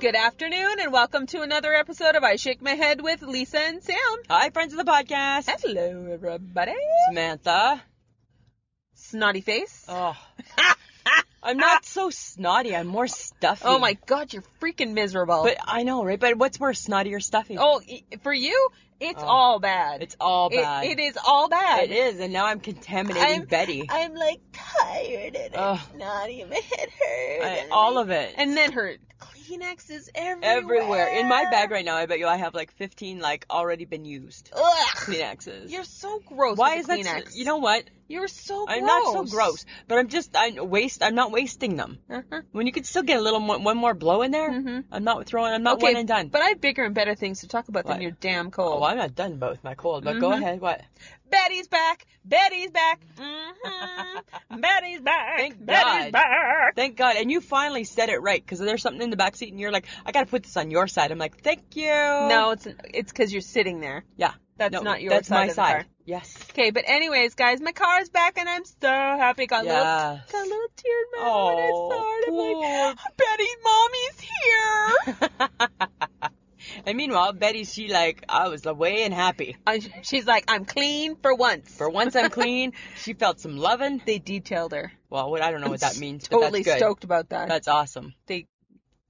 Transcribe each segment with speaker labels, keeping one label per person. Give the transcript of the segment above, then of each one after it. Speaker 1: Good afternoon, and welcome to another episode of I Shake My Head with Lisa and Sam.
Speaker 2: Hi, friends of the podcast.
Speaker 1: Hello, everybody.
Speaker 2: Samantha.
Speaker 1: Snotty face.
Speaker 2: Oh. I'm not so snotty. I'm more stuffy.
Speaker 1: Oh my god, you're freaking miserable.
Speaker 2: But I know, right? But what's worse, snotty or stuffy?
Speaker 1: oh, e- for you, it's
Speaker 2: Oh.
Speaker 1: all bad.
Speaker 2: it's all
Speaker 1: It-
Speaker 2: bad.
Speaker 1: it is all bad.
Speaker 2: It is, and now I'm contaminating
Speaker 1: I'm-
Speaker 2: Betty.
Speaker 1: I'm like tired and
Speaker 2: Ugh.
Speaker 1: I'm snotty. My head hurts.
Speaker 2: I-
Speaker 1: and
Speaker 2: all
Speaker 1: I-
Speaker 2: of it.
Speaker 1: And then her Kleenex is everywhere.
Speaker 2: everywhere in my bag right now. I bet you I have like 15 like already been used
Speaker 1: Ugh.
Speaker 2: Kleenexes.
Speaker 1: You're so gross.
Speaker 2: Why is
Speaker 1: with the
Speaker 2: that? s-
Speaker 1: Kleenex.
Speaker 2: You know what?
Speaker 1: You're so gross.
Speaker 2: I'm not so gross, but I'm just I waste. I'm not wasting them.
Speaker 1: Uh-huh.
Speaker 2: When you could still get a little more, one more blow in there,
Speaker 1: Mhm.
Speaker 2: I'm not throwing. I'm not
Speaker 1: okay,
Speaker 2: one and done.
Speaker 1: But I have bigger and better things to talk about than
Speaker 2: What?
Speaker 1: your damn cold.
Speaker 2: Oh, I'm not done both my cold, but go
Speaker 1: Mhm.
Speaker 2: ahead. What?
Speaker 1: Betty's back. Betty's back. hmm Betty's back.
Speaker 2: Thank
Speaker 1: Betty's
Speaker 2: God.
Speaker 1: back.
Speaker 2: Thank God. And you finally said it right because there's something in the back seat and you're like, I got to put this on your side. I'm like, thank you.
Speaker 1: No, it's it's because you're sitting there.
Speaker 2: Yeah.
Speaker 1: Oh. That's
Speaker 2: No,
Speaker 1: not your
Speaker 2: That's
Speaker 1: side
Speaker 2: my
Speaker 1: of the
Speaker 2: side.
Speaker 1: car.
Speaker 2: Yes.
Speaker 1: Okay, but anyways, guys, my car's back and I'm so happy. Got a little,
Speaker 2: Yes.
Speaker 1: got a little tear in my eye when
Speaker 2: Oh,
Speaker 1: I saw it. I'm like,
Speaker 2: poor-
Speaker 1: Betty, mommy's here.
Speaker 2: and meanwhile, Betty, she like, I was away and happy.
Speaker 1: I, she's like, I'm clean for once.
Speaker 2: For once I'm clean. She felt some loving.
Speaker 1: they detailed her.
Speaker 2: Well, what I don't know what that means, but
Speaker 1: Totally
Speaker 2: that's good.
Speaker 1: stoked about that.
Speaker 2: That's awesome.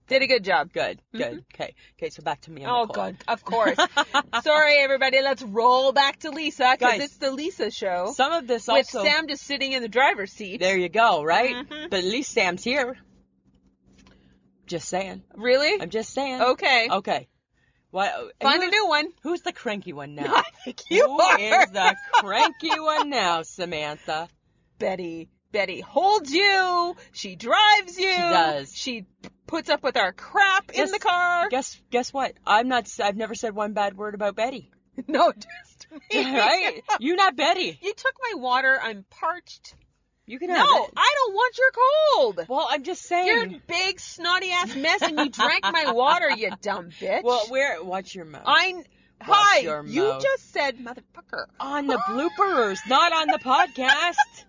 Speaker 1: Did a good job.
Speaker 2: Good. Good. Okay. Okay. So back to me.
Speaker 1: Mm-hmm. Oh
Speaker 2: On
Speaker 1: god, of course. Sorry everybody, let's roll back to Lisa because
Speaker 2: Guys.
Speaker 1: it's the Lisa show.
Speaker 2: Some of this
Speaker 1: with
Speaker 2: also.
Speaker 1: Sam just sitting in the driver's seat.
Speaker 2: There you go, Mm-hmm. right?
Speaker 1: Mhm.
Speaker 2: But at least Sam's here. Just saying.
Speaker 1: Really?
Speaker 2: I'm just saying.
Speaker 1: okay.
Speaker 2: Okay. What?
Speaker 1: Find
Speaker 2: who-
Speaker 1: a new one.
Speaker 2: Who's the cranky one now?
Speaker 1: I think you
Speaker 2: Who
Speaker 1: are.
Speaker 2: is the cranky one now, Samantha?
Speaker 1: Betty. Betty holds you. She drives you. She
Speaker 2: does.
Speaker 1: She puts up with our crap in
Speaker 2: Yes.
Speaker 1: the car.
Speaker 2: Guess guess what? I'm not. s- I've never said one bad word about Betty.
Speaker 1: No, just me.
Speaker 2: Right? you not Betty.
Speaker 1: You took my water. I'm parched.
Speaker 2: You can
Speaker 1: No,
Speaker 2: have it.
Speaker 1: I don't want your cold.
Speaker 2: Well, I'm just
Speaker 1: You're
Speaker 2: saying.
Speaker 1: a big snotty ass mess, and you drank my water, you dumb bitch.
Speaker 2: Well, where? Watch your mouth.
Speaker 1: I.
Speaker 2: Watch
Speaker 1: Hi,
Speaker 2: your
Speaker 1: you
Speaker 2: mouth.
Speaker 1: just said motherfucker.
Speaker 2: on the bloopers, not on the podcast.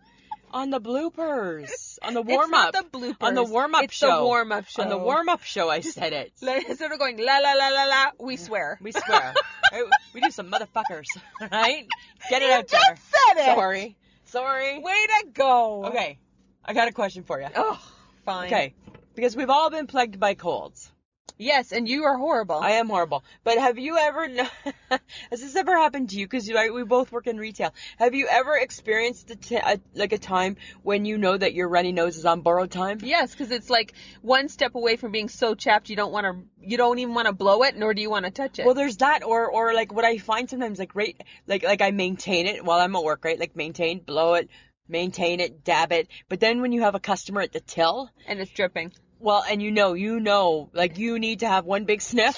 Speaker 2: on the bloopers. On the warm up.
Speaker 1: It's not the bloopers.
Speaker 2: On the warm-up
Speaker 1: it's
Speaker 2: show.
Speaker 1: the warm up show.
Speaker 2: On the warm up show, I said it.
Speaker 1: Like, Instead of going la la la la la, we swear.
Speaker 2: We swear. Right? Oh, We do some motherfuckers, right? Get it
Speaker 1: You
Speaker 2: out
Speaker 1: just
Speaker 2: there.
Speaker 1: said it.
Speaker 2: Sorry. Sorry.
Speaker 1: Way to go.
Speaker 2: Okay. I got a question for you.
Speaker 1: Oh, fine.
Speaker 2: Okay. Because we've all been plagued by colds.
Speaker 1: Yes, and you are horrible.
Speaker 2: I am horrible. But have you ever, kn- has this ever happened to you? Because you, I- we both work in retail. Have you ever experienced a t- a, like a time when you know that your runny nose is on borrowed time?
Speaker 1: Yes, because it's like one step away from being so chapped you don't want to, you don't even want to blow it, nor do you want to touch it.
Speaker 2: Well, there's that, or or like what I find sometimes, like right, like like I maintain it while I'm at work, right? Like maintain, blow it, maintain it, dab it. But then when you have a customer at the till,
Speaker 1: and it's dripping.
Speaker 2: well, and you know, you know, like you need to have one big sniff,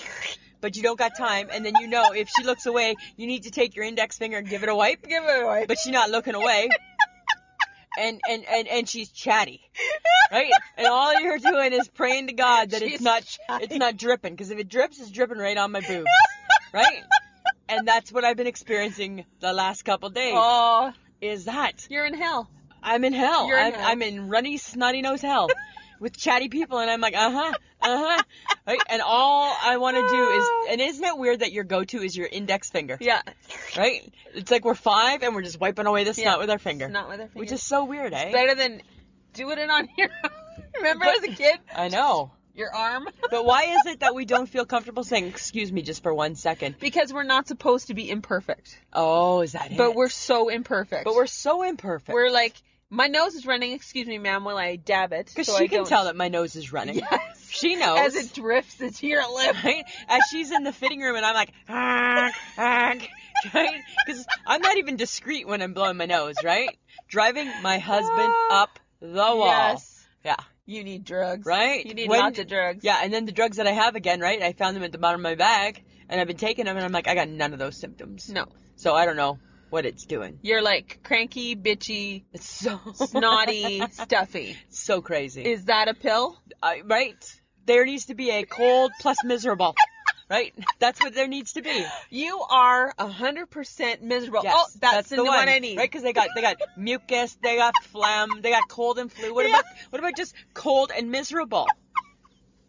Speaker 2: but you don't got time. And then you know, if she looks away, you need to take your index finger and give it a wipe.
Speaker 1: Give it away.
Speaker 2: But she's not looking away. And, and, and, and she's chatty, right? And all you're doing is praying to God that
Speaker 1: She's
Speaker 2: it's not it's not dripping because if it drips, it's dripping right on my boobs, right? And that's what I've been experiencing the last couple days.
Speaker 1: oh,
Speaker 2: Is that
Speaker 1: you're in hell.
Speaker 2: I'm in hell.
Speaker 1: You're in
Speaker 2: I'm,
Speaker 1: hell.
Speaker 2: I'm in runny, snotty nose hell with chatty people, and I'm like, uh huh, uh huh, right? And all I want to do is, and isn't it weird that your go-to is your index finger,
Speaker 1: Ah. Yeah.
Speaker 2: right? It's like we're five and we're just wiping away the snot
Speaker 1: Yeah,
Speaker 2: with our finger,
Speaker 1: Not with her finger.
Speaker 2: which is so weird, eh?
Speaker 1: better than doing it on your. Remember
Speaker 2: But-
Speaker 1: as a kid,
Speaker 2: I know.
Speaker 1: your arm.
Speaker 2: But why is it that we don't feel comfortable saying, excuse me, just for one second?
Speaker 1: Because we're not supposed to be imperfect,
Speaker 2: Oh, is that it?
Speaker 1: but we're so imperfect.
Speaker 2: But we're so imperfect.
Speaker 1: we're like my nose is running. Excuse me, ma'am, will I dab it?
Speaker 2: because
Speaker 1: so
Speaker 2: she
Speaker 1: I
Speaker 2: can
Speaker 1: don't-
Speaker 2: tell that my nose is running.
Speaker 1: Yes.
Speaker 2: She
Speaker 1: as
Speaker 2: knows.
Speaker 1: it drifts into your lip.
Speaker 2: right? As she's in the fitting room and I'm like, "Argh, argh," right? Because I'm not even discreet when I'm blowing my nose, right? Driving my husband
Speaker 1: Ah.
Speaker 2: up the wall.
Speaker 1: Yes.
Speaker 2: Oh, Yeah.
Speaker 1: You need drugs.
Speaker 2: Right?
Speaker 1: You need
Speaker 2: When-
Speaker 1: lots of drugs.
Speaker 2: Yeah, and then the drugs that I have again, right? I found them at the bottom of my bag and I've been taking them and I'm like, I got none of those symptoms.
Speaker 1: No.
Speaker 2: So I don't know what it's doing.
Speaker 1: You're like cranky, bitchy,
Speaker 2: It's so
Speaker 1: snotty, stuffy.
Speaker 2: so crazy.
Speaker 1: Is that a pill?
Speaker 2: I, right? There needs to be a cold plus miserable. Right? That's what there needs to be.
Speaker 1: You are a hundred percent miserable.
Speaker 2: Yes,
Speaker 1: oh, that's, the, one. I need.
Speaker 2: Right? Because they got they got mucus, they got phlegm, they got cold and flu. What
Speaker 1: Yeah.
Speaker 2: about what about just cold and miserable?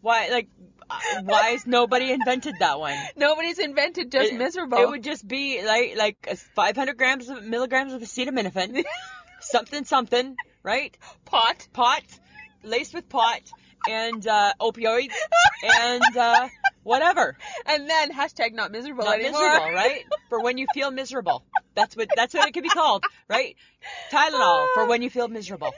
Speaker 2: Why? Like uh, why is nobody invented that one?
Speaker 1: Nobody's invented just
Speaker 2: It-
Speaker 1: miserable.
Speaker 2: It would just be like like a 500 grams of milligrams of acetaminophen, something something, right?
Speaker 1: pot.
Speaker 2: Pot, laced with pot and uh, opioids and uh, whatever.
Speaker 1: And then hashtag not miserable
Speaker 2: Not
Speaker 1: anymore.
Speaker 2: miserable, right? For when you feel miserable. That's what that's what it could be called, right? Tylenol for when you feel miserable,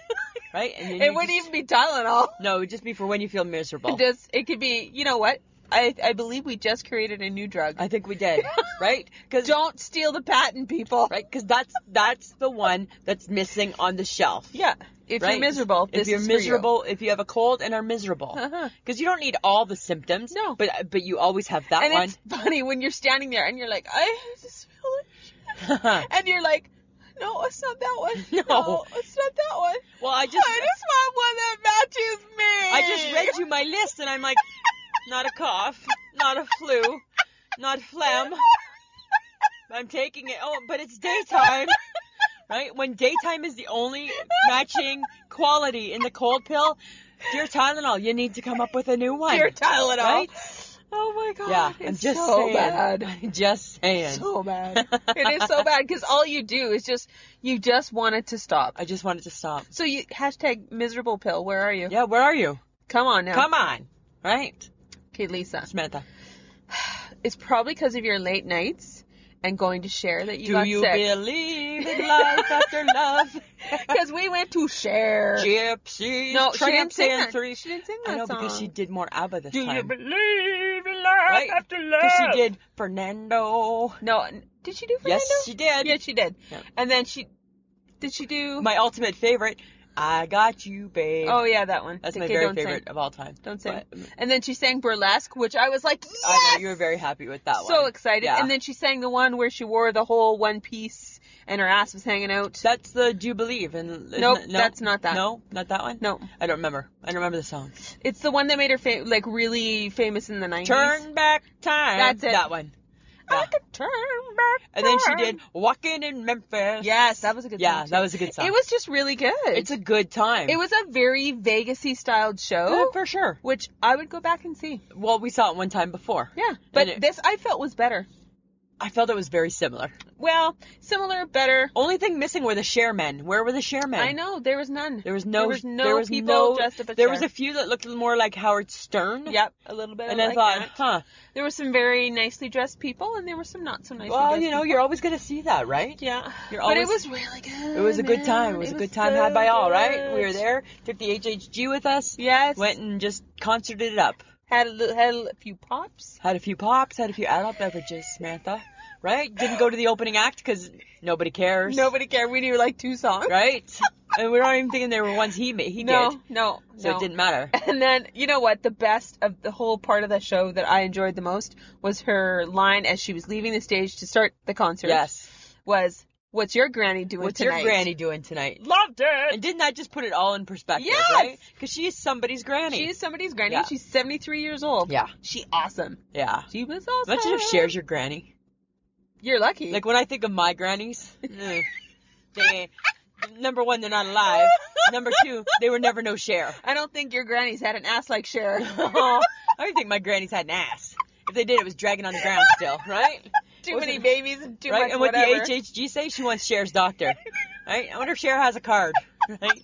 Speaker 2: right? And then
Speaker 1: It
Speaker 2: you
Speaker 1: wouldn't
Speaker 2: just-
Speaker 1: even be Tylenol.
Speaker 2: No, it would just be for when you feel miserable.
Speaker 1: Just it could be. You know what? I I believe we just created a new drug.
Speaker 2: I think we did, right? Because
Speaker 1: Don't steal the patent, people.
Speaker 2: right? 'Cause that's that's the one that's missing on the shelf.
Speaker 1: Yeah. If
Speaker 2: right?
Speaker 1: you're miserable,
Speaker 2: if
Speaker 1: this
Speaker 2: you're
Speaker 1: is for you.
Speaker 2: miserable, if you have a cold and are miserable,
Speaker 1: Uh-huh.
Speaker 2: because you don't need all the symptoms.
Speaker 1: No.
Speaker 2: but but you always have that
Speaker 1: And
Speaker 2: one.
Speaker 1: it's funny when you're standing there and you're like, I just feel like shit." and you're like, No, it's not that one.
Speaker 2: No.
Speaker 1: it's not that one.
Speaker 2: well, I just
Speaker 1: I just want one that matches me.
Speaker 2: I just read you my list, and I'm like, not a cough, not a flu, not phlegm. I'm taking it. Oh, but it's daytime, right? When daytime is the only matching quality in the cold pill, dear Tylenol, you need to come up with a new one.
Speaker 1: Dear Tylenol.
Speaker 2: right?
Speaker 1: Oh my god.
Speaker 2: Yeah,
Speaker 1: it's
Speaker 2: I'm just
Speaker 1: so
Speaker 2: saying.
Speaker 1: bad.
Speaker 2: Just saying.
Speaker 1: So bad. it is so bad because all you do is just you just want it to stop.
Speaker 2: I just wanted to stop.
Speaker 1: So you hashtag miserable pill. Where are you?
Speaker 2: Yeah, where are you?
Speaker 1: Come on now.
Speaker 2: Come on, right?
Speaker 1: Okay, Lisa.
Speaker 2: Samantha,
Speaker 1: It's probably because of your late nights and going to share that you
Speaker 2: do
Speaker 1: got
Speaker 2: you
Speaker 1: sick.
Speaker 2: believe in life after love?
Speaker 1: Because we went to share.
Speaker 2: Gypsies,
Speaker 1: no, she didn't
Speaker 2: tramps,
Speaker 1: sing that.
Speaker 2: and three
Speaker 1: She didn't sing that
Speaker 2: I know
Speaker 1: song.
Speaker 2: because she did more ABBA this
Speaker 1: Do you
Speaker 2: time.
Speaker 1: believe in life
Speaker 2: Right?
Speaker 1: after love?
Speaker 2: Because she did Fernando.
Speaker 1: No, n- did she do Fernando?
Speaker 2: Yes, she did.
Speaker 1: Yeah, she did.
Speaker 2: Yeah.
Speaker 1: And then she did she do?
Speaker 2: My ultimate favorite. I got you, babe.
Speaker 1: oh yeah, that one.
Speaker 2: that's
Speaker 1: The
Speaker 2: my
Speaker 1: Kid
Speaker 2: very
Speaker 1: Don't Sing.
Speaker 2: favorite of all time.
Speaker 1: Don't sing.
Speaker 2: But- um,
Speaker 1: And then she sang burlesque, which I was like, yes!
Speaker 2: I know you were very happy with that one.
Speaker 1: so excited.
Speaker 2: Yeah.
Speaker 1: And then she sang the one where she wore the whole one piece and her ass was hanging out.
Speaker 2: that's the Do You Believe? And isn't
Speaker 1: Nope,
Speaker 2: it-
Speaker 1: that's not that.
Speaker 2: No, not that one.
Speaker 1: no,
Speaker 2: I don't remember. I don't remember the song.
Speaker 1: it's the one that made her fam- like really famous in the nineties.
Speaker 2: Turn back time.
Speaker 1: That's it.
Speaker 2: That one.
Speaker 1: I
Speaker 2: Yeah.
Speaker 1: could turn back.
Speaker 2: And then she
Speaker 1: time.
Speaker 2: did Walking in Memphis.
Speaker 1: Yes, that was a good.
Speaker 2: Yeah,
Speaker 1: song
Speaker 2: that
Speaker 1: too.
Speaker 2: was a good song.
Speaker 1: It was just really good.
Speaker 2: It's a good time.
Speaker 1: It was a very Vegasy styled show,
Speaker 2: good for sure.
Speaker 1: which I would go back and see.
Speaker 2: Well, we saw it one time before.
Speaker 1: Yeah, but
Speaker 2: it-
Speaker 1: this I felt was better.
Speaker 2: I felt it was very similar.
Speaker 1: Well, similar, better.
Speaker 2: Only thing missing were the share men. Where were the share men?
Speaker 1: I know there was none.
Speaker 2: There was no.
Speaker 1: There was no
Speaker 2: there was
Speaker 1: people
Speaker 2: no-
Speaker 1: dressed up as
Speaker 2: There
Speaker 1: Cher.
Speaker 2: was a few that looked more like Howard Stern.
Speaker 1: Yep, a little bit.
Speaker 2: And
Speaker 1: I
Speaker 2: I
Speaker 1: like
Speaker 2: thought,
Speaker 1: that.
Speaker 2: huh?
Speaker 1: there were some very nicely dressed people, and there were some not so nicely
Speaker 2: Well,
Speaker 1: dressed.
Speaker 2: you know,
Speaker 1: people.
Speaker 2: you're always gonna see that, right?
Speaker 1: yeah.
Speaker 2: You're
Speaker 1: but it was
Speaker 2: always.
Speaker 1: really good.
Speaker 2: It was a good time.
Speaker 1: man.
Speaker 2: It was a good time had
Speaker 1: so
Speaker 2: by all, right?
Speaker 1: good.
Speaker 2: We were there. Took the HHG with us.
Speaker 1: Yes.
Speaker 2: Went and just concerted it up.
Speaker 1: had a little, had a li- few pops.
Speaker 2: Had a few pops. Had a few adult beverages, Samantha. Right? Didn't go to the opening act because nobody cares.
Speaker 1: Nobody cared. We knew like two songs.
Speaker 2: Right? and we do not even thinking there were ones he ma- he
Speaker 1: No,
Speaker 2: did.
Speaker 1: no,
Speaker 2: So
Speaker 1: no.
Speaker 2: it didn't matter.
Speaker 1: And then, you know what? The best of the whole part of the show that I enjoyed the most was her line as she was leaving the stage to start the concert.
Speaker 2: Yes.
Speaker 1: Was, what's your granny doing
Speaker 2: What's
Speaker 1: tonight?
Speaker 2: your granny doing tonight?
Speaker 1: Loved it.
Speaker 2: And didn't that just put it all in perspective,
Speaker 1: Yes!
Speaker 2: right? Because she is somebody's granny.
Speaker 1: She's somebody's granny.
Speaker 2: Yeah.
Speaker 1: She's 73 years old.
Speaker 2: yeah,
Speaker 1: She awesome.
Speaker 2: yeah.
Speaker 1: She was awesome.
Speaker 2: Imagine if Cher's your granny.
Speaker 1: You're lucky.
Speaker 2: Like when I think of my grannies, eh, they number one, they're not alive. Number two, they were never no Cher.
Speaker 1: I don't think your granny's had an ass like Cher.
Speaker 2: I don't think my grannies had an ass. If they did, it was dragging on the ground still, right?
Speaker 1: too
Speaker 2: Wasn't-
Speaker 1: many babies and too
Speaker 2: right?
Speaker 1: much
Speaker 2: and what
Speaker 1: whatever.
Speaker 2: the HHG say, she wants Cher's doctor. Right? I wonder if Cher has a card. Right?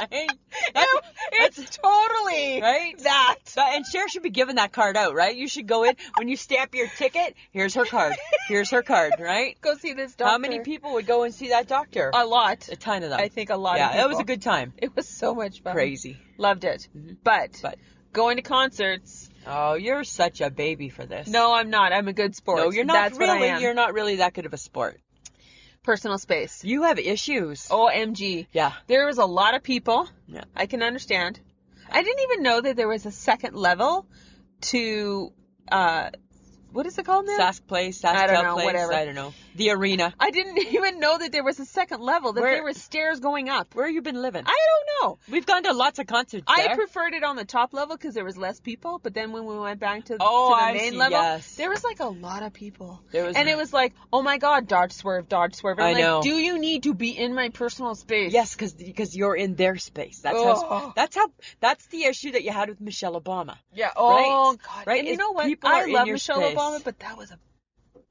Speaker 2: right? That's,
Speaker 1: No, it's totally
Speaker 2: right?
Speaker 1: that.
Speaker 2: But, and Cher should be giving that card out, right? You should go in when you stamp your ticket. Here's her card. Here's her card, right?
Speaker 1: Go see this doctor.
Speaker 2: How many people would go and see that doctor?
Speaker 1: A lot.
Speaker 2: a ton of them.
Speaker 1: I think a lot
Speaker 2: yeah,
Speaker 1: of people. Uh-huh.
Speaker 2: that was a good time.
Speaker 1: It was so much fun.
Speaker 2: Crazy.
Speaker 1: Loved it.
Speaker 2: Mhm.
Speaker 1: But,
Speaker 2: But-
Speaker 1: going to concerts,
Speaker 2: Oh, you're such a baby for this.
Speaker 1: no, I'm not. I'm a good sport.
Speaker 2: no, you're not
Speaker 1: That's
Speaker 2: really.
Speaker 1: What I am.
Speaker 2: You're not really that good of a sport.
Speaker 1: Personal space.
Speaker 2: You have issues.
Speaker 1: Oh. OMG.
Speaker 2: Yeah.
Speaker 1: There was a lot of people.
Speaker 2: Yeah.
Speaker 1: I can understand. I didn't even know that there was a second level to uh, what is it called now?
Speaker 2: Sask Place, Sask
Speaker 1: I don't
Speaker 2: Tel
Speaker 1: know,
Speaker 2: Place,
Speaker 1: whatever.
Speaker 2: I don't know. The arena.
Speaker 1: I didn't even know that there was a second level. That
Speaker 2: Where-
Speaker 1: there were stairs going up.
Speaker 2: Where you been living?
Speaker 1: I don't know.
Speaker 2: We've gone to lots of concerts
Speaker 1: I
Speaker 2: there.
Speaker 1: preferred it on the top level because there was less people. But then when we went back to,
Speaker 2: Oh,
Speaker 1: to the
Speaker 2: I
Speaker 1: main
Speaker 2: see,
Speaker 1: level,
Speaker 2: yes.
Speaker 1: there was like a lot of people.
Speaker 2: there was
Speaker 1: And it was like, oh my god, dodge swerve, dodge swerve. And I'm
Speaker 2: I
Speaker 1: like,
Speaker 2: know.
Speaker 1: do you need to be in my personal space?
Speaker 2: Yes, cuz because you're in their space. That's
Speaker 1: Oh.
Speaker 2: how That's how that's the issue that you had with Michelle Obama.
Speaker 1: Yeah. Oh
Speaker 2: Right.
Speaker 1: god.
Speaker 2: Right.
Speaker 1: And you
Speaker 2: It's
Speaker 1: know what?
Speaker 2: people are
Speaker 1: I
Speaker 2: in
Speaker 1: love
Speaker 2: your
Speaker 1: Michelle
Speaker 2: space.
Speaker 1: Obama, but that was a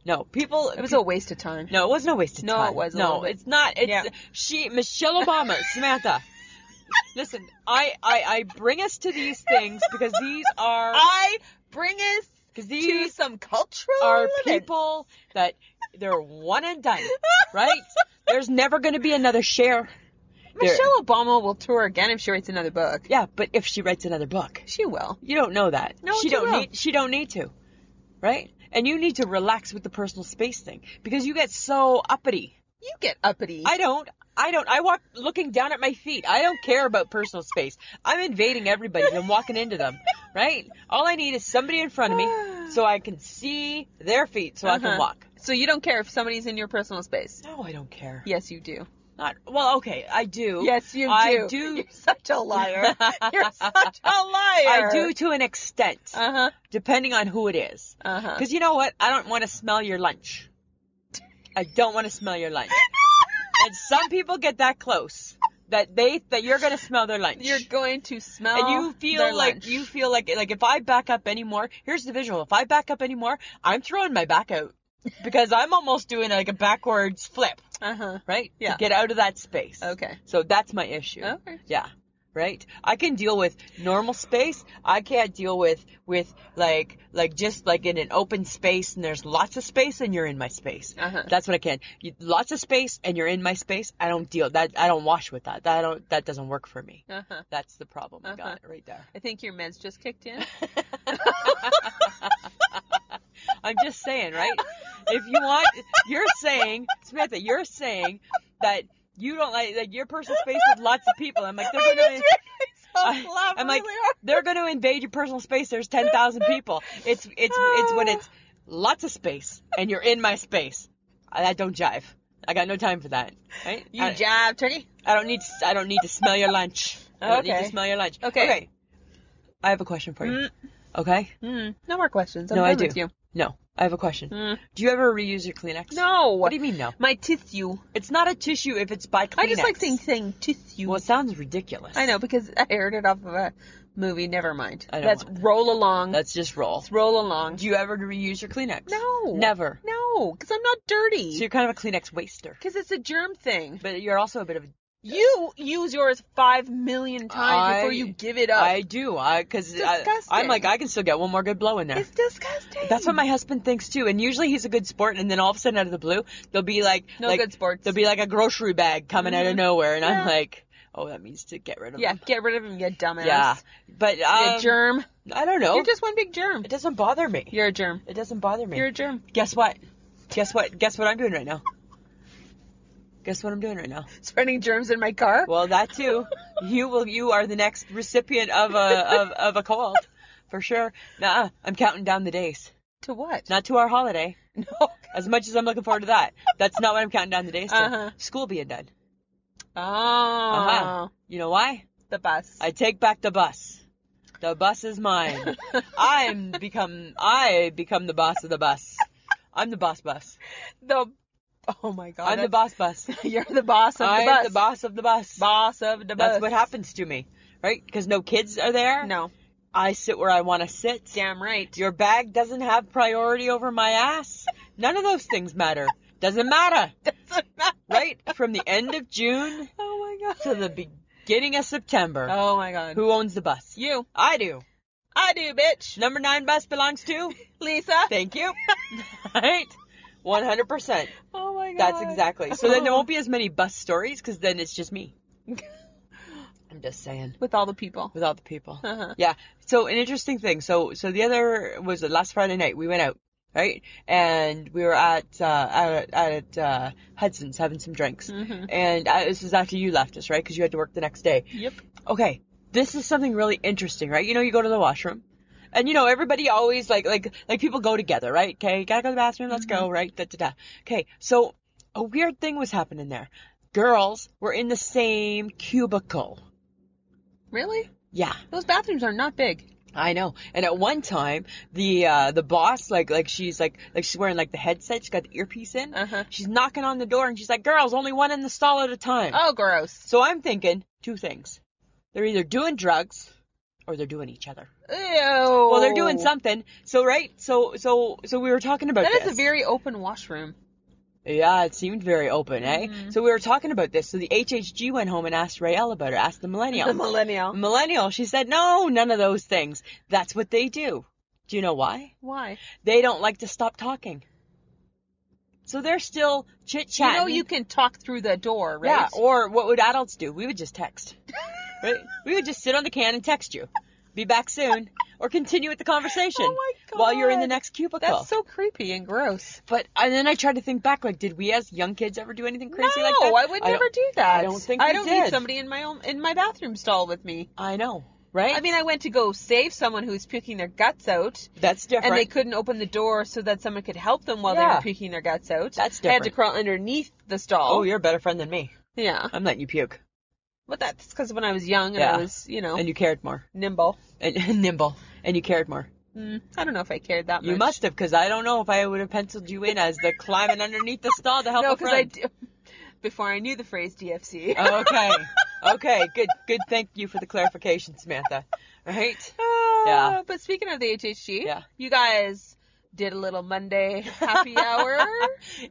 Speaker 2: No, people
Speaker 1: it was a waste of time.
Speaker 2: No, it wasn't a waste of
Speaker 1: No, it
Speaker 2: time.
Speaker 1: was a little
Speaker 2: No,
Speaker 1: bit.
Speaker 2: it's not. It's
Speaker 1: Yeah.
Speaker 2: she Michelle Obama, Samantha. Listen, I, I I bring us to these things because these are
Speaker 1: I bring us
Speaker 2: because
Speaker 1: to
Speaker 2: these
Speaker 1: some cultural
Speaker 2: are
Speaker 1: events.
Speaker 2: people that they're one and done, right? There's never going to be another share.
Speaker 1: Michelle Obama will tour again if she writes another book.
Speaker 2: Yeah, but if she writes another book,
Speaker 1: She will.
Speaker 2: you don't know that.
Speaker 1: No,
Speaker 2: she
Speaker 1: she
Speaker 2: don't
Speaker 1: will.
Speaker 2: need. She don't need to, right? And you need to relax with the personal space thing because you get so uppity.
Speaker 1: You get uppity.
Speaker 2: I don't. I don't. I walk looking down at my feet. I don't care about personal space. I'm invading everybody's and walking into them, right? All I need is somebody in front of me so I can see their feet so I
Speaker 1: Uh-huh.
Speaker 2: can walk.
Speaker 1: so you don't care if somebody's in your personal space.
Speaker 2: No, I don't care.
Speaker 1: Yes, you do.
Speaker 2: Not well. Okay, I do.
Speaker 1: Yes, you
Speaker 2: I
Speaker 1: do.
Speaker 2: do.
Speaker 1: You're such a liar. You're such a liar.
Speaker 2: I do to an extent,
Speaker 1: Uh huh.
Speaker 2: depending on who it is.
Speaker 1: Uh huh.
Speaker 2: Because you know what? I don't want to smell your lunch. I don't want to smell your lunch. and some people get that close that they that you're gonna smell their lunch.
Speaker 1: You're going to smell.
Speaker 2: and you
Speaker 1: their
Speaker 2: feel like
Speaker 1: lunch.
Speaker 2: you feel like like if I back up anymore, here's the visual. If I back up anymore, I'm throwing my back out because I'm almost doing like a backwards flip,
Speaker 1: Uh huh.
Speaker 2: right?
Speaker 1: Yeah.
Speaker 2: To get out of that space.
Speaker 1: Okay. Oh.
Speaker 2: So that's my issue.
Speaker 1: Okay.
Speaker 2: Yeah. Right? I can deal with normal space. I can't deal with with like like just like in an open space and there's lots of space and you're in my space.
Speaker 1: Uh-huh.
Speaker 2: That's what I can. You, lots of space and you're in my space. I don't deal that I don't wash with that. That I don't that doesn't work for me.
Speaker 1: Uh huh.
Speaker 2: That's the problem. I
Speaker 1: Uh-huh.
Speaker 2: got it right there.
Speaker 1: I think your meds just kicked in.
Speaker 2: I'm just saying, right? If you want, you're saying, Samantha, you're saying that you don't like like your personal space with lots of people. I'm like, they're
Speaker 1: I
Speaker 2: gonna,
Speaker 1: just really
Speaker 2: I-
Speaker 1: laugh
Speaker 2: I'm like-
Speaker 1: really hard.
Speaker 2: they're gonna invade your personal space. There's ten thousand people. It's it's it's when it's lots of space and you're in my space. I, I don't jive. I got no time for that. Right?
Speaker 1: you
Speaker 2: I,
Speaker 1: jab, Tony.
Speaker 2: I don't need I don't need to smell your lunch. I don't need
Speaker 1: Okay.
Speaker 2: to smell your lunch.
Speaker 1: Okay.
Speaker 2: I have a question for you.
Speaker 1: Mm.
Speaker 2: Okay.
Speaker 1: Mm. No more questions. I'm
Speaker 2: Mm-hmm. No,
Speaker 1: done
Speaker 2: I do.
Speaker 1: With you.
Speaker 2: No, I have a question.
Speaker 1: Mm.
Speaker 2: Do you ever reuse your Kleenex?
Speaker 1: No.
Speaker 2: What do you mean no?
Speaker 1: My tissue.
Speaker 2: It's not a tissue if it's by Kleenex.
Speaker 1: I just like saying saying tissue.
Speaker 2: Well, it sounds ridiculous.
Speaker 1: I know because I heard it off of a movie. Never mind.
Speaker 2: I don't
Speaker 1: Let's
Speaker 2: want
Speaker 1: roll along.
Speaker 2: Let's just roll.
Speaker 1: Let's roll along.
Speaker 2: Do you ever reuse your Kleenex?
Speaker 1: No.
Speaker 2: Never.
Speaker 1: No, because I'm not
Speaker 2: So
Speaker 1: dirty.
Speaker 2: you're kind of a Kleenex waster.
Speaker 1: Because it's a germ thing.
Speaker 2: But you're also a bit of a.
Speaker 1: You use yours five million times
Speaker 2: I-
Speaker 1: before you give it up.
Speaker 2: I do. I because
Speaker 1: Disgusting.
Speaker 2: I'm like I can still get one more good blow in there.
Speaker 1: it's disgusting.
Speaker 2: That's what my husband thinks too. And usually he's a good sport, and then all of a sudden out of the blue, there'll be like
Speaker 1: no
Speaker 2: like,
Speaker 1: good sports.
Speaker 2: There'll be like a grocery bag coming out
Speaker 1: Mhm.
Speaker 2: of nowhere, and
Speaker 1: Yeah.
Speaker 2: I'm like, oh, that means to get rid of
Speaker 1: yeah,
Speaker 2: them.
Speaker 1: get rid of him, you dumbass.
Speaker 2: Yeah. But
Speaker 1: You
Speaker 2: um,
Speaker 1: germ.
Speaker 2: I don't know.
Speaker 1: You're just one big germ.
Speaker 2: It doesn't bother me.
Speaker 1: You're a germ.
Speaker 2: It doesn't bother me.
Speaker 1: You're a germ.
Speaker 2: Guess what? Guess what? Guess what I'm doing right now? Guess what I'm doing right now?
Speaker 1: Spreading germs in my car.
Speaker 2: Well, that too. You will. You are the next recipient of a of, of a cold, for sure. Nah, I'm counting down the days,
Speaker 1: to what?
Speaker 2: not to our holiday.
Speaker 1: no.
Speaker 2: As much as I'm looking forward to that, that's not what I'm counting down the days to.
Speaker 1: Uh-huh.
Speaker 2: School being done.
Speaker 1: Oh.
Speaker 2: Uh-huh. You know why?
Speaker 1: The bus.
Speaker 2: I take back the bus. The bus is mine. I'm become. I become the boss of the bus. I'm the boss bus.
Speaker 1: the. Oh my god.
Speaker 2: I'm the
Speaker 1: that's-
Speaker 2: boss bus.
Speaker 1: You're the boss of
Speaker 2: I'm
Speaker 1: the bus.
Speaker 2: the boss of the bus.
Speaker 1: Boss of the bus.
Speaker 2: That's what happens to me, right? Because no kids are there.
Speaker 1: No.
Speaker 2: I sit where I want to sit.
Speaker 1: Damn right.
Speaker 2: Your bag doesn't have priority over my ass. None of those things matter. Doesn't matter, right? From the end of June
Speaker 1: oh my god.
Speaker 2: to the beginning of September,
Speaker 1: Oh my god.
Speaker 2: who owns the bus?
Speaker 1: You.
Speaker 2: I do.
Speaker 1: I do, bitch.
Speaker 2: Number nine bus belongs to.
Speaker 1: Lisa.
Speaker 2: Thank you. right. 100%.
Speaker 1: Oh my god.
Speaker 2: That's exactly. So then there won't be as many bus stories because then it's just me. I'm just saying.
Speaker 1: with all the people.
Speaker 2: With all the people.
Speaker 1: Uh-huh.
Speaker 2: Yeah. So an interesting thing. So so the other was uh, last Friday night we went out, right? And we were at uh, at at uh, Hudson's having some drinks.
Speaker 1: Mhm.
Speaker 2: And I, this was after you left us, right? Because you had to work the next day.
Speaker 1: Yep.
Speaker 2: Okay. This is something really interesting, right? You know, you go to the washroom, And you know, everybody always like like like people go together, right? Okay, gotta go to the bathroom, let's go, right? Da da da. Okay, so a weird thing was happening there. Girls were in the same cubicle.
Speaker 1: Really?
Speaker 2: Yeah.
Speaker 1: Those bathrooms are not big.
Speaker 2: I know. And at one time, the uh, the boss, like like she's like like she's wearing like the headset, she's got the earpiece in.
Speaker 1: Uh-huh.
Speaker 2: She's knocking on the door and she's like, "Girls, only one in the stall at a time."
Speaker 1: Oh, gross.
Speaker 2: So I'm thinking two things: they're either doing drugs or they're doing each other.
Speaker 1: Ew.
Speaker 2: Well, they're doing something. So right, so so so we were talking about
Speaker 1: Oh. That is
Speaker 2: this.
Speaker 1: a very open washroom.
Speaker 2: yeah, it seemed very open, eh?
Speaker 1: Mm-hmm.
Speaker 2: So we were talking about this. So the HHG went home and asked Rael about it. Asked the millennial.
Speaker 1: millennial.
Speaker 2: millennial. She said, "No, none of those things. That's what they do." Do you know why?
Speaker 1: Why?
Speaker 2: they don't like to stop talking. So they're still chit
Speaker 1: You
Speaker 2: chatting.
Speaker 1: know you can talk through the door, right?
Speaker 2: yeah. Or what would adults do? We would just text, right? we would just sit on the can and text you. Be back soon, or continue with the conversation
Speaker 1: Oh my
Speaker 2: while you're in the
Speaker 1: God.
Speaker 2: next cubicle.
Speaker 1: That's so creepy and gross.
Speaker 2: but and then I tried to think back, like, did we as young kids ever do anything crazy
Speaker 1: no,
Speaker 2: like that?
Speaker 1: I would
Speaker 2: don't-
Speaker 1: never do that.
Speaker 2: I don't think
Speaker 1: I
Speaker 2: we
Speaker 1: don't need
Speaker 2: did.
Speaker 1: somebody in my own in my bathroom stall with me.
Speaker 2: I know, right?
Speaker 1: I mean, I went to go save someone who was puking their guts out,
Speaker 2: that's different.
Speaker 1: and they couldn't open the door so that someone could help them while they
Speaker 2: Yeah.
Speaker 1: were puking their guts out.
Speaker 2: That's
Speaker 1: I had to
Speaker 2: different.
Speaker 1: crawl underneath the stall.
Speaker 2: oh, you're a better friend than me.
Speaker 1: yeah.
Speaker 2: I'm letting you puke,
Speaker 1: But that's because when I was young and I
Speaker 2: Yeah.
Speaker 1: was, you know,
Speaker 2: and you cared more,
Speaker 1: nimble.
Speaker 2: and, and nimble, and you cared more.
Speaker 1: Mm, I don't know if I cared that much.
Speaker 2: You must have, because I don't know if I would have penciled you in as the climbing underneath the stall to help
Speaker 1: No,
Speaker 2: a
Speaker 1: because I
Speaker 2: friend.
Speaker 1: d- before I knew the phrase DFC.
Speaker 2: Oh, okay, okay, good, good. Thank you for the clarification, Samantha. Right? Yeah.
Speaker 1: Uh, But speaking of the HHG,
Speaker 2: Yeah.
Speaker 1: you guys did a little Monday happy hour.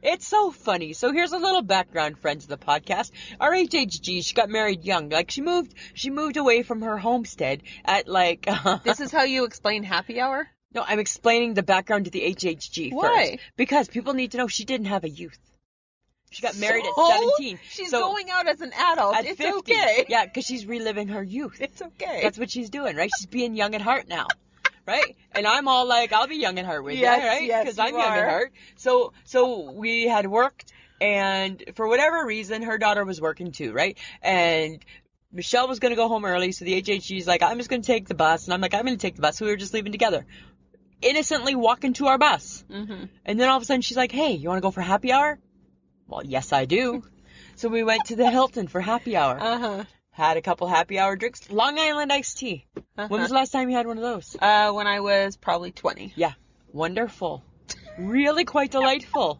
Speaker 2: It's so funny. So here's a little background, friends of the podcast. Our HHG, she got married young. Like she moved, she moved away from her homestead at like.
Speaker 1: this is how you explain happy hour.
Speaker 2: no, I'm explaining the background to the HHG
Speaker 1: Why?
Speaker 2: first because people need to know she didn't have a youth. She got married
Speaker 1: So?
Speaker 2: at 17.
Speaker 1: She's
Speaker 2: So,
Speaker 1: going out as an adult.
Speaker 2: at
Speaker 1: it's
Speaker 2: 50.
Speaker 1: okay.
Speaker 2: Yeah, because she's reliving her youth.
Speaker 1: It's okay.
Speaker 2: That's what she's doing, right? She's being young at heart now, right? And I'm all like, I'll be young at heart with
Speaker 1: Yes,
Speaker 2: you, right?
Speaker 1: yes,
Speaker 2: Because
Speaker 1: you
Speaker 2: I'm young
Speaker 1: are.
Speaker 2: at heart. So, so we had worked, and for whatever reason, her daughter was working too, right? And Michelle was going to go home early, so the HHG's like, I'm just going to take the bus, and I'm like, I'm going to take the bus. So we were just leaving together, innocently walking to our bus,
Speaker 1: mm-hmm.
Speaker 2: and then all of a sudden she's like, Hey, you want to go for happy hour? Well, yes, I do. so we went to the Hilton for happy hour
Speaker 1: Uh huh.
Speaker 2: had a couple happy hour drinks. Long Island iced tea. When was the last time you had one of those?
Speaker 1: Uh, when I was probably 20.
Speaker 2: Yeah, wonderful. Really quite delightful.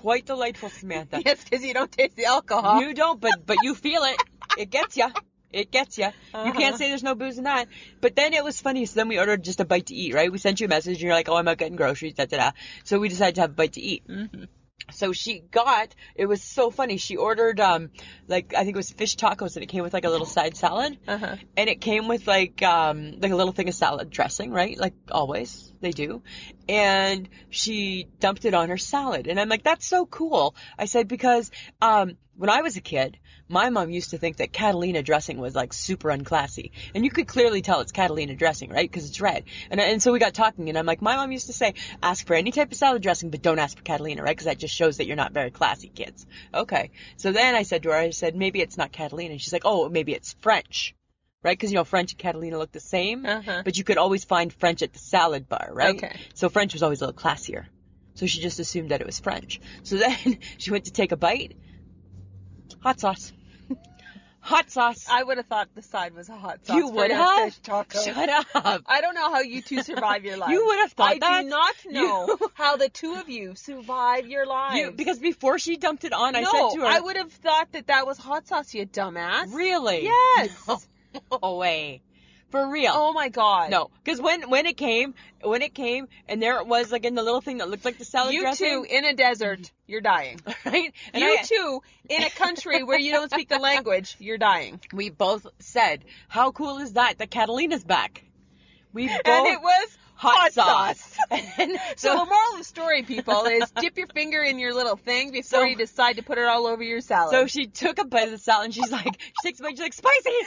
Speaker 2: quite delightful, Samantha.
Speaker 1: Yes, because you don't taste the alcohol.
Speaker 2: You don't, but but you feel it. It gets ya. It gets ya. You
Speaker 1: Uh-huh.
Speaker 2: can't say there's no booze in that. But then it was funny. So then we ordered just a bite to eat, right? We sent you a message, and you're like, "Oh, I'm out getting groceries." Da da da. So we decided to have a bite to eat.
Speaker 1: Mhm.
Speaker 2: So she got. It was so funny. She ordered um, like I think it was fish tacos, and it came with like a little side salad.
Speaker 1: Uh-huh.
Speaker 2: and it came with like um like a little thing of salad dressing, right? Like always they do. And she dumped it on her salad, and I'm like, that's so cool. I said because um when I was a kid, my mom used to think that Catalina dressing was like super unclassy, and you could clearly tell it's Catalina dressing, right? Because it's red. And and so we got talking, and I'm like, my mom used to say, ask for any type of salad dressing, but don't ask for Catalina, right? Because that just shows that you're not very classy, kids. Okay. So then I said to her, I said maybe it's not Catalina. And she's like, oh, maybe it's French right? Because you know French and Catalina look the same,
Speaker 1: Uh-huh.
Speaker 2: but you could always find French at the salad bar, right?
Speaker 1: Okay.
Speaker 2: So French was always a little classier. So she just assumed that it was French. So then she went to take a bite. Hot sauce. Hot sauce.
Speaker 1: I would have thought the side was a hot sauce.
Speaker 2: You
Speaker 1: for
Speaker 2: would
Speaker 1: your
Speaker 2: have?
Speaker 1: fish tacos.
Speaker 2: Shut up.
Speaker 1: I don't know how you two survive your lives.
Speaker 2: You would have thought
Speaker 1: I
Speaker 2: that.
Speaker 1: do not know
Speaker 2: You-
Speaker 1: how the two of you survive your lives.
Speaker 2: You, because before she dumped it on, I
Speaker 1: no,
Speaker 2: said to her,
Speaker 1: I would have thought that that was hot sauce, you dumbass.
Speaker 2: "Really?
Speaker 1: Yes.
Speaker 2: No way. For real?
Speaker 1: Oh my god.
Speaker 2: No, because when when it came, when it came, and there it was, like in the little thing that looked like the salad
Speaker 1: You two
Speaker 2: dressing,
Speaker 1: in a desert, you're dying.
Speaker 2: right? And
Speaker 1: you
Speaker 2: I-
Speaker 1: two in a country where you don't speak the language, you're dying.
Speaker 2: We both said, "How cool is that? The Catalina's back." We both
Speaker 1: And it was
Speaker 2: hot,
Speaker 1: hot
Speaker 2: sauce.
Speaker 1: sauce.
Speaker 2: And
Speaker 1: So the
Speaker 2: so,
Speaker 1: moral of the story, people, is dip your finger in your little thing before
Speaker 2: So-
Speaker 1: you decide to put it all over your salad.
Speaker 2: so she took a bite of the salad, and she's like, she takes a bite, she's like, "Spicy!"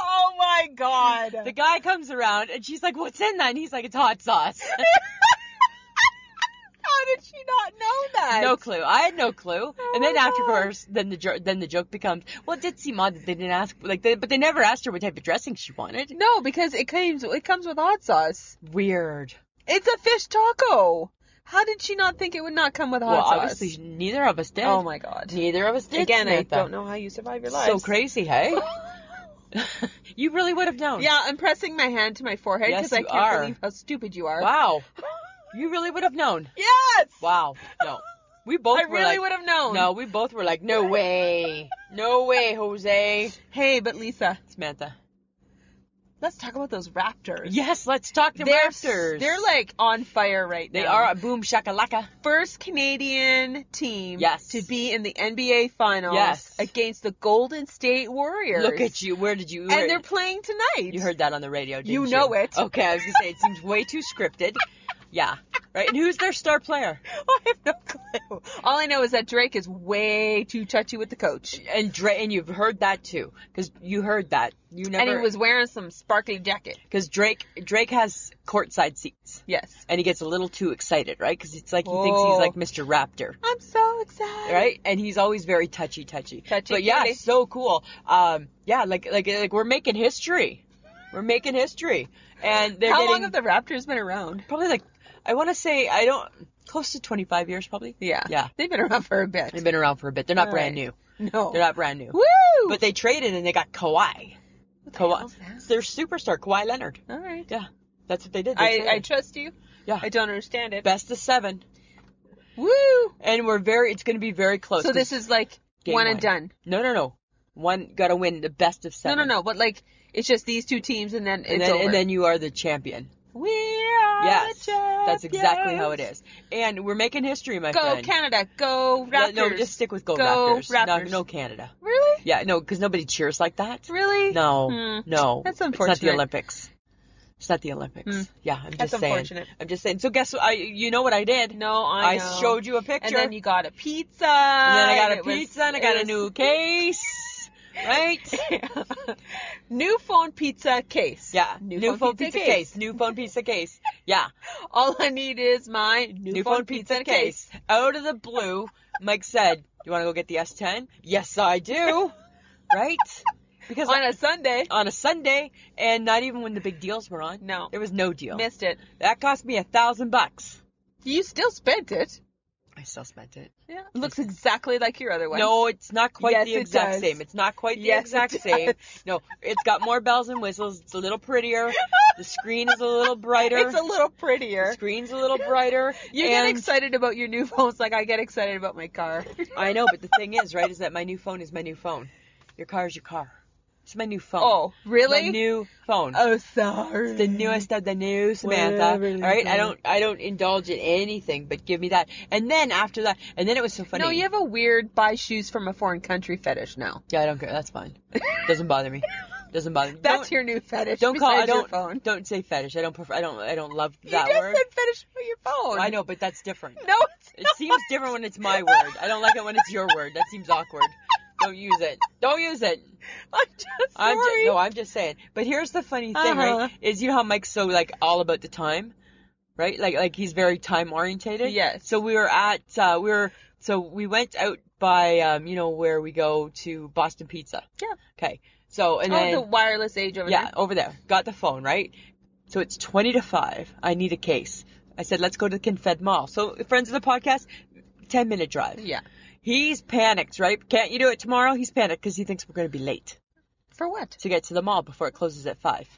Speaker 1: oh my god.
Speaker 2: The guy comes around, and she's like, "What's in that?" And he's like, "It's hot sauce."
Speaker 1: How would she not know that?
Speaker 2: No clue. I had no clue.
Speaker 1: Oh
Speaker 2: and then
Speaker 1: my
Speaker 2: after, of
Speaker 1: God.
Speaker 2: course, then the jo- then the joke becomes, well, it did seem odd that they didn't ask, like, they, but they never asked her what type of dressing she wanted.
Speaker 1: No, because it comes it comes with hot sauce.
Speaker 2: Weird.
Speaker 1: It's a fish taco. How did she not think it would not come with hot
Speaker 2: well,
Speaker 1: sauce?
Speaker 2: obviously neither of us did.
Speaker 1: oh my god.
Speaker 2: Neither of us did.
Speaker 1: Again, I
Speaker 2: Samantha.
Speaker 1: don't know how you survive your life.
Speaker 2: So crazy, hey? you really would have known.
Speaker 1: yeah, I'm pressing my hand to my forehead
Speaker 2: Yes,
Speaker 1: because I
Speaker 2: you
Speaker 1: can't
Speaker 2: are.
Speaker 1: believe how stupid you are.
Speaker 2: Wow. You really would have known.
Speaker 1: Yes.
Speaker 2: Wow. No. We both
Speaker 1: I
Speaker 2: were
Speaker 1: really
Speaker 2: like,
Speaker 1: would have known.
Speaker 2: No, we both were like, no way. No way, Jose.
Speaker 1: Hey, but Lisa,
Speaker 2: Samantha.
Speaker 1: let's talk about those raptors.
Speaker 2: Yes, let's talk to
Speaker 1: They're,
Speaker 2: Raptors.
Speaker 1: they're like on fire right
Speaker 2: They
Speaker 1: now.
Speaker 2: are a boom shakalaka.
Speaker 1: first Canadian team
Speaker 2: Yes.
Speaker 1: to be in the NBA finals
Speaker 2: Yes.
Speaker 1: against the Golden State Warriors.
Speaker 2: Look at you. Where did you? where-
Speaker 1: And they're playing tonight.
Speaker 2: you heard that on the radio, didn't
Speaker 1: You
Speaker 2: you?
Speaker 1: know it.
Speaker 2: Okay, I was gonna say it seems way too scripted. Yeah, right. And who's their star player?
Speaker 1: I have no clue. All I know is that Drake is way too touchy with the coach.
Speaker 2: And Dre, and you've heard that too, because you heard that. You never.
Speaker 1: And he was wearing some sparkly jacket.
Speaker 2: because Drake. Drake has courtside seats,
Speaker 1: Yes.
Speaker 2: and he gets a little too excited, right? Because it's like he thinks he's
Speaker 1: Oh.
Speaker 2: like Mr. Raptor.
Speaker 1: I'm so excited.
Speaker 2: right? And he's always very touchy, touchy.
Speaker 1: Touchy,
Speaker 2: but yeah,
Speaker 1: touchy.
Speaker 2: so cool. Um, yeah, like like like we're making history. We're making history, and they're
Speaker 1: How
Speaker 2: getting
Speaker 1: long have the Raptors been around?
Speaker 2: probably like I want to say I don't close to 25 years probably.
Speaker 1: Yeah.
Speaker 2: Yeah.
Speaker 1: They've been around for a bit.
Speaker 2: They've been around for a bit. They're not
Speaker 1: All
Speaker 2: brand
Speaker 1: right.
Speaker 2: new.
Speaker 1: No.
Speaker 2: They're not brand new.
Speaker 1: Woo!
Speaker 2: But they traded and they got Kawhi.
Speaker 1: What the hell's
Speaker 2: Kawhi.
Speaker 1: that?
Speaker 2: It's their superstar, Kawhi Leonard.
Speaker 1: All right.
Speaker 2: Yeah. That's what they did. They
Speaker 1: I, I
Speaker 2: traded.
Speaker 1: trust you.
Speaker 2: yeah.
Speaker 1: I don't understand it.
Speaker 2: Best of seven,
Speaker 1: Woo!
Speaker 2: and we're very. It's going to be very close.
Speaker 1: So this is like
Speaker 2: Game
Speaker 1: one
Speaker 2: one.
Speaker 1: and done.
Speaker 2: no, no, no. One got to win the best of
Speaker 1: No,
Speaker 2: seven.
Speaker 1: no, no. But like, it's just these two teams, and then it's
Speaker 2: and then,
Speaker 1: over.
Speaker 2: and then you are the champion.
Speaker 1: we are
Speaker 2: Yes,
Speaker 1: the champions.
Speaker 2: that's exactly how it is. And we're making history, my
Speaker 1: Go
Speaker 2: friend.
Speaker 1: Canada, go Raptors.
Speaker 2: No, just stick with Go,
Speaker 1: Go
Speaker 2: Raptors.
Speaker 1: Raptors.
Speaker 2: No, no Canada.
Speaker 1: really,
Speaker 2: Yeah, no, because nobody cheers like that.
Speaker 1: really.
Speaker 2: No,
Speaker 1: Hmm.
Speaker 2: no,
Speaker 1: That's
Speaker 2: It's not the
Speaker 1: unfortunate.
Speaker 2: Olympics. It's not the Olympics.
Speaker 1: Hmm.
Speaker 2: Yeah, I'm just
Speaker 1: That's
Speaker 2: saying.
Speaker 1: unfortunate.
Speaker 2: I'm just saying. So guess what? I, you know what I did?
Speaker 1: No, I, know.
Speaker 2: showed you a picture,
Speaker 1: And then you got a pizza.
Speaker 2: And then I got a
Speaker 1: It was-
Speaker 2: pizza, and I
Speaker 1: it
Speaker 2: got a
Speaker 1: was-
Speaker 2: new case, right?
Speaker 1: new phone pizza case.
Speaker 2: Yeah,
Speaker 1: New,
Speaker 2: phone, pizza, case. new phone pizza case. Yeah,
Speaker 1: All I need is my new,
Speaker 2: new phone pizza case. Out of the blue, Mike said, "You want to go get the S10?" Yes, I do. Right? Because
Speaker 1: on a Sunday.
Speaker 2: on a Sunday, and not even when the big deals were on.
Speaker 1: No.
Speaker 2: Oh. there was no deal.
Speaker 1: Missed it.
Speaker 2: That cost me a thousand bucks.
Speaker 1: You still spent it.
Speaker 2: I still spent it.
Speaker 1: Yeah. Looks exactly like your other one.
Speaker 2: No, it's not quite
Speaker 1: Yes,
Speaker 2: the
Speaker 1: it
Speaker 2: exact
Speaker 1: does.
Speaker 2: same. It's not quite the
Speaker 1: Yes, it
Speaker 2: exact same. No, it's got more bells and whistles. It's a little prettier. The screen is a little brighter.
Speaker 1: It's a little
Speaker 2: the
Speaker 1: prettier.
Speaker 2: screen's a little brighter.
Speaker 1: You
Speaker 2: and
Speaker 1: get excited about your new phones like I get excited about my car.
Speaker 2: I know, but the thing is, right, is that my new phone is my new phone. Your car is your car. It's my new phone.
Speaker 1: Oh, really?
Speaker 2: My new phone.
Speaker 1: oh, sorry.
Speaker 2: the newest of the new Samantha.
Speaker 1: Whatever you
Speaker 2: all right, I
Speaker 1: do.
Speaker 2: don't, I don't indulge in anything, but give me that. And then after that, and then it was so funny.
Speaker 1: No, you have a weird buy shoes from a foreign country fetish now.
Speaker 2: Yeah, I don't care. That's fine. Doesn't bother me. Doesn't bother me.
Speaker 1: That's
Speaker 2: Don't-
Speaker 1: your new fetish.
Speaker 2: Don't call. I
Speaker 1: besides
Speaker 2: don't.
Speaker 1: Your phone.
Speaker 2: Don't say fetish. I don't prefer. I don't. I don't love
Speaker 1: You
Speaker 2: that
Speaker 1: just
Speaker 2: word.
Speaker 1: said fetish for your phone.
Speaker 2: I know, but that's different.
Speaker 1: No, it's
Speaker 2: It
Speaker 1: not.
Speaker 2: seems different when it's my word. I don't like it when it's your word. That seems awkward. Don't use it. Don't use it.
Speaker 1: I'm just sorry.
Speaker 2: I'm just, no, I'm just saying. But here's the funny thing,
Speaker 1: Uh-huh.
Speaker 2: right? Is you know how Mike's so like all about the time, right? Like like he's very time orientated.
Speaker 1: Yes.
Speaker 2: So we were at uh, we were so we went out by um you know where we go to Boston Pizza.
Speaker 1: Yeah.
Speaker 2: Okay. So and
Speaker 1: oh,
Speaker 2: then
Speaker 1: the wireless age over
Speaker 2: yeah
Speaker 1: there.
Speaker 2: over there got the phone right. So it's twenty to five. I need a case. I said let's go to the Confed Mall. So friends of the podcast, ten minute drive.
Speaker 1: Yeah.
Speaker 2: He's panicked, right? Can't you do it tomorrow? He's panicked because he thinks we're going to be late
Speaker 1: For what?
Speaker 2: to get to the mall before it closes at five.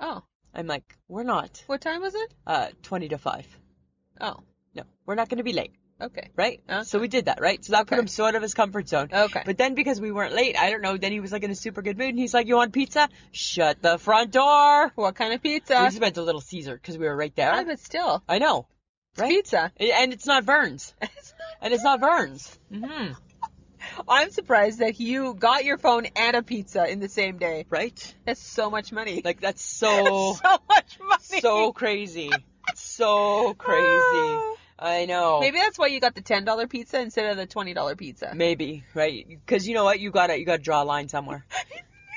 Speaker 1: Oh,
Speaker 2: I'm like, we're not
Speaker 1: what time was it?
Speaker 2: uh, 20 to five.
Speaker 1: Oh,
Speaker 2: No, we're not going to be late,
Speaker 1: okay.
Speaker 2: right?
Speaker 1: Okay.
Speaker 2: So we did that, right? So that put
Speaker 1: Okay.
Speaker 2: him so out of his comfort zone.
Speaker 1: Okay.
Speaker 2: But then because we weren't late, I don't know. Then he was like in a super good mood, and he's like, "You want pizza? Shut the front door."
Speaker 1: What kind of
Speaker 2: We
Speaker 1: pizza?
Speaker 2: just went to Little Caesar because we were right there.
Speaker 1: I but still,
Speaker 2: I know,
Speaker 1: it's pizza.
Speaker 2: And- and it's not Vern's, and it's not Vern's.
Speaker 1: Mm-hmm.
Speaker 2: hmm
Speaker 1: I'm surprised that you got your phone and a pizza in the same day.
Speaker 2: Right?
Speaker 1: That's so much money.
Speaker 2: Like that's so
Speaker 1: so much money.
Speaker 2: so crazy, so crazy.
Speaker 1: Ah.
Speaker 2: I know.
Speaker 1: Maybe that's why you got the ten dollar pizza instead of the twenty dollar pizza.
Speaker 2: Maybe, right? Because you know what? You gotta you gotta draw a line somewhere.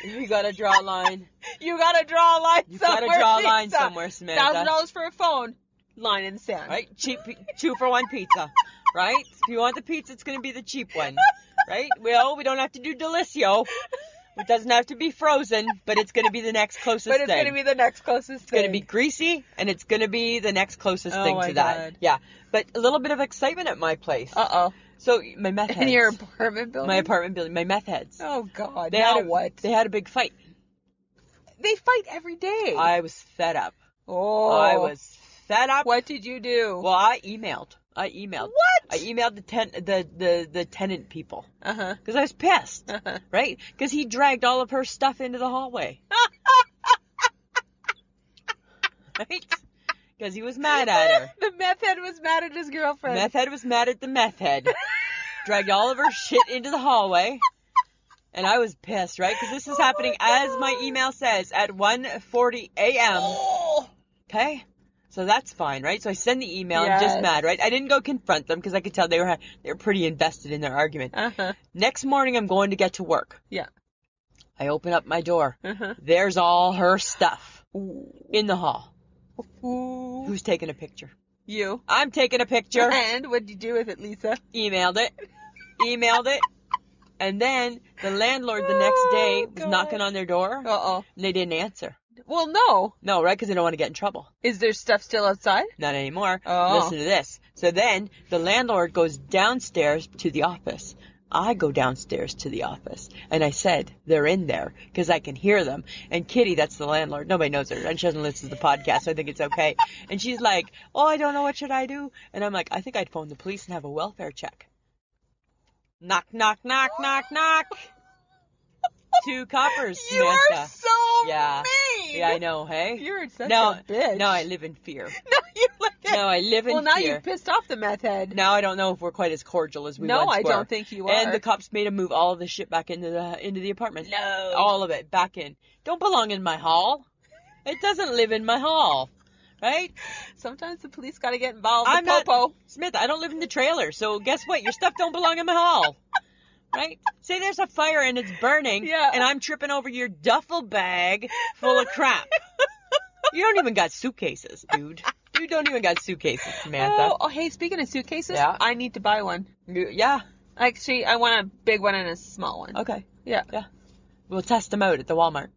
Speaker 2: you gotta draw a line.
Speaker 1: You gotta draw a line
Speaker 2: You
Speaker 1: somewhere.
Speaker 2: gotta draw a line
Speaker 1: pizza.
Speaker 2: somewhere, Samantha.
Speaker 1: Thousand dollars for a phone. line in the sand.
Speaker 2: right? Cheap, two for one pizza, right? If you want the pizza, it's gonna be the cheap one, right? Well, we don't have to do Delicio. It doesn't have to be frozen, but it's gonna be the next closest
Speaker 1: But it's
Speaker 2: thing.
Speaker 1: gonna be the next closest
Speaker 2: it's
Speaker 1: thing.
Speaker 2: gonna be greasy, and it's gonna be the next closest
Speaker 1: Oh
Speaker 2: thing
Speaker 1: my
Speaker 2: to that.
Speaker 1: God.
Speaker 2: Yeah, but a little bit of excitement at my place.
Speaker 1: Uh
Speaker 2: so my meth
Speaker 1: oh.
Speaker 2: heads,
Speaker 1: In your apartment building.
Speaker 2: my apartment building, my meth heads.
Speaker 1: Oh God.
Speaker 2: They
Speaker 1: now
Speaker 2: had a,
Speaker 1: what?
Speaker 2: They had a big fight.
Speaker 1: They fight every day.
Speaker 2: I was fed up.
Speaker 1: oh.
Speaker 2: I was fed up.
Speaker 1: What did you do?
Speaker 2: Well, I emailed. I emailed.
Speaker 1: what?
Speaker 2: I e- emailed the ten the the the tenant people
Speaker 1: Uh huh.
Speaker 2: because I was pissed,
Speaker 1: Uh huh.
Speaker 2: right? Because he dragged all of her stuff into the hallway, right? Because he was mad at her.
Speaker 1: the meth head was mad at his girlfriend.
Speaker 2: Meth head was mad at the meth head. Dragged all of her shit into the hallway. And I was pissed, right? Because this is
Speaker 1: Oh my
Speaker 2: happening as my
Speaker 1: God.
Speaker 2: email says at 1:40 a.m.
Speaker 1: Oh.
Speaker 2: Okay? So that's fine, right? So I send the email. I'm
Speaker 1: Yes.
Speaker 2: just mad, right? I didn't go confront them because I could tell they were they were pretty invested in their argument.
Speaker 1: Uh huh.
Speaker 2: Next morning, I'm going to get to work.
Speaker 1: Yeah.
Speaker 2: I open up my door.
Speaker 1: Uh huh.
Speaker 2: There's all her stuff in the hall.
Speaker 1: Ooh.
Speaker 2: Who's taking a picture?
Speaker 1: You.
Speaker 2: I'm taking a picture.
Speaker 1: And what'd you do with it, Lisa?
Speaker 2: Emailed it. Emailed it. And then the landlord the next day
Speaker 1: Oh,
Speaker 2: was
Speaker 1: God.
Speaker 2: knocking on their door
Speaker 1: Uh oh.
Speaker 2: and they didn't answer.
Speaker 1: Well, no.
Speaker 2: No, right? Because they don't want to get in trouble.
Speaker 1: Is there stuff still outside?
Speaker 2: Not anymore.
Speaker 1: Oh.
Speaker 2: Listen to this. So then the landlord goes downstairs to the office. I go downstairs to the office and I said, they're in there because I can hear them. And Kitty, that's the landlord. Nobody knows her and she doesn't listen to the podcast. So I think it's okay. And she's like, oh, I don't know. What should I do? And I'm like, I think I'd phone the police and have a welfare check. Knock, knock, knock, knock, knock. Two coppers,
Speaker 1: You
Speaker 2: Samantha.
Speaker 1: are so
Speaker 2: Yeah.
Speaker 1: mean.
Speaker 2: yeah, I know. Hey.
Speaker 1: You're such
Speaker 2: no,
Speaker 1: a bitch.
Speaker 2: no, I live in fear.
Speaker 1: No, you like that.
Speaker 2: No, I live in
Speaker 1: well, now
Speaker 2: fear.
Speaker 1: you pissed off the meth head.
Speaker 2: Now I don't know if we're quite as cordial as we
Speaker 1: no,
Speaker 2: once
Speaker 1: I
Speaker 2: were.
Speaker 1: don't think you are.
Speaker 2: And the cops made him move all of the shit back into the into the apartment.
Speaker 1: no.
Speaker 2: All of it back in. Don't belong in my hall. It doesn't live in my hall, right?
Speaker 1: Sometimes the police gotta get involved.
Speaker 2: I'm
Speaker 1: the
Speaker 2: not-
Speaker 1: popo.
Speaker 2: Smith, I don't live in the trailer, so guess what? Your stuff don't belong in my hall, right? Say there's a fire and it's burning,
Speaker 1: Yeah.
Speaker 2: and I'm tripping over your duffel bag full of crap. you don't even got suitcases, dude. You don't even got suitcases, Samantha.
Speaker 1: Oh, oh, hey, speaking of suitcases,
Speaker 2: Yeah.
Speaker 1: I need to buy one.
Speaker 2: You- Yeah.
Speaker 1: Actually, I want a big one and a small one.
Speaker 2: Okay.
Speaker 1: Yeah.
Speaker 2: Yeah. We'll test them out at the Walmart.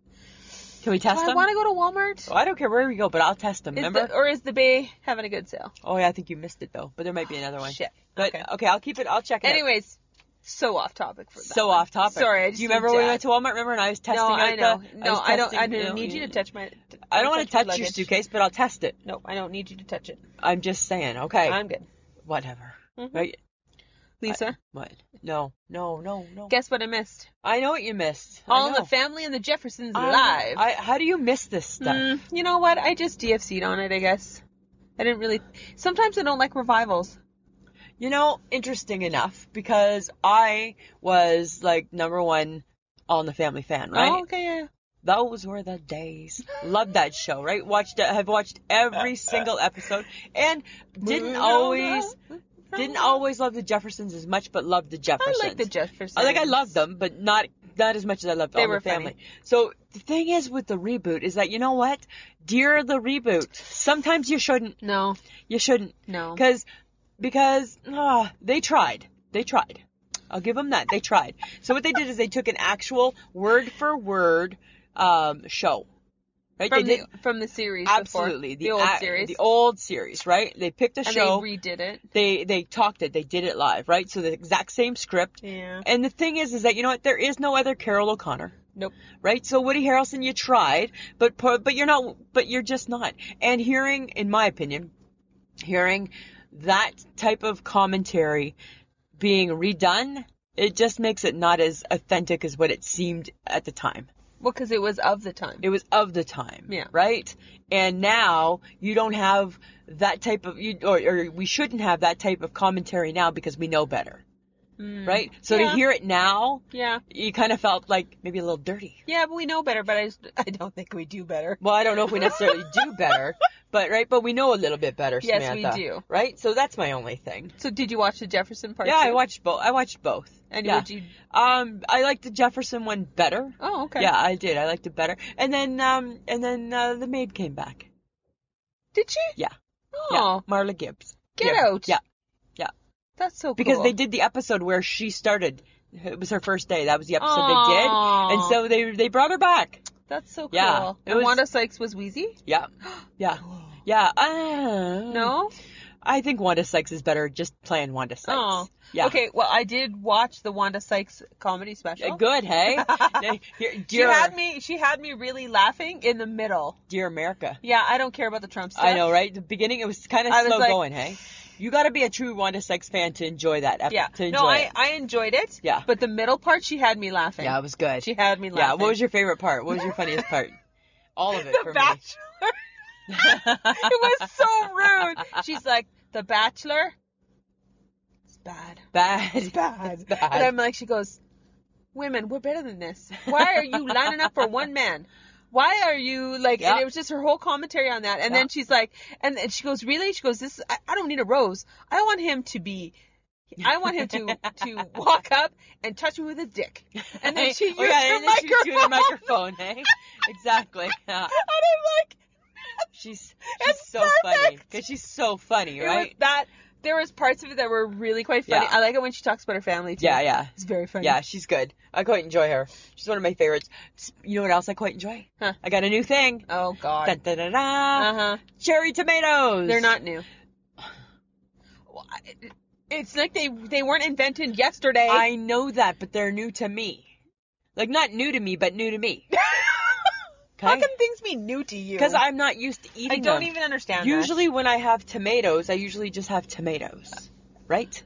Speaker 2: Can we test
Speaker 1: I
Speaker 2: them?
Speaker 1: want to go to Walmart.
Speaker 2: Oh, I don't care where we go, but I'll test them.
Speaker 1: Is
Speaker 2: Remember?
Speaker 1: the- or is the Bay having a good sale?
Speaker 2: Oh, yeah, I think you missed it though, but there might be another one.
Speaker 1: Shit.
Speaker 2: But
Speaker 1: Okay.
Speaker 2: okay, I'll keep it. I'll check it. out.
Speaker 1: Anyways, so off topic for that.
Speaker 2: so
Speaker 1: one.
Speaker 2: off topic.
Speaker 1: uh, Sorry, I just
Speaker 2: Do you remember
Speaker 1: need
Speaker 2: when we
Speaker 1: to
Speaker 2: went to Walmart? Remember, and I was testing.
Speaker 1: no,
Speaker 2: out
Speaker 1: I know.
Speaker 2: the-
Speaker 1: no,
Speaker 2: was
Speaker 1: I don't. I
Speaker 2: testing-
Speaker 1: don't
Speaker 2: no,
Speaker 1: need you to touch my.
Speaker 2: I don't want to
Speaker 1: my
Speaker 2: touch your
Speaker 1: luggage.
Speaker 2: suitcase, but I'll test it.
Speaker 1: No, I don't need you to touch it.
Speaker 2: I'm just saying. Okay.
Speaker 1: I'm good.
Speaker 2: Whatever.
Speaker 1: Mhm.
Speaker 2: Right?
Speaker 1: Lisa,
Speaker 2: What? No. No. No. No.
Speaker 1: guess what I missed?
Speaker 2: I know what you missed. I
Speaker 1: All in
Speaker 2: know.
Speaker 1: the family and the Jeffersons
Speaker 2: I know.
Speaker 1: live.
Speaker 2: I, how do you miss this stuff?
Speaker 1: Mm, you know what? I just DFC'd on it. I guess. I didn't really. Sometimes I don't like revivals.
Speaker 2: You know, interesting enough, because I was like number one on the family fan, right?
Speaker 1: Oh, okay. Yeah.
Speaker 2: Those were the days. Loved that show, right? Watched it, have watched every single episode and didn't always didn't always love the Jeffersons as much, but loved the
Speaker 1: I
Speaker 2: Jeffersons.
Speaker 1: like the Jeffersons.
Speaker 2: I- like I loved them, but not not as much as I loved
Speaker 1: They
Speaker 2: all
Speaker 1: were
Speaker 2: the family. So the thing is with the reboot is that you know what? Dear the reboot, sometimes you shouldn't
Speaker 1: No,
Speaker 2: you shouldn't
Speaker 1: no.
Speaker 2: because because ah, they tried they tried i'll give them that they tried so what they did is they took an actual word for word um show right
Speaker 1: From
Speaker 2: they
Speaker 1: the from the series. before.
Speaker 2: absolutely
Speaker 1: the, old
Speaker 2: a-
Speaker 1: series.
Speaker 2: the old series right they picked a
Speaker 1: and
Speaker 2: show
Speaker 1: they redid it.
Speaker 2: they they talked it they did it live right so the exact same script
Speaker 1: Yeah.
Speaker 2: and the thing is is that you know what there is no other carol o'connor
Speaker 1: Nope.
Speaker 2: right? So Woody Harrelson, you tried, but but you're not, but you're just not. And hearing, in my opinion, hearing that type of commentary being redone, it just makes it not as authentic as what it seemed at the time.
Speaker 1: Well, because it was of the time.
Speaker 2: It was of the time,
Speaker 1: Yeah.
Speaker 2: right? And now you don't have that type of you, or, or we shouldn't have that type of commentary now because we know better,
Speaker 1: Mm.
Speaker 2: right? So
Speaker 1: Yeah.
Speaker 2: to hear it now,
Speaker 1: Yeah.
Speaker 2: you kind of felt like maybe a little dirty.
Speaker 1: Yeah, but we know better. But I just, I don't think we do better.
Speaker 2: Well, I don't know if we necessarily do better, but right, but we know a little bit better.
Speaker 1: Yes, we
Speaker 2: Samantha,
Speaker 1: do.
Speaker 2: Right, so that's my only thing.
Speaker 1: So did you watch the Jefferson part?
Speaker 2: yeah, I
Speaker 1: two?
Speaker 2: watched both. I watched both.
Speaker 1: And
Speaker 2: yeah.
Speaker 1: would you?
Speaker 2: Um, I liked the Jefferson one better.
Speaker 1: Oh, okay.
Speaker 2: Yeah, I did. I liked it better. And then, um, and then uh, the maid came back.
Speaker 1: Did she?
Speaker 2: Yeah.
Speaker 1: Oh,
Speaker 2: Yeah, Marla Gibbs.
Speaker 1: Get
Speaker 2: Gibb.
Speaker 1: out.
Speaker 2: Yeah, yeah.
Speaker 1: that's so cool.
Speaker 2: Because they did the episode where she started. It was her first day. That was the episode they did.
Speaker 1: Aw.
Speaker 2: And so they they brought her back.
Speaker 1: That's so cool.
Speaker 2: Yeah, it
Speaker 1: and
Speaker 2: was-
Speaker 1: Wanda Sykes was Wheezy?
Speaker 2: Yeah. Yeah. Yeah. Uh,
Speaker 1: No?
Speaker 2: I think Wanda Sykes is better just playing Wanda Sykes.
Speaker 1: Oh.
Speaker 2: Yeah.
Speaker 1: Okay, well, I did watch the Wanda Sykes comedy special.
Speaker 2: Uh, Good, hey? Hey, here-
Speaker 1: Oh. She
Speaker 2: dear,
Speaker 1: had me. She had me really laughing in the middle.
Speaker 2: dear America.
Speaker 1: Yeah, I don't care about the Trump stuff.
Speaker 2: I know, right? The beginning, it was kind of
Speaker 1: I was
Speaker 2: slow
Speaker 1: like-
Speaker 2: going, hey? You got to be a true Wanda Sykes fan to enjoy that. ep-
Speaker 1: Yeah.
Speaker 2: To enjoy
Speaker 1: no, I
Speaker 2: it.
Speaker 1: I enjoyed it.
Speaker 2: Yeah.
Speaker 1: But the middle part, she had me laughing.
Speaker 2: Yeah, it was good.
Speaker 1: She had me
Speaker 2: yeah.
Speaker 1: laughing.
Speaker 2: What was your favorite part? What was your funniest part? All of it
Speaker 1: The
Speaker 2: for
Speaker 1: Bachelor.
Speaker 2: me.
Speaker 1: it was so rude. She's like, The Bachelor. It's bad.
Speaker 2: bad.
Speaker 1: bad.
Speaker 2: It's bad.
Speaker 1: And I'm like, she goes, women, we're better than this. Why are you lining up for one man? Why are you like? And
Speaker 2: Yeah.
Speaker 1: it was just her whole commentary on that. And
Speaker 2: Yeah.
Speaker 1: then she's like, and, and she goes, really? She goes, this. I, I don't need a rose. I want him to be. I want him to to walk up and touch me with his dick. And then she used
Speaker 2: oh, yeah,
Speaker 1: her
Speaker 2: and then she was doing the
Speaker 1: microphone.
Speaker 2: microphone, eh? Exactly. Yeah.
Speaker 1: And I'm like,
Speaker 2: She's she's
Speaker 1: It's
Speaker 2: so funny
Speaker 1: perfect.
Speaker 2: because she's so funny,
Speaker 1: it was
Speaker 2: right?
Speaker 1: that. There was parts of it that were really quite funny.
Speaker 2: Yeah.
Speaker 1: I like it when she talks about her family too.
Speaker 2: Yeah, yeah,
Speaker 1: it's very funny.
Speaker 2: yeah. She's good. I quite enjoy her. She's one of my favorites. S- You know what else I quite enjoy?
Speaker 1: Huh.
Speaker 2: I got a new thing.
Speaker 1: Oh God.
Speaker 2: Dun, dun, dun, dun.
Speaker 1: Uh huh.
Speaker 2: Cherry tomatoes.
Speaker 1: They're not new. Well, I- It's like they they weren't invented yesterday.
Speaker 2: I know that, but they're new to me. Like not new to me, but new to me.
Speaker 1: How can things be new to you?
Speaker 2: Because I'm not used to
Speaker 1: I
Speaker 2: eating
Speaker 1: don't
Speaker 2: them.
Speaker 1: even understand. that.
Speaker 2: Usually when I have tomatoes, I usually just have tomatoes, right?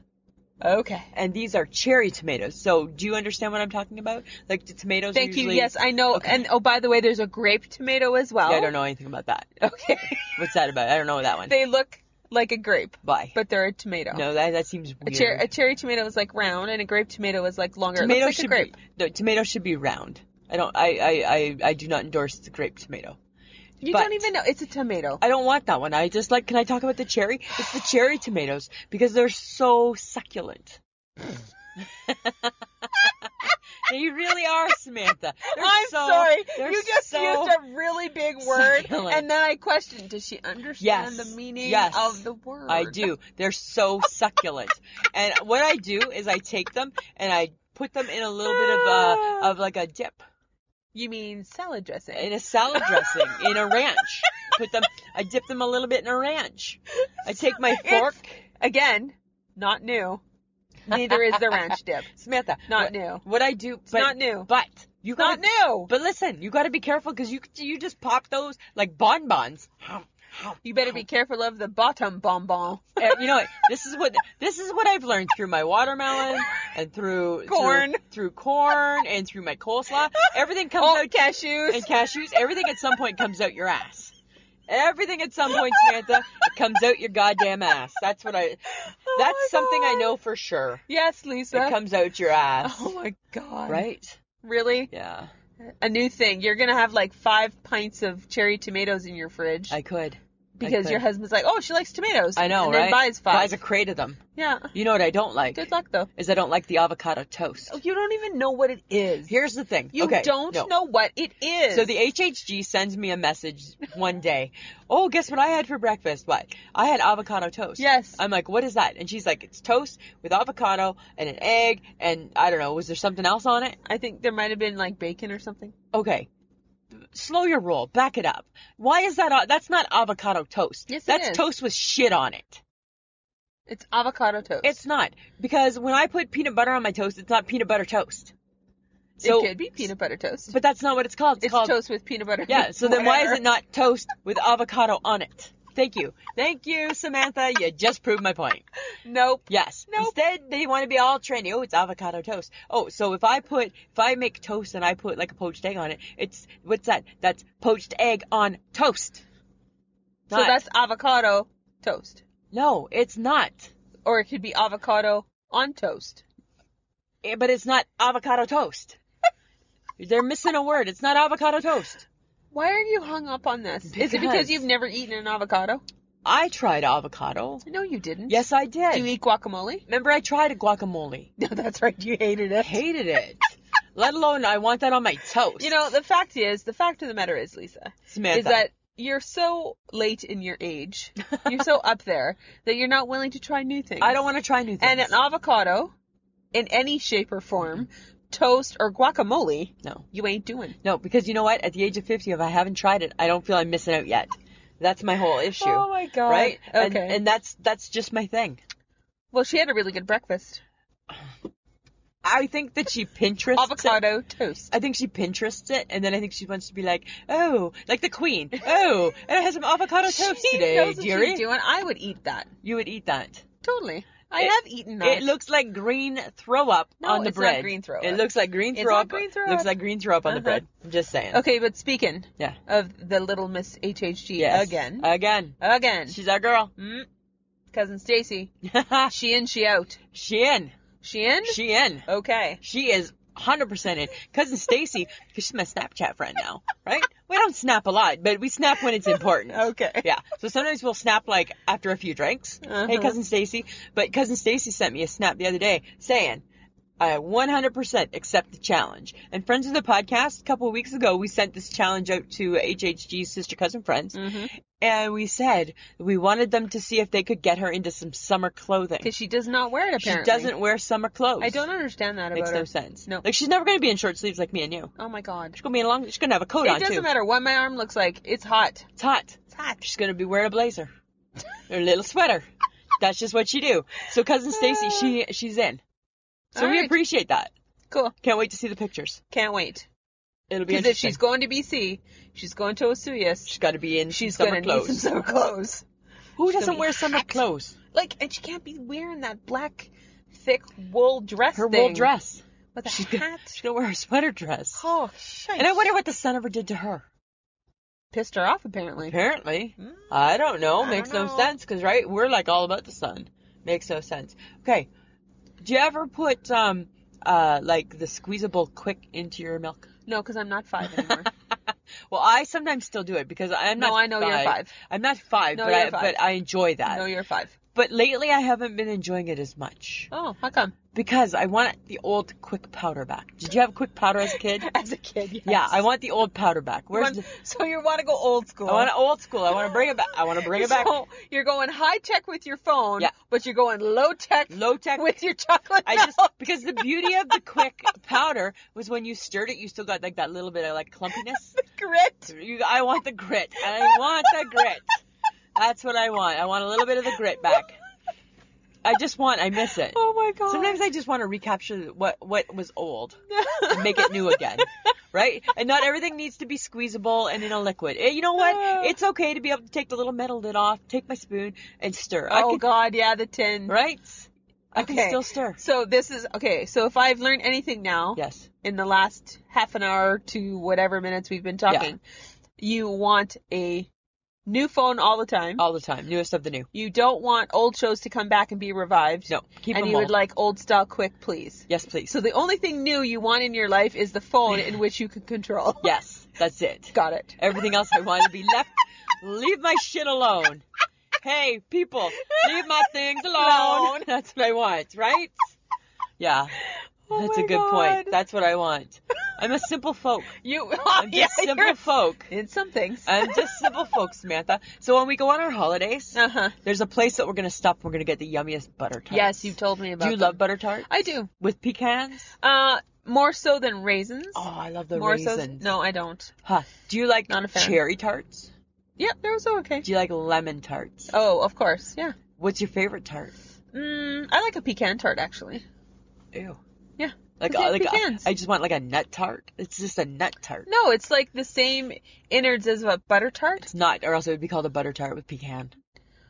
Speaker 1: okay.
Speaker 2: And these are cherry tomatoes. So do you understand what I'm talking about? Like the tomatoes.
Speaker 1: Thank
Speaker 2: are usually,
Speaker 1: you. Yes, I know.
Speaker 2: Okay.
Speaker 1: And oh, by the way, there's a grape tomato as well.
Speaker 2: Yeah, I don't know anything about that.
Speaker 1: Okay,
Speaker 2: What's that about? I don't know that one.
Speaker 1: they look like a grape,
Speaker 2: Bye.
Speaker 1: but they're a tomato.
Speaker 2: no, that that seems
Speaker 1: A,
Speaker 2: weird.
Speaker 1: cher- a cherry tomato is like round, and a grape tomato is like longer.
Speaker 2: tomato
Speaker 1: it looks like
Speaker 2: should
Speaker 1: a grape.
Speaker 2: be no, tomato should be round. I don't. I I I, I do not endorse the grape tomato.
Speaker 1: you
Speaker 2: but-
Speaker 1: don't even know it's a tomato.
Speaker 2: I don't want that one. I just like. Can I talk about the cherry? It's the cherry tomatoes because they're so succulent. they really are, Samantha. They're
Speaker 1: I'm
Speaker 2: so-
Speaker 1: sorry.
Speaker 2: they're
Speaker 1: You just
Speaker 2: so-
Speaker 1: used a really big word,
Speaker 2: succulent.
Speaker 1: and then I questioned, does she understand
Speaker 2: Yes.
Speaker 1: the meaning
Speaker 2: Yes.
Speaker 1: of the word?
Speaker 2: I do. They're so succulent. And what I do is I take them and I put them in a little bit of uh of like a dip
Speaker 1: You mean salad dressing?
Speaker 2: in a salad dressing in a ranch. Put them. I dip them a little bit in a ranch. I take my
Speaker 1: It's-
Speaker 2: fork.
Speaker 1: Again, not new. Neither is the ranch dip.
Speaker 2: Samantha,
Speaker 1: Not
Speaker 2: what,
Speaker 1: new.
Speaker 2: What I do,
Speaker 1: It's
Speaker 2: but
Speaker 1: not new.
Speaker 2: but you
Speaker 1: It's not
Speaker 2: got
Speaker 1: new.
Speaker 2: But listen, you got to be careful because you you just pop those like bonbons.
Speaker 1: You better be careful of the bottom bonbon.
Speaker 2: Uh, you know what? This is what this is what I've learned through my watermelon and through through-
Speaker 1: Corn.
Speaker 2: through, corn, and through my coleslaw. Everything comes
Speaker 1: Oh,
Speaker 2: out
Speaker 1: cashews.
Speaker 2: and cashews. Everything at some point comes out your ass. Everything at some point, Samantha, it comes out your goddamn ass. That's what I.
Speaker 1: Oh
Speaker 2: That's
Speaker 1: my
Speaker 2: something I
Speaker 1: God.
Speaker 2: know for sure.
Speaker 1: Yes, Lisa.
Speaker 2: It comes out your ass.
Speaker 1: oh my god.
Speaker 2: Right?
Speaker 1: Really?
Speaker 2: Yeah.
Speaker 1: A new thing. You're gonna have like five pints of cherry tomatoes in your fridge
Speaker 2: I could.
Speaker 1: because
Speaker 2: could.
Speaker 1: your husband's like, "Oh, she likes tomatoes."
Speaker 2: I know,
Speaker 1: and
Speaker 2: right?
Speaker 1: Then buys five.
Speaker 2: Buys a crate of them.
Speaker 1: yeah.
Speaker 2: You know what I don't like
Speaker 1: Good luck though.
Speaker 2: is I don't like the avocado toast.
Speaker 1: Oh, you don't even know what it is.
Speaker 2: Here's the thing.
Speaker 1: you
Speaker 2: okay,
Speaker 1: don't
Speaker 2: no.
Speaker 1: know what it is.
Speaker 2: So the HHG sends me a message one day. Oh, guess what I had for breakfast? What? I had avocado toast.
Speaker 1: yes.
Speaker 2: I'm like, what is that? And she's like, it's toast with avocado and an egg and I don't know, was there something else on it?
Speaker 1: I think there might have been like bacon or something.
Speaker 2: Okay. Slow your roll. Back it up. Why is that? a- That's not avocado toast.
Speaker 1: Yes, it
Speaker 2: That's
Speaker 1: is.
Speaker 2: toast with shit on it.
Speaker 1: It's avocado toast.
Speaker 2: It's not because when I put peanut butter on my toast, it's not peanut butter toast. So,
Speaker 1: it could be peanut butter toast.
Speaker 2: but that's not what it's called. It's,
Speaker 1: it's
Speaker 2: called
Speaker 1: toast with peanut butter.
Speaker 2: Yeah, so then why is
Speaker 1: Whatever.
Speaker 2: it not toast with avocado on it? Thank you. Thank you, Samantha. You just proved my point.
Speaker 1: Nope.
Speaker 2: Yes.
Speaker 1: Nope.
Speaker 2: Instead, they want to be all trendy. Oh, it's avocado toast. Oh, so if I put, if I make toast and I put like a poached egg on it, it's, what's that? That's poached egg on toast.
Speaker 1: So
Speaker 2: Not-
Speaker 1: that's avocado toast,
Speaker 2: no, it's not.
Speaker 1: or it could be avocado on toast.
Speaker 2: Eh, But it's not avocado toast. They're missing a word. It's not avocado toast.
Speaker 1: Why are you hung up on this? Is it because
Speaker 2: Because-
Speaker 1: you've never eaten an avocado?
Speaker 2: I tried avocado.
Speaker 1: No, you didn't.
Speaker 2: Yes, I did.
Speaker 1: Do you eat guacamole?
Speaker 2: Remember, I tried a guacamole.
Speaker 1: No, that's right. You hated it.
Speaker 2: hated it. Let alone I want that on my toast.
Speaker 1: You know, the fact is, the fact of the matter is, Lisa,
Speaker 2: Samantha,
Speaker 1: is that you're so late in your age, you're so up there that you're not willing to try new things.
Speaker 2: I don't want to try new things.
Speaker 1: And an avocado, in any shape or form, toast or guacamole,
Speaker 2: no, Oh
Speaker 1: you ain't doing.
Speaker 2: no, because you know what? At the age of 50, if I haven't tried it, I don't feel I'm missing out yet. That's my whole issue.
Speaker 1: Oh my god!
Speaker 2: Right?
Speaker 1: Okay.
Speaker 2: And, and that's that's just my thing.
Speaker 1: well, she had a really good breakfast.
Speaker 2: I think that she Pinterest
Speaker 1: Avocado toast.
Speaker 2: I think she Pinterests it, and then I think she wants to be like, oh, like the queen. Oh, and I had some avocado toast
Speaker 1: she
Speaker 2: today,
Speaker 1: knows what
Speaker 2: dearie.
Speaker 1: she's doing. I would eat that.
Speaker 2: You would eat that.
Speaker 1: Totally. I
Speaker 2: It-
Speaker 1: have eaten that.
Speaker 2: It looks like green throw up
Speaker 1: No,
Speaker 2: on the
Speaker 1: it's not
Speaker 2: bread.
Speaker 1: green throw
Speaker 2: It
Speaker 1: up.
Speaker 2: looks like green
Speaker 1: It's
Speaker 2: throw
Speaker 1: not
Speaker 2: up.
Speaker 1: green throw
Speaker 2: looks
Speaker 1: up.
Speaker 2: like green throw up on the
Speaker 1: Uh-huh.
Speaker 2: bread. I'm just saying.
Speaker 1: okay, but speaking
Speaker 2: Yeah.
Speaker 1: of the little Miss HHG
Speaker 2: Yes.
Speaker 1: again,
Speaker 2: Again.
Speaker 1: again,
Speaker 2: She's our girl.
Speaker 1: mm, cousin Stacy, she in, she out.
Speaker 2: she in.
Speaker 1: She in?
Speaker 2: She in.
Speaker 1: okay.
Speaker 2: She is 100% in. Cousin Stacy, 'cause she's my Snapchat friend now, right? We don't snap a lot, but we snap when it's important.
Speaker 1: Okay.
Speaker 2: Yeah. So sometimes we'll snap like after a few drinks. Hey,
Speaker 1: Uh-huh.
Speaker 2: cousin Stacy. But cousin Stacy sent me a snap the other day saying, "I 100% accept the challenge." And friends of the podcast, a couple of weeks ago, we sent this challenge out to HHG's sister cousin friends,
Speaker 1: Mhm.
Speaker 2: and we said we wanted them to see if they could get her into some summer clothing.
Speaker 1: Because she does not wear it
Speaker 2: She
Speaker 1: apparently.
Speaker 2: doesn't wear summer clothes.
Speaker 1: I don't understand that about
Speaker 2: Makes
Speaker 1: her.
Speaker 2: no sense.
Speaker 1: No.
Speaker 2: Like she's never going to be in short sleeves like me and you.
Speaker 1: Oh my god.
Speaker 2: She's going to be in long. She's going to have a coat
Speaker 1: It
Speaker 2: on
Speaker 1: doesn't
Speaker 2: too.
Speaker 1: matter what my arm looks like. It's hot.
Speaker 2: It's hot.
Speaker 1: It's hot.
Speaker 2: She's gonna be wearing a blazer, or a little sweater. That's just what she do. So cousin Stacy, she she's in. So
Speaker 1: All
Speaker 2: we
Speaker 1: right.
Speaker 2: appreciate that.
Speaker 1: Cool.
Speaker 2: Can't wait to see the pictures.
Speaker 1: Can't wait.
Speaker 2: It'll be
Speaker 1: Because if
Speaker 2: interesting.
Speaker 1: she's going to BC, she's going to Osuyas.
Speaker 2: she's got to be in.
Speaker 1: She's
Speaker 2: some
Speaker 1: gonna
Speaker 2: summer
Speaker 1: need
Speaker 2: clothes.
Speaker 1: some summer clothes.
Speaker 2: Who
Speaker 1: she's
Speaker 2: doesn't
Speaker 1: gonna
Speaker 2: wear
Speaker 1: be
Speaker 2: summer
Speaker 1: hot.
Speaker 2: clothes?
Speaker 1: Like, and she can't be wearing that black, thick wool dress.
Speaker 2: Her
Speaker 1: thing
Speaker 2: wool dress.
Speaker 1: with a
Speaker 2: She's gonna-
Speaker 1: hat.
Speaker 2: She's gonna wear her sweater dress.
Speaker 1: Oh, shit.
Speaker 2: And I wonder what the sun ever did to her.
Speaker 1: pissed her off apparently.
Speaker 2: Apparently,
Speaker 1: Mm.
Speaker 2: I don't know.
Speaker 1: I
Speaker 2: Makes
Speaker 1: don't
Speaker 2: no
Speaker 1: know.
Speaker 2: sense because right, we're like all about the sun. Makes no sense. Okay, do you ever put um uh like the squeezable quick into your milk?
Speaker 1: No, because I'm not five anymore.
Speaker 2: well, I sometimes still do it because I'm
Speaker 1: No,
Speaker 2: not.
Speaker 1: I know you're five.
Speaker 2: I'm not five,
Speaker 1: No,
Speaker 2: but
Speaker 1: you're
Speaker 2: I,
Speaker 1: five.
Speaker 2: but I enjoy that.
Speaker 1: no, you're five.
Speaker 2: but lately, I haven't been enjoying it as much
Speaker 1: Oh, how come?
Speaker 2: because I want the old quick powder back. Did you have quick powder as a kid?
Speaker 1: As a kid, yes.
Speaker 2: yeah, I want the old powder back.
Speaker 1: You want-
Speaker 2: Where's the,
Speaker 1: so you want to go old school.
Speaker 2: I want it old school. I want to bring it back. I want to bring it back.
Speaker 1: So you're going high tech with your phone,
Speaker 2: Yeah.
Speaker 1: but you're going low tech
Speaker 2: Low tech.
Speaker 1: with your chocolate.
Speaker 2: I just because the beauty of the quick powder was when you stirred it, you still got like that little bit of like clumpiness.
Speaker 1: grit.
Speaker 2: You, I want the grit. I want the grit. That's what I want. I want a little bit of the grit back. I just want. I miss it.
Speaker 1: Oh my god.
Speaker 2: Sometimes I just want to recapture what what was old and make it new again. Right? And not everything needs to be squeezable and in a liquid. Eh, You know what? It's okay to be able to take the little metal lid off, take my spoon, and stir. I
Speaker 1: oh
Speaker 2: can,
Speaker 1: god, yeah, the tin.
Speaker 2: right? I can
Speaker 1: Okay.
Speaker 2: still stir.
Speaker 1: So this is okay. So if I've learned anything now
Speaker 2: Yes.
Speaker 1: in the last half an hour to whatever minutes we've been talking, you want a new phone all the time.
Speaker 2: All the time. Newest of the new.
Speaker 1: You don't want old shows to come back and be revived.
Speaker 2: No. Keep
Speaker 1: and
Speaker 2: them
Speaker 1: you
Speaker 2: old.
Speaker 1: would like old style quick, please.
Speaker 2: yes, please.
Speaker 1: So the only thing new you want in your life is the phone in which you can control.
Speaker 2: yes. That's it.
Speaker 1: Got it.
Speaker 2: Everything else I want to be left. Leave my shit alone. Hey, people, leave my things alone.
Speaker 1: Alone.
Speaker 2: That's what I want, right? Yeah,
Speaker 1: Oh
Speaker 2: that's a
Speaker 1: my
Speaker 2: good
Speaker 1: God.
Speaker 2: point. That's what I want. I'm a simple folk.
Speaker 1: You,
Speaker 2: I'm just
Speaker 1: yeah,
Speaker 2: simple
Speaker 1: you're-
Speaker 2: folk.
Speaker 1: in some things.
Speaker 2: I'm just simple folk, Samantha. So when we go on our holidays,
Speaker 1: Uh huh.
Speaker 2: there's a place that we're gonna stop. and We're gonna get the yummiest butter tarts.
Speaker 1: Yes, you've told me about.
Speaker 2: Do you
Speaker 1: them.
Speaker 2: love butter tarts?
Speaker 1: I do.
Speaker 2: With pecans?
Speaker 1: Uh, more so than raisins.
Speaker 2: Oh, I love the
Speaker 1: more
Speaker 2: raisins.
Speaker 1: so. No, I don't.
Speaker 2: Huh. Do you like
Speaker 1: Not a fan.
Speaker 2: cherry tarts?
Speaker 1: Yep, there was okay.
Speaker 2: Do you like lemon tarts?
Speaker 1: Oh, of course. Yeah.
Speaker 2: What's your favorite tart?
Speaker 1: Mm, I like a pecan tart actually.
Speaker 2: Ew.
Speaker 1: Yeah.
Speaker 2: Like,
Speaker 1: Cause
Speaker 2: uh,
Speaker 1: they're
Speaker 2: like uh,
Speaker 1: pecans.
Speaker 2: I just want like a nut tart. It's just a nut tart.
Speaker 1: No, it's like the same innards as a butter tart.
Speaker 2: It's not, or else it would be called a butter tart with pecan.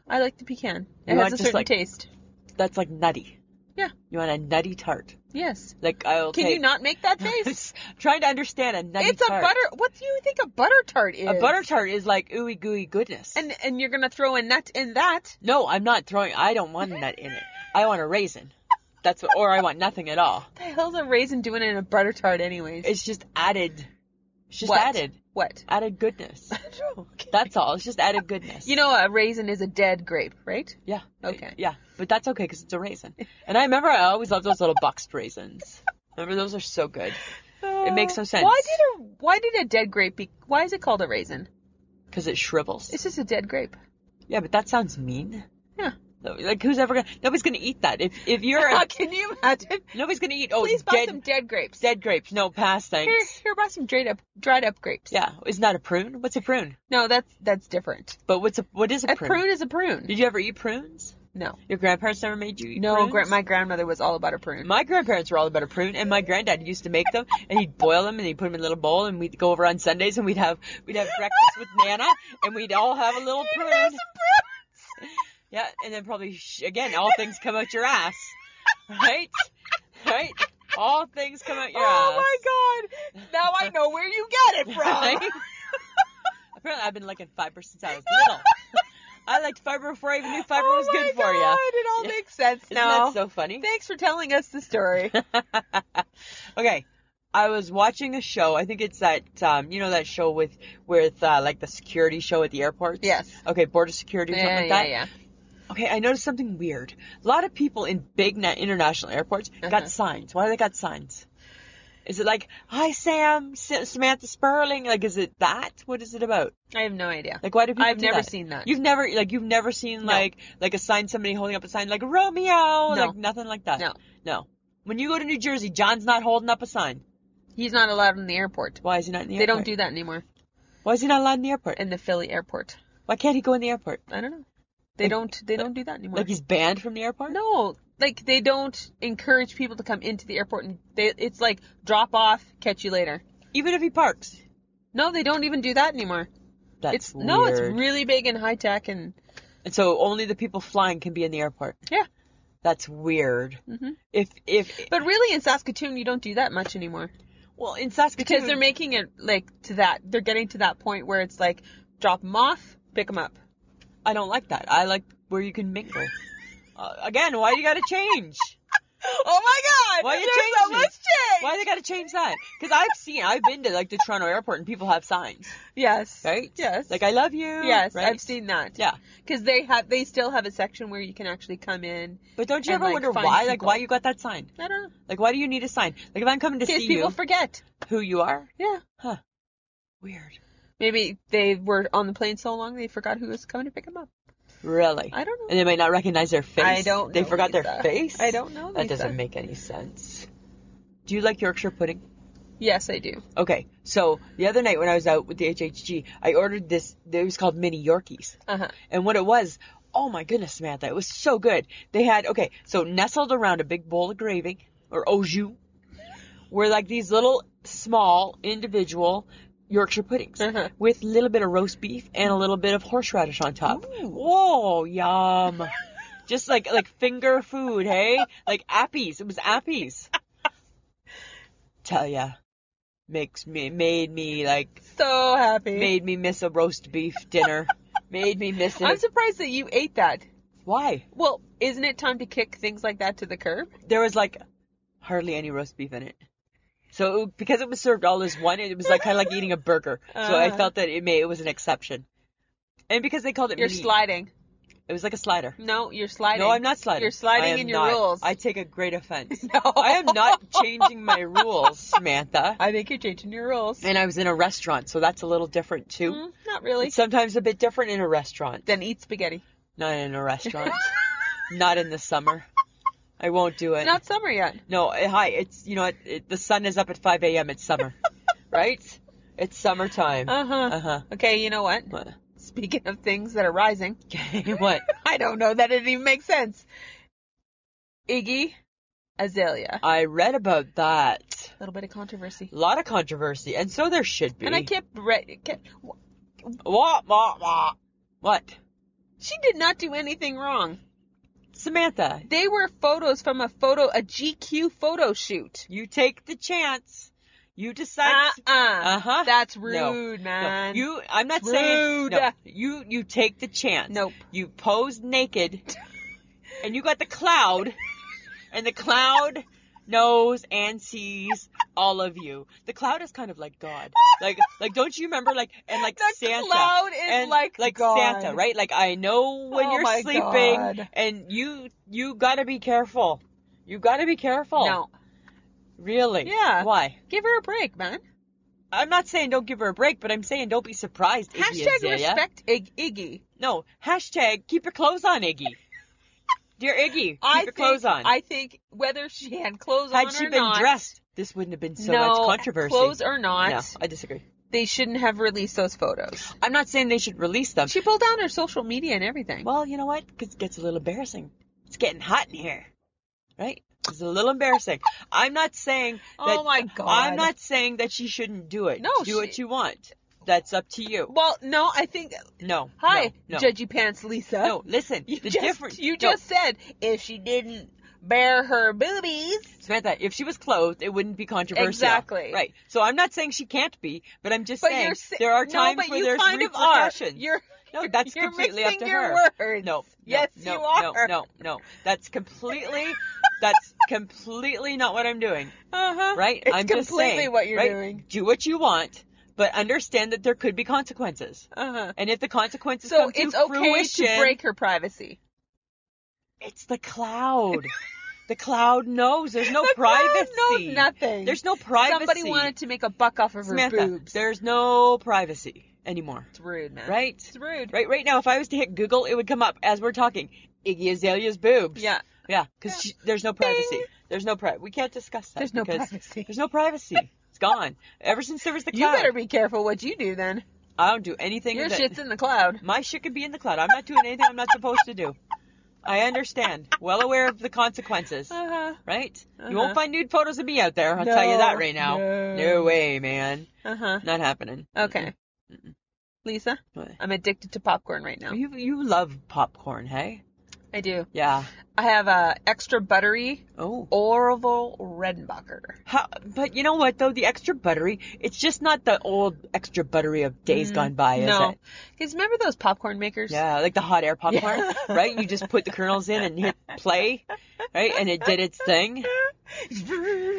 Speaker 1: I like the pecan. It
Speaker 2: You want
Speaker 1: has a
Speaker 2: just
Speaker 1: certain
Speaker 2: like-
Speaker 1: taste.
Speaker 2: That's like nutty.
Speaker 1: Yeah.
Speaker 2: You want a nutty tart?
Speaker 1: Yes.
Speaker 2: Like I'll
Speaker 1: Can
Speaker 2: take-
Speaker 1: you not make that
Speaker 2: I'm
Speaker 1: face?
Speaker 2: trying to understand a nutty
Speaker 1: it's a
Speaker 2: tart.
Speaker 1: butter. What do you think a butter tart is?
Speaker 2: A butter tart is like ooey gooey goodness.
Speaker 1: And and you're gonna throw a nut in that?
Speaker 2: no, I'm not throwing. I don't want a nut in it. I want a raisin. That's what, or I want nothing at all.
Speaker 1: What the hell's a raisin doing in a butter tart, anyways?
Speaker 2: It's just added. It's just
Speaker 1: What?
Speaker 2: added.
Speaker 1: What?
Speaker 2: Added goodness.
Speaker 1: Okay.
Speaker 2: That's all. It's just added goodness.
Speaker 1: You know, a raisin is a dead grape, right?
Speaker 2: Yeah.
Speaker 1: Okay.
Speaker 2: Yeah, but that's okay because it's a raisin. And I remember I always loved those little boxed raisins. Remember those are so good. It makes no sense.
Speaker 1: Why did a why did a dead grape be? Why is it called a raisin?
Speaker 2: because it shrivels.
Speaker 1: It's just a dead grape.
Speaker 2: Yeah, but that sounds mean.
Speaker 1: Yeah.
Speaker 2: Like who's ever gonna? Nobody's gonna eat that. If if you're a,
Speaker 1: Can you imagine?
Speaker 2: nobody's gonna eat. Oh,
Speaker 1: Please buy
Speaker 2: dead
Speaker 1: some dead grapes.
Speaker 2: dead grapes. No, pass.
Speaker 1: Here,
Speaker 2: Thanks.
Speaker 1: here, buy some dried up, dried up grapes.
Speaker 2: Yeah, isn't that a prune? What's a prune?
Speaker 1: No, that's that's different.
Speaker 2: But what's a what is a,
Speaker 1: A prune, is a prune.
Speaker 2: Did you ever eat prunes?
Speaker 1: No,
Speaker 2: Your grandparents never made you eat
Speaker 1: no.
Speaker 2: prunes?
Speaker 1: Gra- my grandmother was all about a prune.
Speaker 2: My grandparents were all about a prune, and my granddad used to make them, and he'd boil them, and he'd put them in a little bowl, and we'd go over on Sundays, and we'd have we'd have breakfast with Nana, and we'd all have a little
Speaker 1: You'd
Speaker 2: prune.
Speaker 1: have some prunes.
Speaker 2: Yeah, and then probably sh- again, all things come out your ass, right? Right? All things come out your ass.
Speaker 1: Oh my god! Now I know where you get it
Speaker 2: Right?
Speaker 1: from.
Speaker 2: Apparently, I've been liking fiber since I was little. I liked fiber before I even knew fiber
Speaker 1: oh
Speaker 2: was
Speaker 1: my
Speaker 2: good
Speaker 1: god,
Speaker 2: for you.
Speaker 1: It all
Speaker 2: Yeah.
Speaker 1: makes sense
Speaker 2: Isn't
Speaker 1: now.
Speaker 2: that so funny?
Speaker 1: Thanks for telling us the story.
Speaker 2: okay. I was watching a show. I think it's that um, you know that show with with uh, like the security show at the airport.
Speaker 1: yes.
Speaker 2: Okay, border security or something like that. Okay, I noticed something weird. A lot of people in big na- international airports
Speaker 1: Uh-huh.
Speaker 2: got signs. Why do they got signs? Is it like "Hi Sam, S- Samantha Sperling"? Like, is it that? What is it about?
Speaker 1: I have no idea.
Speaker 2: Like, why do people?
Speaker 1: I've
Speaker 2: do
Speaker 1: never
Speaker 2: that?
Speaker 1: seen that.
Speaker 2: You've never like you've never seen
Speaker 1: No.
Speaker 2: like like a sign somebody holding up a sign like Romeo like nothing like that.
Speaker 1: No.
Speaker 2: No. When you go to New Jersey, John's not holding up a sign.
Speaker 1: He's not allowed in the airport.
Speaker 2: Why is he not in the
Speaker 1: They
Speaker 2: airport?
Speaker 1: don't do that anymore
Speaker 2: Why is he not allowed in the airport?
Speaker 1: in the Philly airport.
Speaker 2: Why can't he go in the airport?
Speaker 1: I don't know. They
Speaker 2: Like-
Speaker 1: don't. They don't do that anymore.
Speaker 2: Like he's banned from the airport?
Speaker 1: no, like they don't encourage people to come into the airport, and they, it's like drop off, catch you later.
Speaker 2: Even if he parks.
Speaker 1: No, they don't even do that anymore.
Speaker 2: That's
Speaker 1: it's no, it's
Speaker 2: weird.
Speaker 1: really big and high tech, and
Speaker 2: And so only the people flying can be in the airport.
Speaker 1: Yeah.
Speaker 2: That's weird.
Speaker 1: Mhm.
Speaker 2: If if
Speaker 1: but really in Saskatoon you don't do that much anymore
Speaker 2: well in Saskatoon
Speaker 1: because they're making it like to that they're getting to that point where it's like drop them off, pick them up.
Speaker 2: I don't like that. I like where you can mingle. uh, again, why you got to change?
Speaker 1: Oh my God!
Speaker 2: Why you
Speaker 1: There's so
Speaker 2: changing?
Speaker 1: much change.
Speaker 2: Why they got to change that? Because I've seen, I've been to like the Toronto airport and people have signs,
Speaker 1: Yes.
Speaker 2: right?
Speaker 1: Yes.
Speaker 2: Like I love you.
Speaker 1: Yes,
Speaker 2: right?
Speaker 1: I've seen that.
Speaker 2: Yeah.
Speaker 1: Because they have, they still have a section where you can actually come in.
Speaker 2: But don't you
Speaker 1: and,
Speaker 2: ever
Speaker 1: like,
Speaker 2: wonder
Speaker 1: find
Speaker 2: why? Like
Speaker 1: people.
Speaker 2: why you got that sign?
Speaker 1: I don't know.
Speaker 2: Like why do you need a sign? Like if I'm coming to
Speaker 1: In case
Speaker 2: see
Speaker 1: people
Speaker 2: you,
Speaker 1: forget.
Speaker 2: who you are?
Speaker 1: Yeah.
Speaker 2: Weird.
Speaker 1: Maybe they were on the plane so long they forgot who was coming to pick them up.
Speaker 2: Really?
Speaker 1: I don't know.
Speaker 2: and they might not recognize their face.
Speaker 1: I don't.
Speaker 2: They
Speaker 1: know,
Speaker 2: forgot their
Speaker 1: Lisa.
Speaker 2: face.
Speaker 1: I don't know.
Speaker 2: That
Speaker 1: Lisa.
Speaker 2: doesn't make any sense. Do you like Yorkshire pudding?
Speaker 1: Yes, I do.
Speaker 2: Okay, so the other night when I was out with the HHG, I ordered this. It was called mini Yorkies.
Speaker 1: Uh huh.
Speaker 2: And what it was, oh my goodness, Samantha, it was so good. They had, okay, so nestled around a big bowl of gravy, or au jus, were like these little, small, individual Yorkshire puddings
Speaker 1: Uh-huh.
Speaker 2: with a little bit of roast beef and a little bit of horseradish on top. Whoa, yum. Just like, like finger food, hey? Like appies. It was appies. Tell ya. Makes me, made me like,
Speaker 1: So happy.
Speaker 2: made me miss a roast beef dinner. made me miss it.
Speaker 1: I'm surprised that you ate that.
Speaker 2: Why?
Speaker 1: Well, isn't it time to kick things like that to the curb?
Speaker 2: There was like hardly any roast beef in it. So it- because it was served all as one, it was like kind of like eating a burger. So I
Speaker 1: Uh-huh.
Speaker 2: felt that it may it was an exception. And because they called it
Speaker 1: You're
Speaker 2: mini,
Speaker 1: sliding.
Speaker 2: it was like a slider.
Speaker 1: No, you're sliding.
Speaker 2: No, I'm not sliding.
Speaker 1: You're
Speaker 2: I
Speaker 1: sliding
Speaker 2: am
Speaker 1: in your
Speaker 2: not.
Speaker 1: rules.
Speaker 2: I take a great offense.
Speaker 1: no,
Speaker 2: I am not changing my rules, Samantha.
Speaker 1: I think you're changing your rules.
Speaker 2: And I was in a restaurant, so that's a little different too.
Speaker 1: Mm, not really.
Speaker 2: It's sometimes a bit different in a restaurant.
Speaker 1: Then eat spaghetti.
Speaker 2: Not in a restaurant. not in the summer. I won't do it.
Speaker 1: Not summer yet.
Speaker 2: No, eh, hi. It's you know it, it, the sun is up at 5 a.m. It's summer, right? It's summertime.
Speaker 1: Uh huh.
Speaker 2: Uh huh.
Speaker 1: Okay, you know what?
Speaker 2: What?
Speaker 1: Speaking of things that are rising,
Speaker 2: Okay, what?
Speaker 1: I don't know that it even makes sense. Iggy Azalea.
Speaker 2: I read about that.
Speaker 1: A little bit of controversy.
Speaker 2: A lot of controversy, and so there should be.
Speaker 1: And I kept, re- kept.
Speaker 2: Wah, wah, wah. What?
Speaker 1: She did not do anything wrong.
Speaker 2: Samantha,
Speaker 1: They were photos from a photo, a GQ photo shoot.
Speaker 2: you take the chance. You
Speaker 1: Uh
Speaker 2: decide.
Speaker 1: uh
Speaker 2: Uh-huh.
Speaker 1: That's
Speaker 2: No.
Speaker 1: rude,
Speaker 2: No,
Speaker 1: man.
Speaker 2: you. I'm not saying.
Speaker 1: Rude.
Speaker 2: No, you. You take the chance.
Speaker 1: Nope.
Speaker 2: You pose naked, and you got the cloud, and the cloud knows and sees all of you. The cloud is kind of like God. Like, like, don't you remember? Like, and like
Speaker 1: The
Speaker 2: Santa.
Speaker 1: cloud is
Speaker 2: and
Speaker 1: like
Speaker 2: like
Speaker 1: God.
Speaker 2: Santa, right? Like I know when
Speaker 1: Oh
Speaker 2: you're
Speaker 1: my
Speaker 2: sleeping,
Speaker 1: God.
Speaker 2: and you you gotta be careful. You gotta be careful.
Speaker 1: No.
Speaker 2: Really?
Speaker 1: Yeah.
Speaker 2: Why?
Speaker 1: Give her a break, man.
Speaker 2: I'm not saying don't give her a break, but I'm saying don't be surprised. Iggy
Speaker 1: Hashtag
Speaker 2: Azalea.
Speaker 1: respect Ig- Iggy.
Speaker 2: No, hashtag keep your clothes on, Iggy. Dear Iggy, keep
Speaker 1: I
Speaker 2: your
Speaker 1: think,
Speaker 2: clothes on.
Speaker 1: I think whether she had clothes
Speaker 2: Had
Speaker 1: on
Speaker 2: she
Speaker 1: or
Speaker 2: been
Speaker 1: not,
Speaker 2: dressed, this wouldn't have been so
Speaker 1: no,
Speaker 2: much controversy.
Speaker 1: clothes or not,
Speaker 2: no, I disagree.
Speaker 1: they shouldn't have released those photos.
Speaker 2: I'm not saying they should release them.
Speaker 1: She pulled down her social media and everything.
Speaker 2: Um, Well, you know what? 'Cause it gets a little embarrassing. It's getting hot in here, right? It's a little embarrassing. I'm not saying. That,
Speaker 1: oh my god!
Speaker 2: I'm not saying that she shouldn't do it.
Speaker 1: No,
Speaker 2: do
Speaker 1: she-
Speaker 2: what you want. That's up to you.
Speaker 1: Well, no, I think.
Speaker 2: No.
Speaker 1: Hi,
Speaker 2: No. no.
Speaker 1: judgy pants, Lisa.
Speaker 2: No, listen.
Speaker 1: you
Speaker 2: the
Speaker 1: just
Speaker 2: difference.
Speaker 1: you
Speaker 2: no,
Speaker 1: just said if she didn't bare her boobies.
Speaker 2: Samantha. If she was clothed, it wouldn't be controversial.
Speaker 1: Exactly.
Speaker 2: Right. So I'm not saying she can't be, but I'm just
Speaker 1: But
Speaker 2: saying
Speaker 1: you're si-
Speaker 2: there are
Speaker 1: no,
Speaker 2: times
Speaker 1: but
Speaker 2: where
Speaker 1: you
Speaker 2: there's
Speaker 1: kind of are.
Speaker 2: repercussions.
Speaker 1: You're
Speaker 2: no, that's
Speaker 1: you're
Speaker 2: completely up
Speaker 1: mixing
Speaker 2: to
Speaker 1: your
Speaker 2: her.
Speaker 1: words.
Speaker 2: No, no,
Speaker 1: Yes,
Speaker 2: no,
Speaker 1: you are.
Speaker 2: No, no, no. That's completely. that's completely not what I'm doing.
Speaker 1: Uh-huh.
Speaker 2: Right?
Speaker 1: It's
Speaker 2: I'm just
Speaker 1: completely
Speaker 2: saying,
Speaker 1: what you're
Speaker 2: right?
Speaker 1: doing.
Speaker 2: Do what you want, but understand that there could be consequences.
Speaker 1: Uh-huh.
Speaker 2: And if the consequences
Speaker 1: So
Speaker 2: come to
Speaker 1: it's okay
Speaker 2: fruition,
Speaker 1: to break her privacy.
Speaker 2: it's the cloud. the cloud knows. There's no
Speaker 1: The crowd
Speaker 2: privacy.
Speaker 1: knows nothing.
Speaker 2: There's no privacy.
Speaker 1: Somebody wanted to make a buck off of her
Speaker 2: Samantha,
Speaker 1: boobs.
Speaker 2: There's no privacy anymore.
Speaker 1: It's rude, man.
Speaker 2: Right?
Speaker 1: It's rude.
Speaker 2: Right. Right now, if I was to hit Google, it would come up as we're talking. Iggy Azalea's boobs.
Speaker 1: Yeah.
Speaker 2: Yeah. Because there's no privacy.
Speaker 1: Ding.
Speaker 2: There's no privacy. We can't discuss that.
Speaker 1: There's no
Speaker 2: because
Speaker 1: privacy.
Speaker 2: There's no privacy. It's gone. Ever since there was the
Speaker 1: You
Speaker 2: cloud.
Speaker 1: better be careful what you do then.
Speaker 2: I don't do anything.
Speaker 1: Your
Speaker 2: with it.
Speaker 1: shit's in the cloud.
Speaker 2: My shit could be in the cloud. I'm not doing anything I'm not supposed to do. I understand. Well aware of the consequences,
Speaker 1: Uh-huh.
Speaker 2: right?
Speaker 1: Uh-huh.
Speaker 2: You won't find nude photos of me out there. I'll tell you that
Speaker 1: No,
Speaker 2: right now.
Speaker 1: no.
Speaker 2: way, man.
Speaker 1: Uh-huh.
Speaker 2: Not happening.
Speaker 1: Okay. Lisa,
Speaker 2: What?
Speaker 1: I'm addicted to popcorn right now.
Speaker 2: Oh. You you love popcorn, hey?
Speaker 1: I do.
Speaker 2: Yeah.
Speaker 1: I have a extra buttery
Speaker 2: Oh.
Speaker 1: Orville Redenbacher.
Speaker 2: How, but you know what though? The extra buttery. It's just not the old extra buttery of days gone by, is
Speaker 1: Mm-hmm. no.
Speaker 2: it?
Speaker 1: Because remember those popcorn makers?
Speaker 2: Yeah, like the hot air popcorn,
Speaker 1: Yeah.
Speaker 2: right? You just put the kernels in and hit play, right? And it did its thing.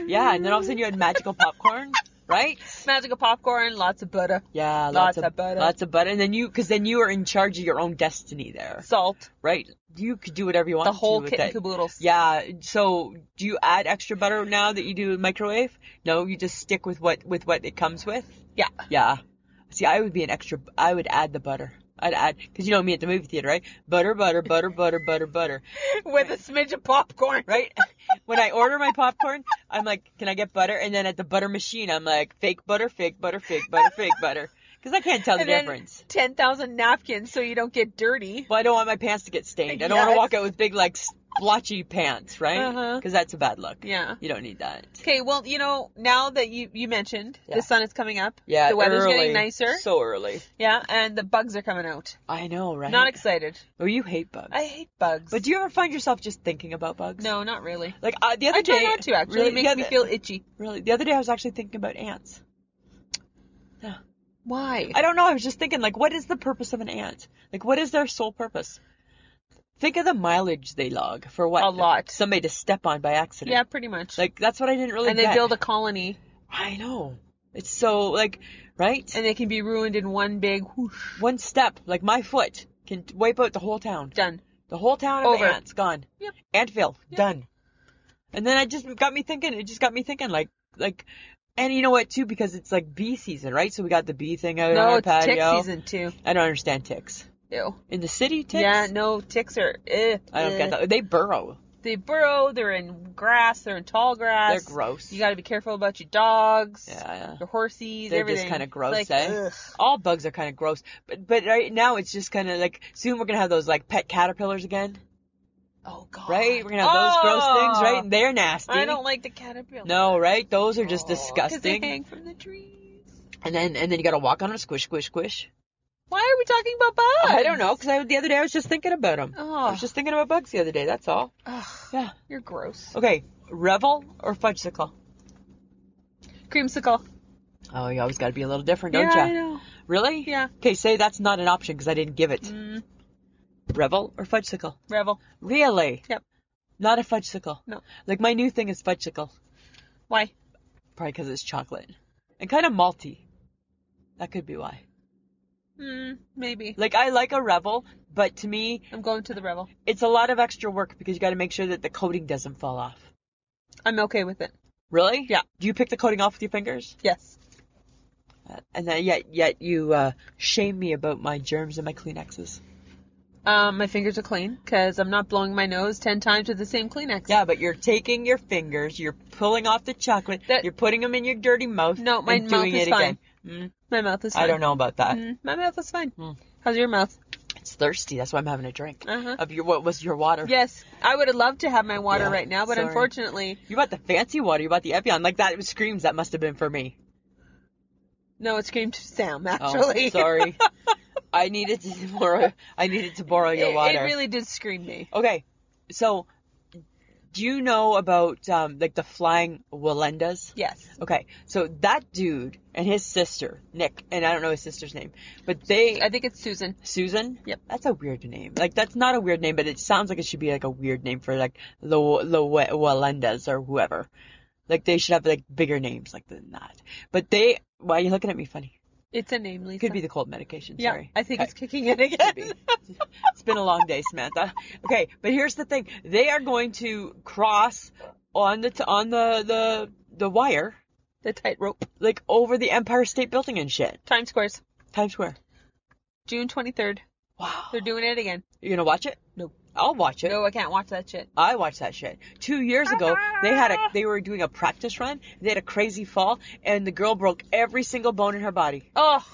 Speaker 2: Yeah, and then all of a sudden you had magical popcorn, right?
Speaker 1: Magical popcorn, lots of butter,
Speaker 2: Yeah, lots,
Speaker 1: Lots
Speaker 2: of,
Speaker 1: of butter.
Speaker 2: lots of butter, and then you, because then you are in charge of your own destiny there,
Speaker 1: salt,
Speaker 2: right? You could do whatever you want.
Speaker 1: the whole
Speaker 2: to with
Speaker 1: kit and
Speaker 2: it.
Speaker 1: caboodles.
Speaker 2: Yeah. So, do you add extra butter now that you do in microwave? No, you just stick with what with what it comes with.
Speaker 1: Yeah.
Speaker 2: Yeah. See, I would be an extra. I would add the butter. I'd add because you know me at the movie theater, right? Butter, butter, butter, butter, butter, butter.
Speaker 1: With a smidge of popcorn.
Speaker 2: right? when I order my popcorn, I'm like, can I get butter? And then at the butter machine, I'm like, fake butter, fake butter, fake butter, fake butter. Because I can't tell the
Speaker 1: And then
Speaker 2: difference.
Speaker 1: 10,000 napkins so you don't get dirty.
Speaker 2: Well, I don't want my pants to get stained. I don't
Speaker 1: Yeah,
Speaker 2: want to walk
Speaker 1: it's-
Speaker 2: out with big, like, splotchy pants, right?
Speaker 1: Uh-huh.
Speaker 2: Because that's a bad look.
Speaker 1: Yeah.
Speaker 2: You don't need that.
Speaker 1: Okay, well, you know, now that you, you mentioned
Speaker 2: Yeah.
Speaker 1: the sun is coming up,
Speaker 2: Yeah,
Speaker 1: the weather's
Speaker 2: early,
Speaker 1: getting nicer,
Speaker 2: So early.
Speaker 1: yeah, and the bugs are coming out.
Speaker 2: I know, right?
Speaker 1: Not excited.
Speaker 2: oh, you hate bugs.
Speaker 1: I hate bugs.
Speaker 2: but do you ever find yourself just thinking about bugs?
Speaker 1: No, not really.
Speaker 2: Like uh, the other
Speaker 1: I
Speaker 2: day,
Speaker 1: try not to actually.
Speaker 2: Really,
Speaker 1: it
Speaker 2: the
Speaker 1: makes me
Speaker 2: other-
Speaker 1: feel itchy.
Speaker 2: Really, the other day I was actually thinking about ants.
Speaker 1: Why?
Speaker 2: I don't know. I was just thinking, like, what is the purpose of an ant? Like, what is their sole purpose? Think of the mileage they log for what?
Speaker 1: A lot.
Speaker 2: Somebody to step on by accident.
Speaker 1: yeah, pretty much.
Speaker 2: Like, that's what I didn't really
Speaker 1: and they
Speaker 2: get.
Speaker 1: build a colony,
Speaker 2: I know. It's so, like, right?
Speaker 1: and they can be ruined in one big whoosh.
Speaker 2: One step, like my foot, can t- wipe out the whole town.
Speaker 1: Done.
Speaker 2: The whole town
Speaker 1: Over.
Speaker 2: of ants gone.
Speaker 1: Yep.
Speaker 2: Antville done. And then I just it got me thinking. It just got me thinking, like like, and you know what too? Because it's like bee season, right? So we got the bee thing out on
Speaker 1: No,
Speaker 2: our
Speaker 1: it's
Speaker 2: patio.
Speaker 1: tick season too.
Speaker 2: I don't understand ticks
Speaker 1: Ew.
Speaker 2: in the city. Ticks.
Speaker 1: Yeah, no, ticks are. Eh,
Speaker 2: I don't get that. They burrow.
Speaker 1: They burrow. They're in grass. They're in tall
Speaker 2: They're
Speaker 1: grass.
Speaker 2: gross.
Speaker 1: You got to be careful about your dogs,
Speaker 2: yeah, yeah.
Speaker 1: your horses.
Speaker 2: They're
Speaker 1: everything.
Speaker 2: just kind of
Speaker 1: It's
Speaker 2: gross,
Speaker 1: like,
Speaker 2: eh?
Speaker 1: ugh.
Speaker 2: All bugs are kind of gross, but but right now it's just kind of like soon we're gonna have those like pet caterpillars again,
Speaker 1: Oh God.
Speaker 2: right? We're gonna have those gross things, right? And they're nasty.
Speaker 1: I don't like the caterpillar.
Speaker 2: No, right? Those are just
Speaker 1: Because they
Speaker 2: disgusting.
Speaker 1: hang from the trees.
Speaker 2: And then and then you gotta walk on them, squish, squish, squish.
Speaker 1: Why are we talking about bugs?
Speaker 2: I don't know, 'cause I the other day I was just thinking about them. I
Speaker 1: Oh,
Speaker 2: was just thinking about bugs the other day. That's all. Yeah. Oh.
Speaker 1: you're gross.
Speaker 2: Okay. Revel or fudgesicle?
Speaker 1: Creamsicle.
Speaker 2: Oh, you always gotta be a little different, don't
Speaker 1: yeah,
Speaker 2: ya?
Speaker 1: I know.
Speaker 2: Really?
Speaker 1: Yeah.
Speaker 2: Okay, say that's not an option 'cause I didn't give it.
Speaker 1: Mm,
Speaker 2: Revel or fudgesicle?
Speaker 1: Revel.
Speaker 2: Really?
Speaker 1: Yep.
Speaker 2: Not a fudgesicle.
Speaker 1: No.
Speaker 2: Like my new thing is fudgesicle,
Speaker 1: Why?
Speaker 2: probably 'cause it's chocolate and kind of malty. That could be why.
Speaker 1: Mm, maybe.
Speaker 2: Like I like a revel, but to me,
Speaker 1: I'm going to the Revel.
Speaker 2: it's a lot of extra work because you got to make sure that the coating doesn't fall off.
Speaker 1: I'm okay with it.
Speaker 2: Really?
Speaker 1: Yeah.
Speaker 2: Do you pick the coating off with your fingers?
Speaker 1: Yes.
Speaker 2: And then yet, yet you uh, shame me about my germs and my Kleenexes.
Speaker 1: Um, my fingers are clean because I'm not blowing my nose ten times with the same Kleenex.
Speaker 2: Yeah, but you're taking your fingers, you're pulling off the chocolate,
Speaker 1: That-
Speaker 2: you're putting them in your dirty mouth.
Speaker 1: No, my
Speaker 2: and
Speaker 1: mouth
Speaker 2: doing
Speaker 1: is
Speaker 2: it
Speaker 1: fine.
Speaker 2: again. Mm,
Speaker 1: My mouth is fine.
Speaker 2: I don't know about that.
Speaker 1: Mm, my mouth is fine.
Speaker 2: Mm.
Speaker 1: How's your mouth?
Speaker 2: It's thirsty. That's why I'm having a drink.
Speaker 1: Uh-huh.
Speaker 2: Of your what was your water?
Speaker 1: Uh, Yes, I would have loved to have my water
Speaker 2: Yeah,
Speaker 1: right now, but
Speaker 2: sorry.
Speaker 1: unfortunately,
Speaker 2: You bought the fancy water. You bought the Evian. Like that it screams. That must have been for me.
Speaker 1: no, it screamed Sam
Speaker 2: Oh,
Speaker 1: actually.
Speaker 2: sorry. I needed to borrow. I needed to borrow
Speaker 1: It,
Speaker 2: your
Speaker 1: it
Speaker 2: water.
Speaker 1: really did scream me.
Speaker 2: Okay, so do you know about um, like the flying Walendas?
Speaker 1: Yes.
Speaker 2: Okay, so that dude and his sister Nick, and I don't know his sister's name, but they
Speaker 1: I think it's Susan.
Speaker 2: Susan.
Speaker 1: Yep.
Speaker 2: That's a weird name. Like that's not a weird name, but it sounds like it should be like a weird name for like the the Walendas or whoever. Like they should have like bigger names like than that. But they. Why are you looking at me funny?
Speaker 1: It's a name, Lisa.
Speaker 2: Could be the cold medication.
Speaker 1: Yeah,
Speaker 2: sorry.
Speaker 1: I think
Speaker 2: Okay
Speaker 1: it's kicking in again.
Speaker 2: be. It's been a long day, Samantha. Okay, but here's the thing: they are going to cross on the t- on the the the wire,
Speaker 1: The tightrope.
Speaker 2: like over the Empire State Building and shit,
Speaker 1: Times Square's
Speaker 2: Times Square.
Speaker 1: June 23rd.
Speaker 2: Wow.
Speaker 1: They're doing it again.
Speaker 2: You gonna watch it?
Speaker 1: No.
Speaker 2: I'll watch it.
Speaker 1: No, I can't watch that shit.
Speaker 2: I watched that shit. Two years ago, they had
Speaker 1: Ah!
Speaker 2: a they were doing a practice run. They had a crazy fall, and the girl broke every single bone in her body.
Speaker 1: Oh,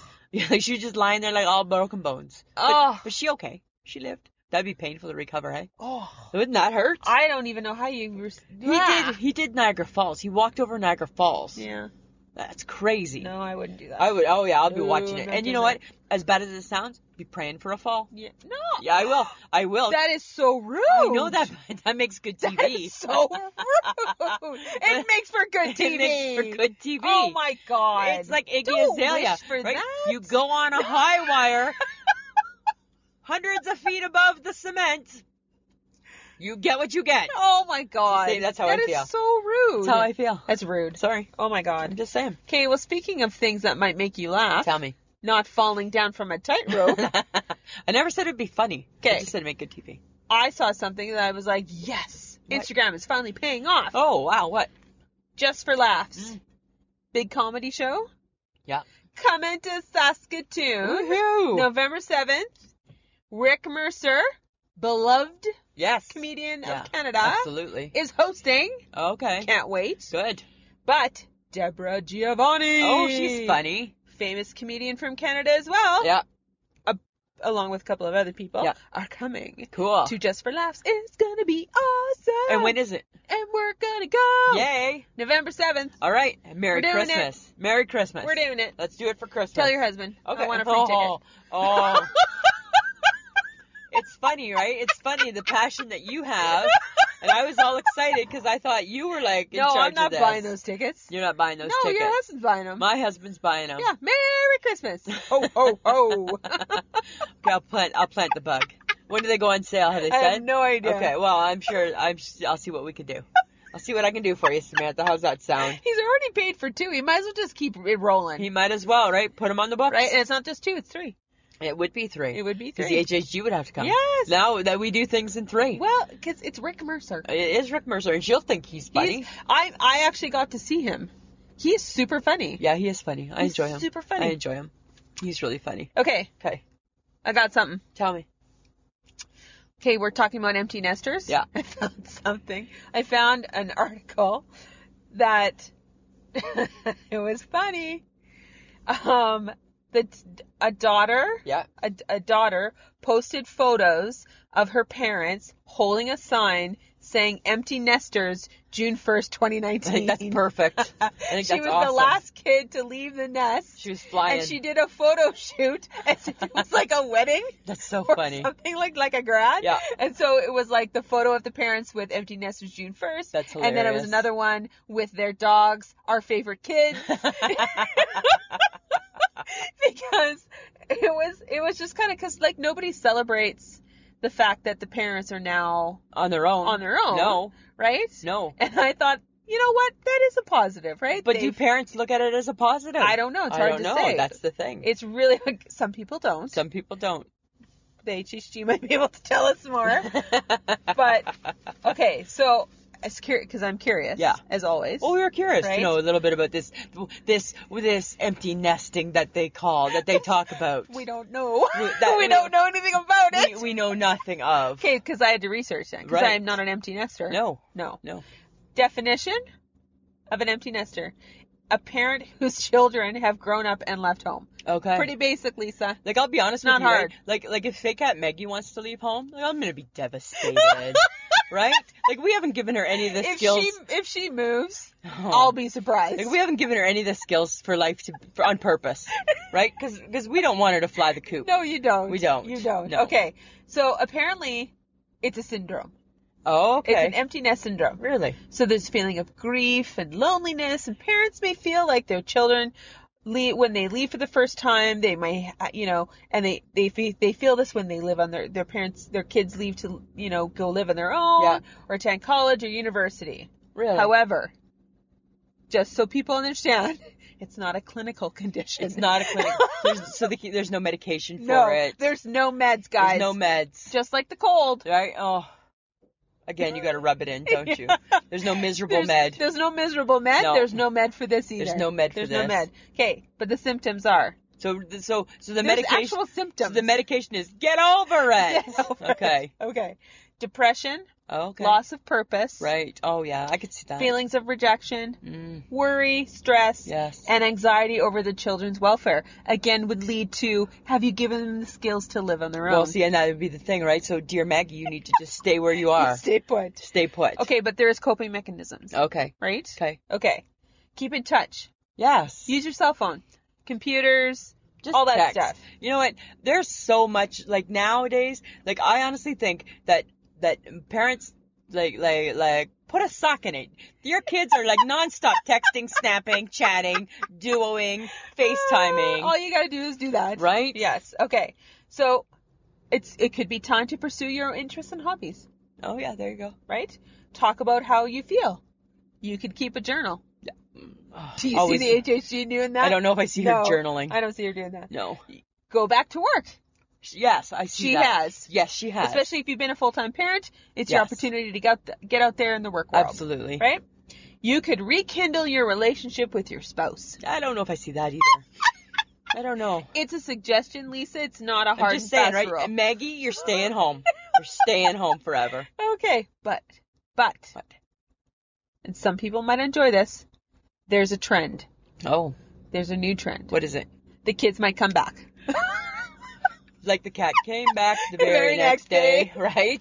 Speaker 2: like she was just lying there like all broken bones. But-
Speaker 1: oh,
Speaker 2: But she okay? She lived. That'd be painful to recover, hey?
Speaker 1: oh.
Speaker 2: Wouldn't that hurt?
Speaker 1: I don't even know how you. Res-
Speaker 2: He did. He did Niagara Falls. He walked over Niagara Falls.
Speaker 1: Yeah.
Speaker 2: That's crazy.
Speaker 1: No, I wouldn't do that.
Speaker 2: I would. Oh yeah, I'll be
Speaker 1: No,
Speaker 2: watching it.
Speaker 1: don't
Speaker 2: And you
Speaker 1: do
Speaker 2: know
Speaker 1: that.
Speaker 2: what? As bad as it sounds, be praying for a fall.
Speaker 1: Yeah. No.
Speaker 2: Yeah, I will. I will.
Speaker 1: That is so rude.
Speaker 2: I know that. That makes good TV.
Speaker 1: That is so rude. It makes for good TV.
Speaker 2: It makes for good TV.
Speaker 1: Oh my god.
Speaker 2: It's like Iggy
Speaker 1: Don't
Speaker 2: Azalea.
Speaker 1: wish for
Speaker 2: right?
Speaker 1: that.
Speaker 2: You go on a high wire, hundreds of feet above the cement. You get what you get.
Speaker 1: Oh my god.
Speaker 2: See, that's how I
Speaker 1: That is
Speaker 2: feel.
Speaker 1: so rude.
Speaker 2: That's how I feel.
Speaker 1: That's rude.
Speaker 2: Sorry.
Speaker 1: Oh my
Speaker 2: I'm
Speaker 1: god.
Speaker 2: just saying.
Speaker 1: Okay, well speaking of things that might make you laugh,
Speaker 2: Tell me.
Speaker 1: not falling down from a tightrope,
Speaker 2: I never said it'd be funny. I
Speaker 1: Okay.
Speaker 2: just said it'd make good TV.
Speaker 1: I saw something that I was like, yes,
Speaker 2: What?
Speaker 1: Instagram is finally paying off
Speaker 2: Oh wow, what?
Speaker 1: just for laughs.
Speaker 2: Mm.
Speaker 1: Big comedy show.
Speaker 2: Yeah.
Speaker 1: Coming to Saskatoon.
Speaker 2: Woohoo!
Speaker 1: November 7th, Rick Mercer, beloved
Speaker 2: yes.
Speaker 1: comedian
Speaker 2: Yeah,
Speaker 1: of Canada,
Speaker 2: Absolutely.
Speaker 1: is hosting.
Speaker 2: Okay.
Speaker 1: Can't wait.
Speaker 2: Good.
Speaker 1: But Deborah Giovanni.
Speaker 2: Oh, she's funny.
Speaker 1: Famous comedian from Canada as well,
Speaker 2: Yeah.
Speaker 1: along with a couple of other people,
Speaker 2: Yeah.
Speaker 1: are coming
Speaker 2: Cool.
Speaker 1: to Just for Laughs. It's gonna be awesome.
Speaker 2: And when is it?
Speaker 1: And we're gonna go.
Speaker 2: Yay!
Speaker 1: November 7th.
Speaker 2: All right. And Merry
Speaker 1: Oh. We're doing it.
Speaker 2: Christmas. Merry Christmas.
Speaker 1: We're doing it.
Speaker 2: Let's do it for Christmas.
Speaker 1: Tell your husband.
Speaker 2: Okay.
Speaker 1: I want a free
Speaker 2: oh,
Speaker 1: ticket.
Speaker 2: Oh. it's funny, right? It's funny the passion that you have. And I was all excited because I thought you were like in
Speaker 1: no,
Speaker 2: charge
Speaker 1: I'm not
Speaker 2: of this.
Speaker 1: buying those tickets.
Speaker 2: You're not buying those
Speaker 1: no,
Speaker 2: tickets. um,
Speaker 1: your husband's buying them.
Speaker 2: My husband's buying them.
Speaker 1: Yeah, Merry Christmas. Ho,
Speaker 2: Oh,
Speaker 1: ho, ho.
Speaker 2: Okay, I'll plant. I'll plant the bug. When do they go on sale? Have they
Speaker 1: I
Speaker 2: said?
Speaker 1: have no idea.
Speaker 2: Okay. Well, I'm sure. I'm. s- I'll see what we can do. I'll see what I can do for you, Samantha. How's that sound?
Speaker 1: He's already paid for two. He might as well just keep it rolling.
Speaker 2: He might as well, right? Put him on the books.
Speaker 1: right? And it's not just two, it's three.
Speaker 2: It would be
Speaker 1: It
Speaker 2: three.
Speaker 1: would be
Speaker 2: Because
Speaker 1: three.
Speaker 2: the HHG would have to come.
Speaker 1: Yes.
Speaker 2: Now that we do things in three.
Speaker 1: Well, because it's Rick Mercer.
Speaker 2: it is Rick Mercer, and she'll think he's funny.
Speaker 1: He's, I, I actually got to see him. He's super funny.
Speaker 2: yeah, he is funny. I
Speaker 1: He's
Speaker 2: enjoy him.
Speaker 1: super funny.
Speaker 2: I enjoy him. He's really funny.
Speaker 1: Okay,
Speaker 2: Okay.
Speaker 1: I got something.
Speaker 2: Tell me.
Speaker 1: Okay, we're talking about empty nesters.
Speaker 2: Yeah.
Speaker 1: I found something. I found an article that it was funny. Um, that a daughter
Speaker 2: Yeah.
Speaker 1: a, a daughter posted photos of her parents holding a sign saying empty nesters June 1st,
Speaker 2: I
Speaker 1: 2019.
Speaker 2: think that's perfect. I think
Speaker 1: she was
Speaker 2: that's
Speaker 1: the
Speaker 2: awesome.
Speaker 1: last kid to leave the nest.
Speaker 2: She was flying.
Speaker 1: and she did a photo shoot as if it was like a wedding
Speaker 2: That's so
Speaker 1: or
Speaker 2: funny.
Speaker 1: something like like a grad.
Speaker 2: Yeah.
Speaker 1: And so it was like the photo of the parents with empty nesters June 1st.
Speaker 2: That's
Speaker 1: And then it was
Speaker 2: hilarious.
Speaker 1: another one with their dogs, our favorite kids because it was it was just kind of because like nobody celebrates the fact that the parents are now
Speaker 2: on their own.
Speaker 1: on their own,
Speaker 2: No.
Speaker 1: right?
Speaker 2: No.
Speaker 1: And I thought, you know what, that is a positive, right?
Speaker 2: But
Speaker 1: They-
Speaker 2: do parents look at it as a positive?
Speaker 1: I don't know. It's
Speaker 2: I
Speaker 1: hard
Speaker 2: don't
Speaker 1: to
Speaker 2: know.
Speaker 1: say.
Speaker 2: That's the thing.
Speaker 1: it's really some people don't.
Speaker 2: Some people don't.
Speaker 1: The HHG might be able to tell us more. But okay, so as curious because I'm curious.
Speaker 2: Yeah.
Speaker 1: As always.
Speaker 2: Well, we were curious
Speaker 1: Right?
Speaker 2: to know a little bit about this, this, this empty nesting that they call, that they talk about.
Speaker 1: we don't know. We,
Speaker 2: We- that- we-
Speaker 1: don't know anything about
Speaker 2: we,
Speaker 1: it.
Speaker 2: we know nothing of.
Speaker 1: okay, because I had to research that because
Speaker 2: Right.
Speaker 1: I am not an empty nester.
Speaker 2: No,
Speaker 1: No.
Speaker 2: no.
Speaker 1: Definition of an empty nester: a parent whose children have grown up and left home.
Speaker 2: Okay.
Speaker 1: Pretty basic, Lisa.
Speaker 2: Like I'll be honest
Speaker 1: Not
Speaker 2: with you, right?
Speaker 1: hard.
Speaker 2: Like like if fake cat Maggie wants to leave home, like, I'm gonna be devastated, right? Like we haven't given her any of the
Speaker 1: If
Speaker 2: skills.
Speaker 1: she if she moves,
Speaker 2: Oh.
Speaker 1: I'll be surprised.
Speaker 2: like we haven't given her any of the skills for life to for, on purpose, right? Because we don't want her to fly the coop.
Speaker 1: no, you don't.
Speaker 2: We don't.
Speaker 1: You don't.
Speaker 2: No.
Speaker 1: Okay. So apparently, it's a syndrome.
Speaker 2: Oh,
Speaker 1: It's
Speaker 2: okay.
Speaker 1: an empty nest syndrome.
Speaker 2: really?
Speaker 1: So there's a feeling of grief and loneliness, and parents may feel like their children, leave, when they leave for the first time, they may, uh, you know, and they they fe- they feel this when they live on their their parents their kids leave to you know go live on their own
Speaker 2: Yeah.
Speaker 1: or attend college or university.
Speaker 2: Really?
Speaker 1: However, just so people understand, it's not a clinical condition.
Speaker 2: it's not a clinic. There's, so the, there's no medication for
Speaker 1: no,
Speaker 2: it.
Speaker 1: there's no meds,
Speaker 2: There's
Speaker 1: guys.
Speaker 2: no meds.
Speaker 1: just like the cold.
Speaker 2: Right? Oh. Again, you gotta rub it in, don't you? There's no miserable
Speaker 1: There's,
Speaker 2: med.
Speaker 1: there's no miserable med.
Speaker 2: No.
Speaker 1: There's no med for this either.
Speaker 2: There's no med for
Speaker 1: There's no
Speaker 2: this.
Speaker 1: med. Okay, but the symptoms are
Speaker 2: So, so, so the
Speaker 1: There's
Speaker 2: medication.
Speaker 1: actual
Speaker 2: So
Speaker 1: symptoms.
Speaker 2: the medication is get over it.
Speaker 1: Get over it.
Speaker 2: okay.
Speaker 1: okay, depression,
Speaker 2: Okay.
Speaker 1: loss of purpose,
Speaker 2: Right. Oh yeah, I could see that.
Speaker 1: feelings of rejection,
Speaker 2: Mm,
Speaker 1: worry, stress,
Speaker 2: yes.
Speaker 1: and anxiety over the children's welfare. Again, would lead to have you given them the skills to live on their own?
Speaker 2: well, see, and that would be the thing, right? So, dear Maggie, you need to just stay where you are.
Speaker 1: Stay put.
Speaker 2: Stay put.
Speaker 1: Okay, but there is coping mechanisms,
Speaker 2: Okay.
Speaker 1: right?
Speaker 2: Okay.
Speaker 1: Okay, keep in touch.
Speaker 2: Yes.
Speaker 1: Use your cell phone, computers,
Speaker 2: just
Speaker 1: all that
Speaker 2: text.
Speaker 1: stuff.
Speaker 2: You know what? There's so much like nowadays. Like I honestly think that that parents like like like put a sock in it. Your kids are like nonstop texting, snapping, chatting, duoing, FaceTiming.
Speaker 1: All you gotta do is do that.
Speaker 2: Right?
Speaker 1: Yes. Okay. So it's it could be time to pursue your interests and hobbies,
Speaker 2: Oh yeah, there you go.
Speaker 1: right? Talk about how you feel. You could keep a journal.
Speaker 2: Oh,
Speaker 1: Do you
Speaker 2: always-
Speaker 1: see the HHG doing that?
Speaker 2: I don't know if I see
Speaker 1: No,
Speaker 2: her journaling.
Speaker 1: I don't see her doing that.
Speaker 2: no.
Speaker 1: Go back to work.
Speaker 2: Yes, I see
Speaker 1: She
Speaker 2: that.
Speaker 1: has.
Speaker 2: Yes, she has.
Speaker 1: Especially if you've been a full-time parent, it's your
Speaker 2: Yes.
Speaker 1: opportunity to get th- get out there in the work world,
Speaker 2: Absolutely.
Speaker 1: right? You could rekindle your relationship with your spouse.
Speaker 2: I don't know if I see that either. I don't know.
Speaker 1: It's a suggestion, Lisa. It's not a hard
Speaker 2: I'm just
Speaker 1: and
Speaker 2: saying,
Speaker 1: fast rule.
Speaker 2: right? Maggie, you're staying home. You're staying home forever.
Speaker 1: Okay, but but
Speaker 2: What?
Speaker 1: and some people might enjoy this. There's a trend.
Speaker 2: Oh,
Speaker 1: There's a new trend.
Speaker 2: what is it?
Speaker 1: The kids might come back.
Speaker 2: Like the cat came back the very, next day, right?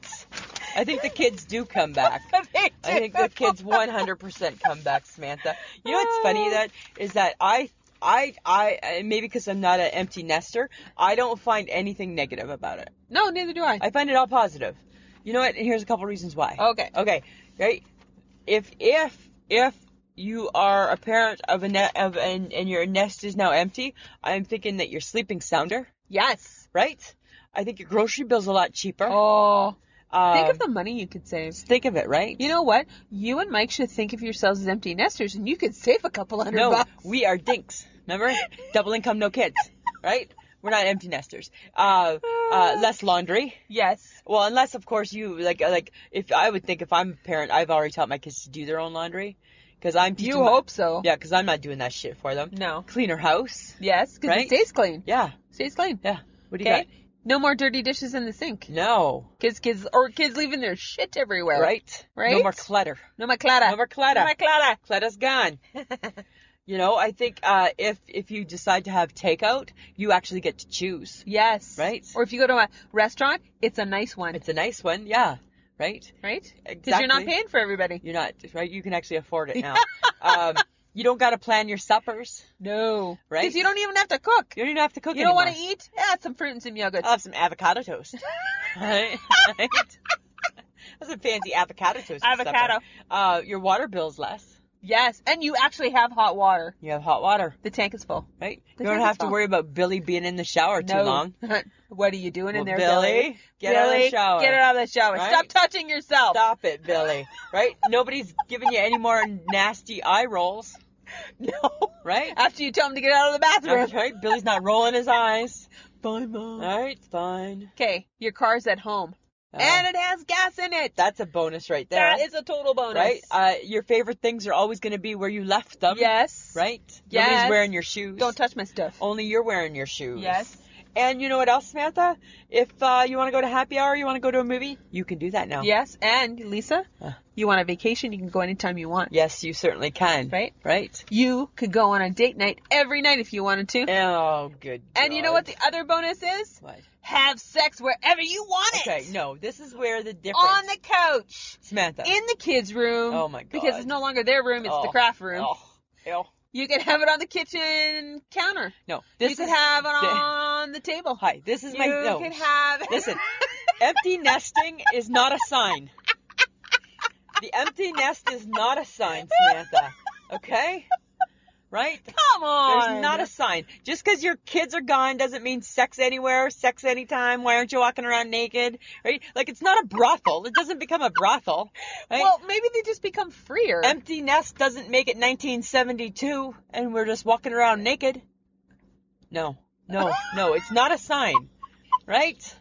Speaker 2: I think the kids do come back.
Speaker 1: They
Speaker 2: I think
Speaker 1: do.
Speaker 2: the kids 100% come back, Samantha. You know what's funny that is that I I I and maybe because I'm not an empty nester, I don't find anything negative about it.
Speaker 1: No, neither do I.
Speaker 2: I find it all positive. You know what? And here's a couple reasons why.
Speaker 1: Okay.
Speaker 2: Okay. Right. If if if you are a parent of a net of and and your nest is now empty, I'm thinking that you're sleeping sounder,
Speaker 1: Yes.
Speaker 2: right? I think your grocery bill's a lot cheaper.
Speaker 1: Oh,
Speaker 2: Um,
Speaker 1: think of the money you could save.
Speaker 2: think of it, right?
Speaker 1: You know what? You and Mike should think of yourselves as empty nesters, and you could save a couple hundred
Speaker 2: no,
Speaker 1: bucks.
Speaker 2: we are dinks. Remember, double income, no kids, right? We're not empty nesters. Uh, uh, less laundry.
Speaker 1: Yes.
Speaker 2: Well, unless of course you like uh, like if I would think if I'm a parent, I've already taught my kids to do their own laundry because I'm teaching.
Speaker 1: You
Speaker 2: my-
Speaker 1: hope so. Mm.
Speaker 2: Yeah, because I'm not doing that shit for them.
Speaker 1: No.
Speaker 2: Cleaner house.
Speaker 1: Yes, because it
Speaker 2: Right?
Speaker 1: stays clean.
Speaker 2: Yeah,
Speaker 1: Stays clean.
Speaker 2: yeah. What do you
Speaker 1: Okay. No more dirty dishes in the sink.
Speaker 2: got? No.
Speaker 1: Kids, kids, or kids leaving their shit everywhere.
Speaker 2: Right.
Speaker 1: Right?
Speaker 2: No more clutter.
Speaker 1: No more Clara.
Speaker 2: No more clutter.
Speaker 1: No more Clara.
Speaker 2: Clutter's gone. you know, I think uh, if if you decide to have takeout, you actually get to choose.
Speaker 1: Yes.
Speaker 2: Right?
Speaker 1: Or if you go to a restaurant, it's a nice one,
Speaker 2: It's a nice one. Yeah. Right.
Speaker 1: right? Because you're not
Speaker 2: Exactly.
Speaker 1: paying for everybody.
Speaker 2: You're not right. You can actually afford it now. um, you don't got to plan your suppers.
Speaker 1: No.
Speaker 2: Right?
Speaker 1: Because you don't even have to cook.
Speaker 2: You don't even have to cook.
Speaker 1: You don't want
Speaker 2: anymore.
Speaker 1: to eat? Yeah, some fruit and some yogurt.
Speaker 2: I'll have some avocado toast. right? right? That's a fancy avocado toast. for
Speaker 1: Avocado.
Speaker 2: supper. Uh, your water bill's less.
Speaker 1: yes. And you actually have hot water.
Speaker 2: You have hot water,
Speaker 1: The tank is full.
Speaker 2: right?
Speaker 1: The
Speaker 2: you don't
Speaker 1: tank is
Speaker 2: have to
Speaker 1: full.
Speaker 2: worry about Billy being in the shower too
Speaker 1: No.
Speaker 2: long.
Speaker 1: what are you doing in
Speaker 2: Well,
Speaker 1: there,
Speaker 2: Billy,
Speaker 1: Billy?
Speaker 2: get out of the
Speaker 1: Billy,
Speaker 2: shower.
Speaker 1: Get out of the shower.
Speaker 2: Right?
Speaker 1: Stop touching yourself.
Speaker 2: Stop it, Billy. Right? Nobody's giving you any more nasty eye rolls,
Speaker 1: No.
Speaker 2: right?
Speaker 1: After you tell him to get out of the
Speaker 2: That's
Speaker 1: bathroom.
Speaker 2: right. Billy's not rolling his eyes.
Speaker 1: Bye, Mom.
Speaker 2: All right, fine. Uh,
Speaker 1: Okay, your car's at home.
Speaker 2: Uh-huh.
Speaker 1: and it has gas in it.
Speaker 2: that's a bonus right there.
Speaker 1: That is a total bonus.
Speaker 2: right? Uh, your favorite things are always going to be where you left them.
Speaker 1: yes.
Speaker 2: Right? Oh,
Speaker 1: Yes.
Speaker 2: Nobody's wearing your shoes.
Speaker 1: Don't touch my stuff.
Speaker 2: Only you're wearing your shoes.
Speaker 1: Yes.
Speaker 2: And you know what else, Samantha? If uh, you want to go to happy hour, you want to go to a movie, you can do that now.
Speaker 1: Yes. And Lisa,
Speaker 2: Uh.
Speaker 1: you want a vacation? You can go anytime you want.
Speaker 2: Yes, you certainly can.
Speaker 1: Right?
Speaker 2: Right.
Speaker 1: You could go on a date night every night if you wanted to.
Speaker 2: Oh, good.
Speaker 1: And you know what
Speaker 2: God.
Speaker 1: the other bonus is?
Speaker 2: What?
Speaker 1: Have sex wherever you want it.
Speaker 2: Okay, no, this is where the difference.
Speaker 1: On the couch.
Speaker 2: Samantha.
Speaker 1: In the kids' room.
Speaker 2: Oh my God.
Speaker 1: Because it's no longer their room, it's the
Speaker 2: Oh,
Speaker 1: craft room.
Speaker 2: Oh, ew.
Speaker 1: You can have it on the kitchen counter.
Speaker 2: No, this
Speaker 1: you could
Speaker 2: is
Speaker 1: have it
Speaker 2: the-
Speaker 1: on the table.
Speaker 2: Hi, this is
Speaker 1: you
Speaker 2: my no.
Speaker 1: could have
Speaker 2: Listen, empty nesting is not a sign. The empty nest is not a sign, Samantha. Okay? Right?
Speaker 1: Come on.
Speaker 2: There's not a sign. Just because your kids are gone doesn't mean sex anywhere, sex anytime. Why aren't you walking around naked? Right? Like it's not a brothel. It doesn't become a brothel. Right?
Speaker 1: Well, maybe they just become freer.
Speaker 2: empty nest doesn't make it 1972 and we're just walking around naked. No, no, no, it's not a sign, right?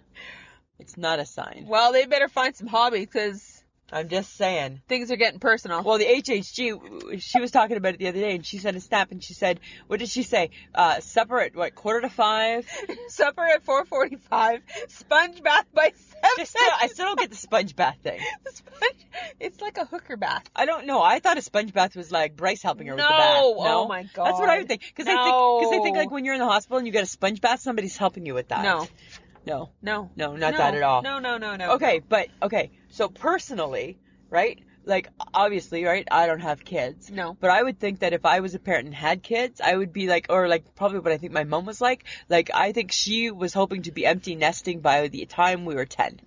Speaker 2: It's not a sign.
Speaker 1: well, they better find some hobby because
Speaker 2: I'm just saying.
Speaker 1: things are getting personal.
Speaker 2: Well, the HHG, she was talking about it the other day and she sent a snap and she said, what did she say? Uh, supper at what, quarter to five?
Speaker 1: Supper at 4:45. Sponge bath by
Speaker 2: I
Speaker 1: seven.
Speaker 2: still, uh, I still don't get the sponge bath thing.
Speaker 1: Sponge- It's like a hooker bath.
Speaker 2: I don't know. I thought a sponge bath was like Bryce helping her with the
Speaker 1: No.
Speaker 2: bath.
Speaker 1: Oh
Speaker 2: No,
Speaker 1: my
Speaker 2: That's what
Speaker 1: God.
Speaker 2: I would think. Because I think, because I think
Speaker 1: No.
Speaker 2: like when you're in the hospital and you get a sponge bath, somebody's helping you with that.
Speaker 1: No,
Speaker 2: No,
Speaker 1: no,
Speaker 2: no, not
Speaker 1: no,
Speaker 2: that at all.
Speaker 1: No, no, no, no.
Speaker 2: Okay, but okay. So personally, right? Like obviously, right? I don't have kids.
Speaker 1: No.
Speaker 2: But I would think that if I was a parent and had kids, I would be like, or like probably what I think my mom was like. Like I think she was hoping to be empty nesting by the time we were ten.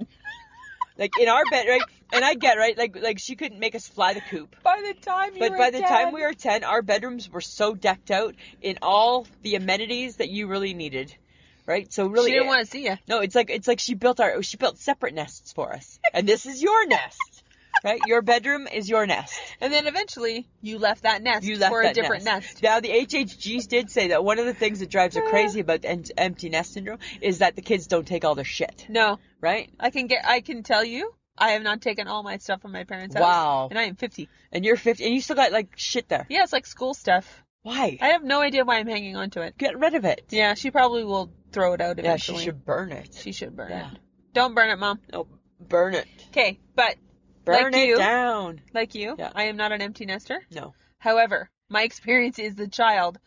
Speaker 2: like in our bed, right? And I get right, like like she couldn't make us fly the coop.
Speaker 1: By the time you
Speaker 2: But
Speaker 1: were
Speaker 2: by the time
Speaker 1: dead-
Speaker 2: we were 10, our bedrooms were so decked out in all the amenities that you really needed. Right? So really
Speaker 1: she didn't want to see you.
Speaker 2: No, it's like it's like she built our she built separate nests for us. And this is your nest. Right? Your bedroom is your nest.
Speaker 1: And then eventually you left that nest
Speaker 2: You left
Speaker 1: for
Speaker 2: that
Speaker 1: a different nest.
Speaker 2: Now the HHGs did say that one of the things that drives her crazy about en- empty nest syndrome is that the kids don't take all their shit,
Speaker 1: No,
Speaker 2: right?
Speaker 1: I can get. I can tell you, I have not taken all my stuff from my parents' house.
Speaker 2: Wow.
Speaker 1: And I am 50.
Speaker 2: And you're 50 and you still got like shit there.
Speaker 1: Yeah, it's like school stuff.
Speaker 2: Why?
Speaker 1: I have no idea why I'm hanging on to it.
Speaker 2: Get rid of it.
Speaker 1: Yeah, she probably will throw it out
Speaker 2: Yeah, she
Speaker 1: eventually.
Speaker 2: should burn it.
Speaker 1: She should burn
Speaker 2: Yeah.
Speaker 1: it. Don't burn it, mom.
Speaker 2: No, burn it.
Speaker 1: Okay, but
Speaker 2: Burn
Speaker 1: Like
Speaker 2: it
Speaker 1: you.
Speaker 2: down.
Speaker 1: like you,
Speaker 2: Yeah.
Speaker 1: I am not an empty nester.
Speaker 2: No.
Speaker 1: However, my experience is the child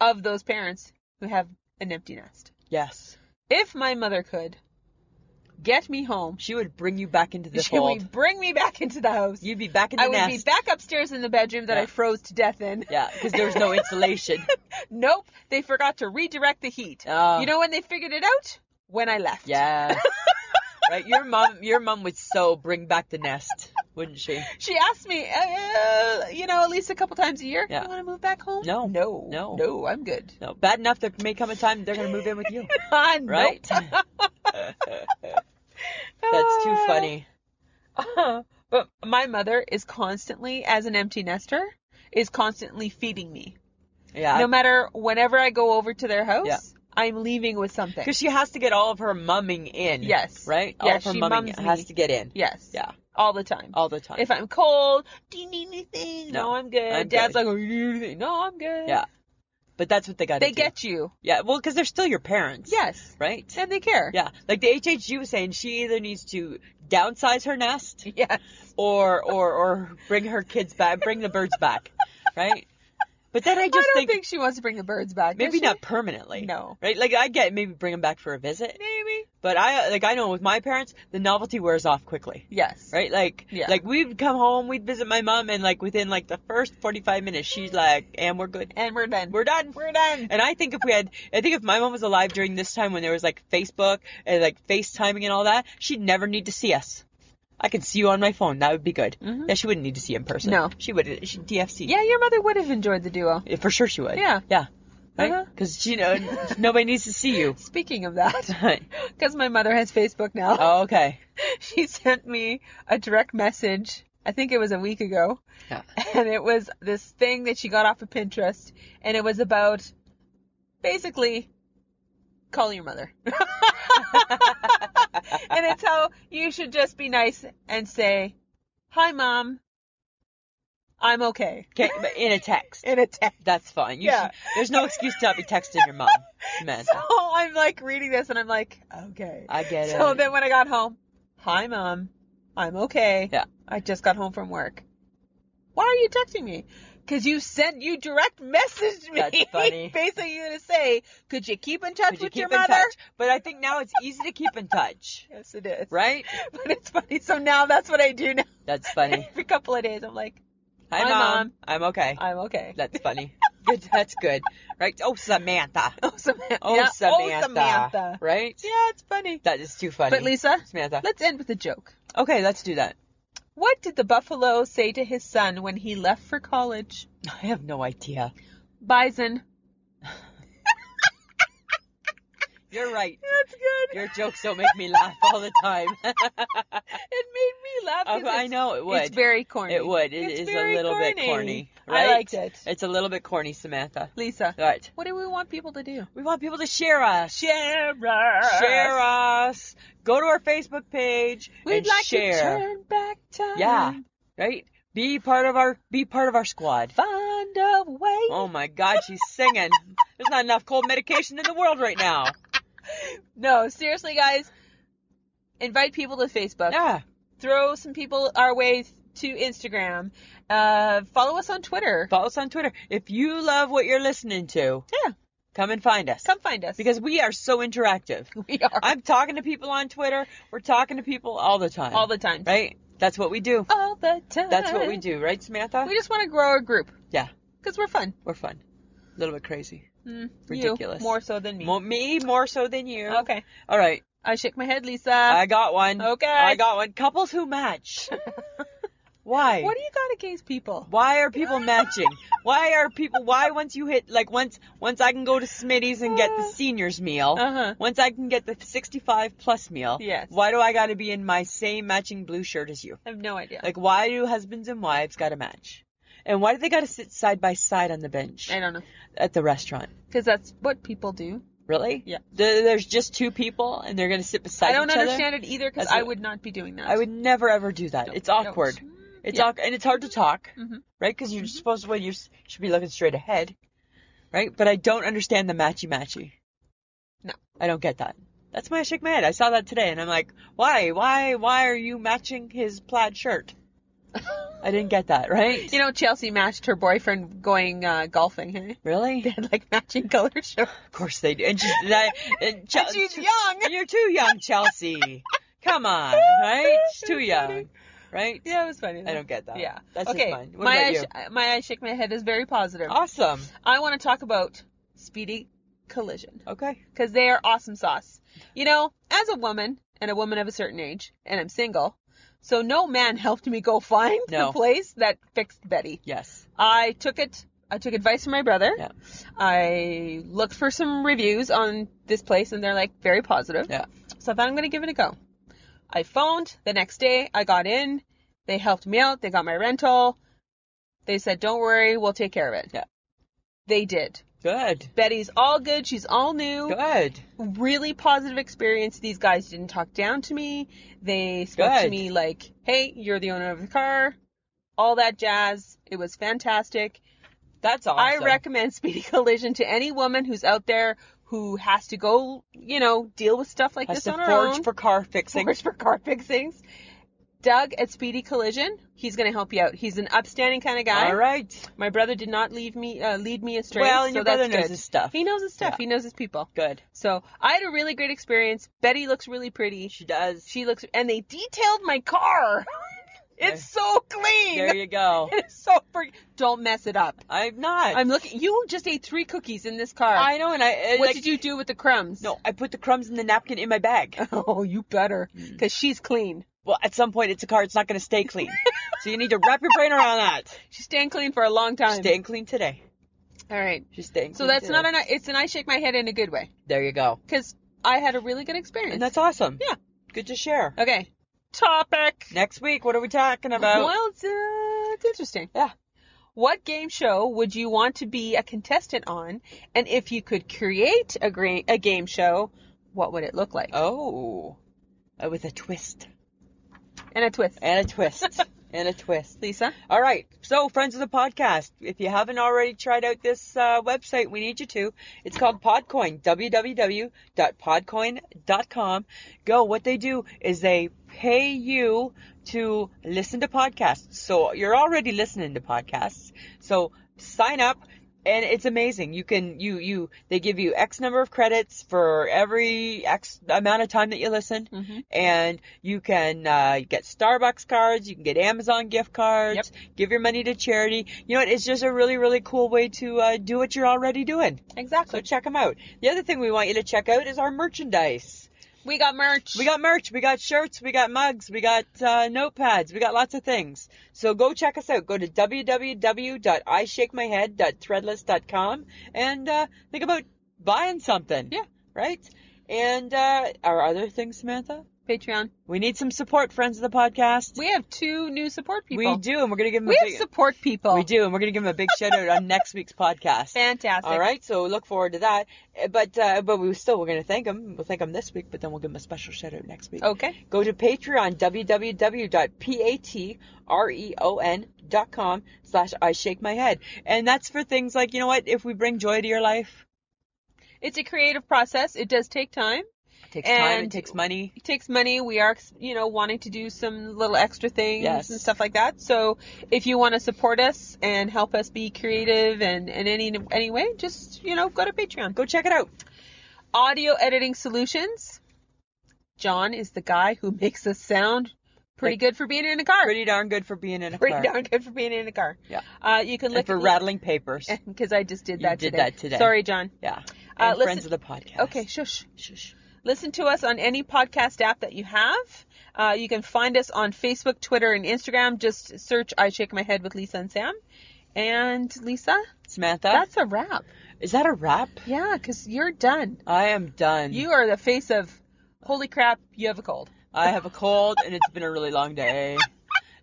Speaker 1: of those parents who have an empty nest.
Speaker 2: Yes.
Speaker 1: If my mother could get me home,
Speaker 2: She would bring you back into the
Speaker 1: she
Speaker 2: fold.
Speaker 1: would bring me back into the house.
Speaker 2: You'd be back in the
Speaker 1: I would
Speaker 2: nest.
Speaker 1: be back upstairs in the bedroom that
Speaker 2: Yeah.
Speaker 1: I froze to death in.
Speaker 2: Yeah, because there's no insulation.
Speaker 1: Nope, they forgot to redirect the heat.
Speaker 2: Oh.
Speaker 1: you know when they figured it out? When I left.
Speaker 2: Yeah. right. Your mom. Your mom would so bring back the nest, wouldn't she?
Speaker 1: She asked me, uh, you know, at least a couple times a year,
Speaker 2: Yeah.
Speaker 1: you want to move back home?
Speaker 2: No.
Speaker 1: No.
Speaker 2: No.
Speaker 1: No, I'm good.
Speaker 2: No. Bad enough there may come a time they're gonna move in with you.
Speaker 1: Ah, nope.
Speaker 2: Right. That's too funny.
Speaker 1: Uh, but my mother is constantly, as an empty nester, is constantly feeding me. no
Speaker 2: Yeah.
Speaker 1: matter whenever I go over to their house,
Speaker 2: Yeah.
Speaker 1: I'm leaving with something.
Speaker 2: Because she has to get all of her mumming in.
Speaker 1: Yes.
Speaker 2: Right.
Speaker 1: Yeah,
Speaker 2: all of her
Speaker 1: she
Speaker 2: mumming
Speaker 1: mums
Speaker 2: has
Speaker 1: me.
Speaker 2: to get in.
Speaker 1: yes.
Speaker 2: Yeah.
Speaker 1: All the time.
Speaker 2: All the time.
Speaker 1: If I'm cold, do you need anything? No,
Speaker 2: No,
Speaker 1: I'm good.
Speaker 2: I'm
Speaker 1: Dad's
Speaker 2: good.
Speaker 1: like, oh, you need anything? No, I'm good.
Speaker 2: Yeah. But that's what they got to
Speaker 1: They
Speaker 2: do.
Speaker 1: get you.
Speaker 2: Yeah. Well, because they're still your parents.
Speaker 1: Yes.
Speaker 2: Right.
Speaker 1: And they care.
Speaker 2: Yeah, like the HHG was saying, she either needs to downsize her nest
Speaker 1: Yes.
Speaker 2: or or or bring her kids back, bring the birds back, right? But then I
Speaker 1: I
Speaker 2: just
Speaker 1: don't
Speaker 2: think,
Speaker 1: think, she wants to bring the birds back. does
Speaker 2: maybe
Speaker 1: she?
Speaker 2: not permanently.
Speaker 1: No.
Speaker 2: right? Like I get maybe bring them back for a visit,
Speaker 1: Maybe.
Speaker 2: but I like I know with my parents, the novelty wears off quickly.
Speaker 1: Yes.
Speaker 2: Right, like,
Speaker 1: Yeah.
Speaker 2: like we'd come home, we'd visit my mom, and like within like the first forty-five minutes, she's like, "And we're good,
Speaker 1: And we're done.
Speaker 2: we're done,
Speaker 1: We're done.
Speaker 2: And I think if we had, I think if my mom was alive during this time when there was like Facebook and like FaceTiming and all that, she'd never need to see us. I could see you on my phone. That would be good.
Speaker 1: Mhm.
Speaker 2: Yeah, she wouldn't need to see you in person.
Speaker 1: No.
Speaker 2: she would. She DFC.
Speaker 1: Yeah, your mother would have enjoyed the duo.
Speaker 2: Yeah, for sure she would.
Speaker 1: Yeah.
Speaker 2: yeah,
Speaker 1: Uh-huh.
Speaker 2: right? Because you know nobody needs to see you.
Speaker 1: Speaking of that, because my mother has Facebook now,
Speaker 2: oh, okay.
Speaker 1: she sent me a direct message. I think it was a week ago,
Speaker 2: Yeah.
Speaker 1: and it was this thing that she got off of Pinterest, and it was about basically call your mother. and it's how you should just be nice and say, "Hi, mom. I'm okay."
Speaker 2: Okay, but in a text.
Speaker 1: In a text.
Speaker 2: That's fine. You
Speaker 1: Yeah.
Speaker 2: should, there's no excuse to not be texting your mom, Samantha.
Speaker 1: So I'm like reading this and I'm like, okay.
Speaker 2: I get
Speaker 1: So
Speaker 2: it.
Speaker 1: then when I got home, hi mom, I'm okay.
Speaker 2: Yeah.
Speaker 1: I just got home from work. Why are you texting me? Cause you sent you direct messaged me.
Speaker 2: That's funny.
Speaker 1: Basically, you're gonna say, could you keep in touch
Speaker 2: Could you
Speaker 1: with
Speaker 2: keep
Speaker 1: your
Speaker 2: in
Speaker 1: mother?
Speaker 2: touch? But I think now it's easy to keep in touch,
Speaker 1: Yes, it is.
Speaker 2: right?
Speaker 1: But it's funny. So now that's what I do now.
Speaker 2: That's funny.
Speaker 1: Every couple of days, I'm like,
Speaker 2: Hi,
Speaker 1: Hi,
Speaker 2: mom.
Speaker 1: Mom.
Speaker 2: I'm okay.
Speaker 1: I'm okay.
Speaker 2: That's funny. Good. That's good. Right? Oh, Samantha.
Speaker 1: Oh, Samantha.
Speaker 2: Oh,
Speaker 1: Yeah.
Speaker 2: Samantha.
Speaker 1: Oh, Samantha.
Speaker 2: Right?
Speaker 1: Yeah, it's funny.
Speaker 2: That is too funny.
Speaker 1: But Lisa,
Speaker 2: Samantha.
Speaker 1: let's end with a joke.
Speaker 2: Okay, let's do that.
Speaker 1: What did the buffalo say to his son when he left for college?
Speaker 2: I have no idea.
Speaker 1: Bison.
Speaker 2: You're right.
Speaker 1: That's good.
Speaker 2: Your jokes don't make me laugh all the time.
Speaker 1: It made me laugh. 'cause
Speaker 2: Oh, I
Speaker 1: it's-
Speaker 2: know it would.
Speaker 1: It's very corny.
Speaker 2: It would. It
Speaker 1: It's
Speaker 2: is a
Speaker 1: very
Speaker 2: little bit corny. Right?
Speaker 1: I liked it.
Speaker 2: It's a little bit corny, Samantha.
Speaker 1: Lisa,
Speaker 2: All right.
Speaker 1: what do we want people to do?
Speaker 2: We want people to share us.
Speaker 1: Share us.
Speaker 2: Share us. Go to our Facebook page
Speaker 1: We'd
Speaker 2: and
Speaker 1: like to
Speaker 2: share.
Speaker 1: turn back time.
Speaker 2: Yeah. Right? Be part of our be part of our squad.
Speaker 1: Find a way.
Speaker 2: Oh my god, she's singing. There's not enough cold medication in the world right now.
Speaker 1: No, seriously, guys. Invite people to Facebook.
Speaker 2: Yeah.
Speaker 1: Throw some people our way to Instagram. Uh, follow us on Twitter.
Speaker 2: Follow us on Twitter. If you love what you're listening to,
Speaker 1: Yeah.
Speaker 2: come and find us.
Speaker 1: Come find us.
Speaker 2: Because we are so interactive.
Speaker 1: we are
Speaker 2: I'm talking to people on Twitter. We're talking to people all the time.
Speaker 1: all the time.
Speaker 2: Right? That's what we do.
Speaker 1: All the time.
Speaker 2: That's what we do, right, Samantha?
Speaker 1: We just want to grow our group.
Speaker 2: Yeah.
Speaker 1: Because we're fun.
Speaker 2: We're fun. A little bit crazy.
Speaker 1: Mm,
Speaker 2: Ridiculous.
Speaker 1: You, more so than me.
Speaker 2: Mo- me more so than you.
Speaker 1: Okay.
Speaker 2: All right.
Speaker 1: I shake my head, Lisa.
Speaker 2: I got one.
Speaker 1: okay.
Speaker 2: I got one. Couples who match. Why?
Speaker 1: What do you got against people?
Speaker 2: Why are people matching? Why are people? Why once you hit like once once I can go to Smitty's and get the seniors meal.
Speaker 1: Uh huh.
Speaker 2: Once I can get the 65 plus meal.
Speaker 1: Yes.
Speaker 2: Why do I got to be in my same matching blue shirt as you?
Speaker 1: I have no idea.
Speaker 2: Like why do husbands and wives got to match? And why do they got to sit side by side on the bench
Speaker 1: I don't know.
Speaker 2: at the restaurant?
Speaker 1: Because that's what people do.
Speaker 2: Really?
Speaker 1: Yeah.
Speaker 2: There- there's just two people and they're gonna sit beside
Speaker 1: I don't
Speaker 2: each other.
Speaker 1: understand it either because
Speaker 2: That's
Speaker 1: I
Speaker 2: what-
Speaker 1: would not be doing that.
Speaker 2: I would never ever do that. it's
Speaker 1: I don't.
Speaker 2: awkward. It's
Speaker 1: Yeah.
Speaker 2: awkward and it's hard to talk,
Speaker 1: Mhm.
Speaker 2: right? Because you're supposed to, well, you s- should be looking straight ahead, right? But I don't understand the matchy matchy.
Speaker 1: No.
Speaker 2: I don't get that. That's why I shake my head. I saw that today, and I'm like, why, why, why are you matching his plaid shirt? I didn't get that, right?
Speaker 1: You know, Chelsea matched her boyfriend going uh, golfing. Hey?
Speaker 2: really?
Speaker 1: They had like matching colored shirts.
Speaker 2: Of course they do. And, she's and, I, and, Chel-
Speaker 1: And she's young.
Speaker 2: You're too young, Chelsea. Come on, right? She's too
Speaker 1: That's
Speaker 2: young,
Speaker 1: funny.
Speaker 2: right?
Speaker 1: Yeah, it was funny.
Speaker 2: I don't get that.
Speaker 1: Yeah.
Speaker 2: That's
Speaker 1: okay.
Speaker 2: just mine. What
Speaker 1: my
Speaker 2: about
Speaker 1: I
Speaker 2: you? Oh.
Speaker 1: sh- my I shake my head is very positive.
Speaker 2: awesome.
Speaker 1: I want to talk about speedy collision.
Speaker 2: Okay.
Speaker 1: because they are awesome sauce. You know, as a woman and a woman of a certain age, and I'm single, so no man helped me go find
Speaker 2: No.
Speaker 1: the place that fixed Betty.
Speaker 2: Yes.
Speaker 1: I took it. I took advice from my brother.
Speaker 2: Yeah.
Speaker 1: I looked for some reviews on this place, and they're like very positive.
Speaker 2: Yeah.
Speaker 1: So I thought I'm gonna give it a go. I phoned the next day. I got in. They helped me out. They got my rental. They said, "Don't worry, we'll take care of it."
Speaker 2: Yeah.
Speaker 1: They did.
Speaker 2: Good.
Speaker 1: Betty's all good. She's all new
Speaker 2: Good.
Speaker 1: really positive experience. These guys didn't talk down to me. They spoke to
Speaker 2: Good.
Speaker 1: me like, "Hey, you're the owner of the car." All that jazz. It was fantastic.
Speaker 2: That's awesome.
Speaker 1: I recommend Speedy Collision to any woman who's out there who has to go, you know, deal with stuff like
Speaker 2: Has
Speaker 1: this
Speaker 2: to
Speaker 1: on her
Speaker 2: forge
Speaker 1: own.
Speaker 2: for car fixing.
Speaker 1: forge for car fixings. Doug at Speedy Collision, he's going to help you out. He's an upstanding kind of guy.
Speaker 2: All right.
Speaker 1: My brother did not leave me uh, lead me astray.
Speaker 2: Well, and
Speaker 1: so
Speaker 2: your brother
Speaker 1: that's
Speaker 2: knows
Speaker 1: good.
Speaker 2: his stuff.
Speaker 1: He knows his stuff.
Speaker 2: Yeah.
Speaker 1: He knows his people.
Speaker 2: Good.
Speaker 1: So I had a really great experience. Betty looks really pretty.
Speaker 2: She does.
Speaker 1: She looks, and they detailed my car.
Speaker 2: There-
Speaker 1: It's so clean.
Speaker 2: There you go.
Speaker 1: It's so freaking. Don't mess it up.
Speaker 2: I'm not.
Speaker 1: I'm looking. You just ate three cookies in this car.
Speaker 2: I know, and I. and,
Speaker 1: what
Speaker 2: like,
Speaker 1: did you do with the crumbs?
Speaker 2: No, I put the crumbs and the napkin in my bag.
Speaker 1: Oh, you better,
Speaker 2: Mm.
Speaker 1: because she's clean.
Speaker 2: Well, at some point, it's a car. It's not going to stay clean. so you need to wrap your brain around that.
Speaker 1: She's staying clean for a long time.
Speaker 2: Staying clean today.
Speaker 1: All right.
Speaker 2: She's staying.
Speaker 1: So
Speaker 2: clean
Speaker 1: that's
Speaker 2: today.
Speaker 1: not an. It's an I shake my head in a good way,
Speaker 2: There you go.
Speaker 1: because I had a really good experience.
Speaker 2: And that's awesome.
Speaker 1: Yeah.
Speaker 2: Good to share.
Speaker 1: okay. Topic.
Speaker 2: Next week, what are we talking about?
Speaker 1: Well, it's, uh, it's interesting.
Speaker 2: Yeah.
Speaker 1: What game show would you want to be a contestant on? And if you could create a, gra- a game show, what would it look like?
Speaker 2: Oh, uh, with a twist
Speaker 1: And a twist.
Speaker 2: and a twist and a twist.
Speaker 1: Lisa?
Speaker 2: All right. So, friends of the podcast, if you haven't already tried out this uh, website, we need you to. It's called Podcoin, www.podcoin.com. Go. What they do is they pay you to listen to podcasts. So, you're already listening to podcasts. So, sign up. And it's amazing. You can, you, you, they give you X number of credits for every X amount of time that you listen
Speaker 1: Mm-hmm.
Speaker 2: and you can uh, get Starbucks cards, you can get Amazon gift cards, give your money to charity. You know what? It's just a really, really cool way to uh, do what you're already doing. So
Speaker 1: Exactly.
Speaker 2: check them out. The other thing we want you to check out is our merchandise.
Speaker 1: we got merch.
Speaker 2: We got merch, we got shirts, we got mugs, we got uh, notepads, we got lots of things. So go check us out. Go to www.ishakemyhead.threadless.com and uh, think about buying something.
Speaker 1: Yeah.
Speaker 2: Right? And uh, our other things, Samantha?
Speaker 1: Patreon.
Speaker 2: We need some support, friends of the podcast.
Speaker 1: We have two new support people.
Speaker 2: We do, and we're gonna give them
Speaker 1: We
Speaker 2: a
Speaker 1: have
Speaker 2: big,
Speaker 1: support people.
Speaker 2: we do, and we're gonna give them a big shout out on next week's podcast.
Speaker 1: Fantastic.
Speaker 2: All right, so look forward to that. Uh, But uh, but we still we're gonna thank them. We'll thank them this week, but then we'll give them a special shout out next week.
Speaker 1: Okay.
Speaker 2: Go to Patreon E www.patreon.com slash I shake my head, and that's for things like you know what if we bring joy to your life,
Speaker 1: It's a creative process. It does take time.
Speaker 2: it takes time, it
Speaker 1: And-
Speaker 2: takes money.
Speaker 1: It takes money. We are, you know, wanting to do some little extra things
Speaker 2: Yes.
Speaker 1: and stuff like that. So if you want to support us and help us be creative and in any any way, just you know, go to Patreon.
Speaker 2: Go check it out.
Speaker 1: Audio editing solutions. John is the guy who makes us sound pretty
Speaker 2: Like-
Speaker 1: good for being in a car.
Speaker 2: Pretty darn good for being in a
Speaker 1: Pretty
Speaker 2: car
Speaker 1: darn good for being in a car.
Speaker 2: Yeah.
Speaker 1: Uh, you can
Speaker 2: and
Speaker 1: look
Speaker 2: for
Speaker 1: at-
Speaker 2: rattling papers.
Speaker 1: because I just did
Speaker 2: You
Speaker 1: that
Speaker 2: did
Speaker 1: today.
Speaker 2: that today.
Speaker 1: Sorry, John.
Speaker 2: Yeah.
Speaker 1: Uh,
Speaker 2: And friends
Speaker 1: listen-
Speaker 2: of the podcast.
Speaker 1: Okay, shush.
Speaker 2: Shush.
Speaker 1: Listen to us on any podcast app that you have. Uh, you can find us on Facebook, Twitter, and Instagram. Just search I Shake My Head with Lisa and Sam. And Lisa,
Speaker 2: Samantha,
Speaker 1: that's a wrap.
Speaker 2: is that a wrap?
Speaker 1: Yeah, because you're done.
Speaker 2: I am done.
Speaker 1: You are the face of, holy crap, you have a cold.
Speaker 2: I have a cold and it's been a really long day.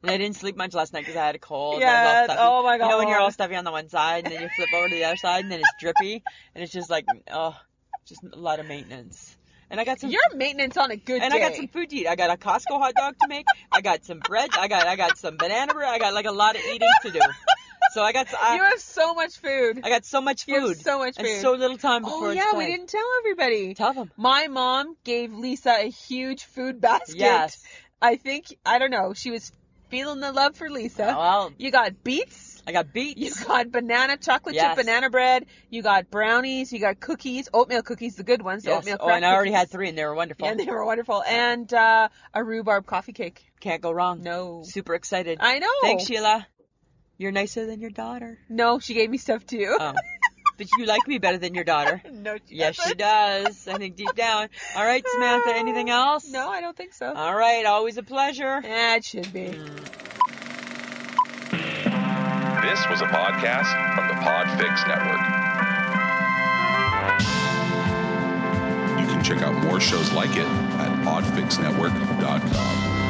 Speaker 2: And I didn't sleep much last night because I had a cold. I
Speaker 1: Yes,
Speaker 2: was all stuffy.
Speaker 1: oh my
Speaker 2: You know when you're all
Speaker 1: God.
Speaker 2: stuffy on the one side and then you flip over to the other side and then it's drippy and it's just like, oh, just a lot of maintenance. And I got some.
Speaker 1: You're maintenance on a good
Speaker 2: and
Speaker 1: day.
Speaker 2: I got some food to eat. I got a Costco hot dog to make. I got some bread. I got I got some banana bread. I got like a lot of eating to do. So I got s- I,
Speaker 1: you have so much food.
Speaker 2: I got so much
Speaker 1: You have
Speaker 2: uh, food
Speaker 1: so much
Speaker 2: and
Speaker 1: food.
Speaker 2: so little time before
Speaker 1: oh,
Speaker 2: it's
Speaker 1: yeah, we
Speaker 2: time.
Speaker 1: didn't tell everybody.
Speaker 2: Tell them.
Speaker 1: My mom gave Lisa a huge food basket.
Speaker 2: Yes.
Speaker 1: I think, I don't know, she was feeling the love for Lisa.
Speaker 2: Well,
Speaker 1: You got beets.
Speaker 2: I got beets.
Speaker 1: You got banana chocolate
Speaker 2: Yes.
Speaker 1: chip banana bread. You got brownies. You got cookies, oatmeal cookies, the good ones. the
Speaker 2: Yes.
Speaker 1: Oatmeal
Speaker 2: Oh, and I already
Speaker 1: crack
Speaker 2: had three, and they were wonderful.
Speaker 1: cookies. And they were wonderful. And uh, a rhubarb coffee cake.
Speaker 2: Can't go wrong.
Speaker 1: No,
Speaker 2: Super excited.
Speaker 1: I know.
Speaker 2: Thanks, Sheila. You're nicer than your daughter.
Speaker 1: No, she gave me stuff too.
Speaker 2: Oh. but you like me better than your daughter.
Speaker 1: no, she
Speaker 2: Yes, she
Speaker 1: doesn't.
Speaker 2: does. I think deep down. All right, Samantha. Anything else?
Speaker 1: No, I don't think so.
Speaker 2: All right. Always a pleasure.
Speaker 1: yeah, it should be.
Speaker 3: This was a podcast from the Podfix Network. You can check out more shows like it at podfixnetwork.com.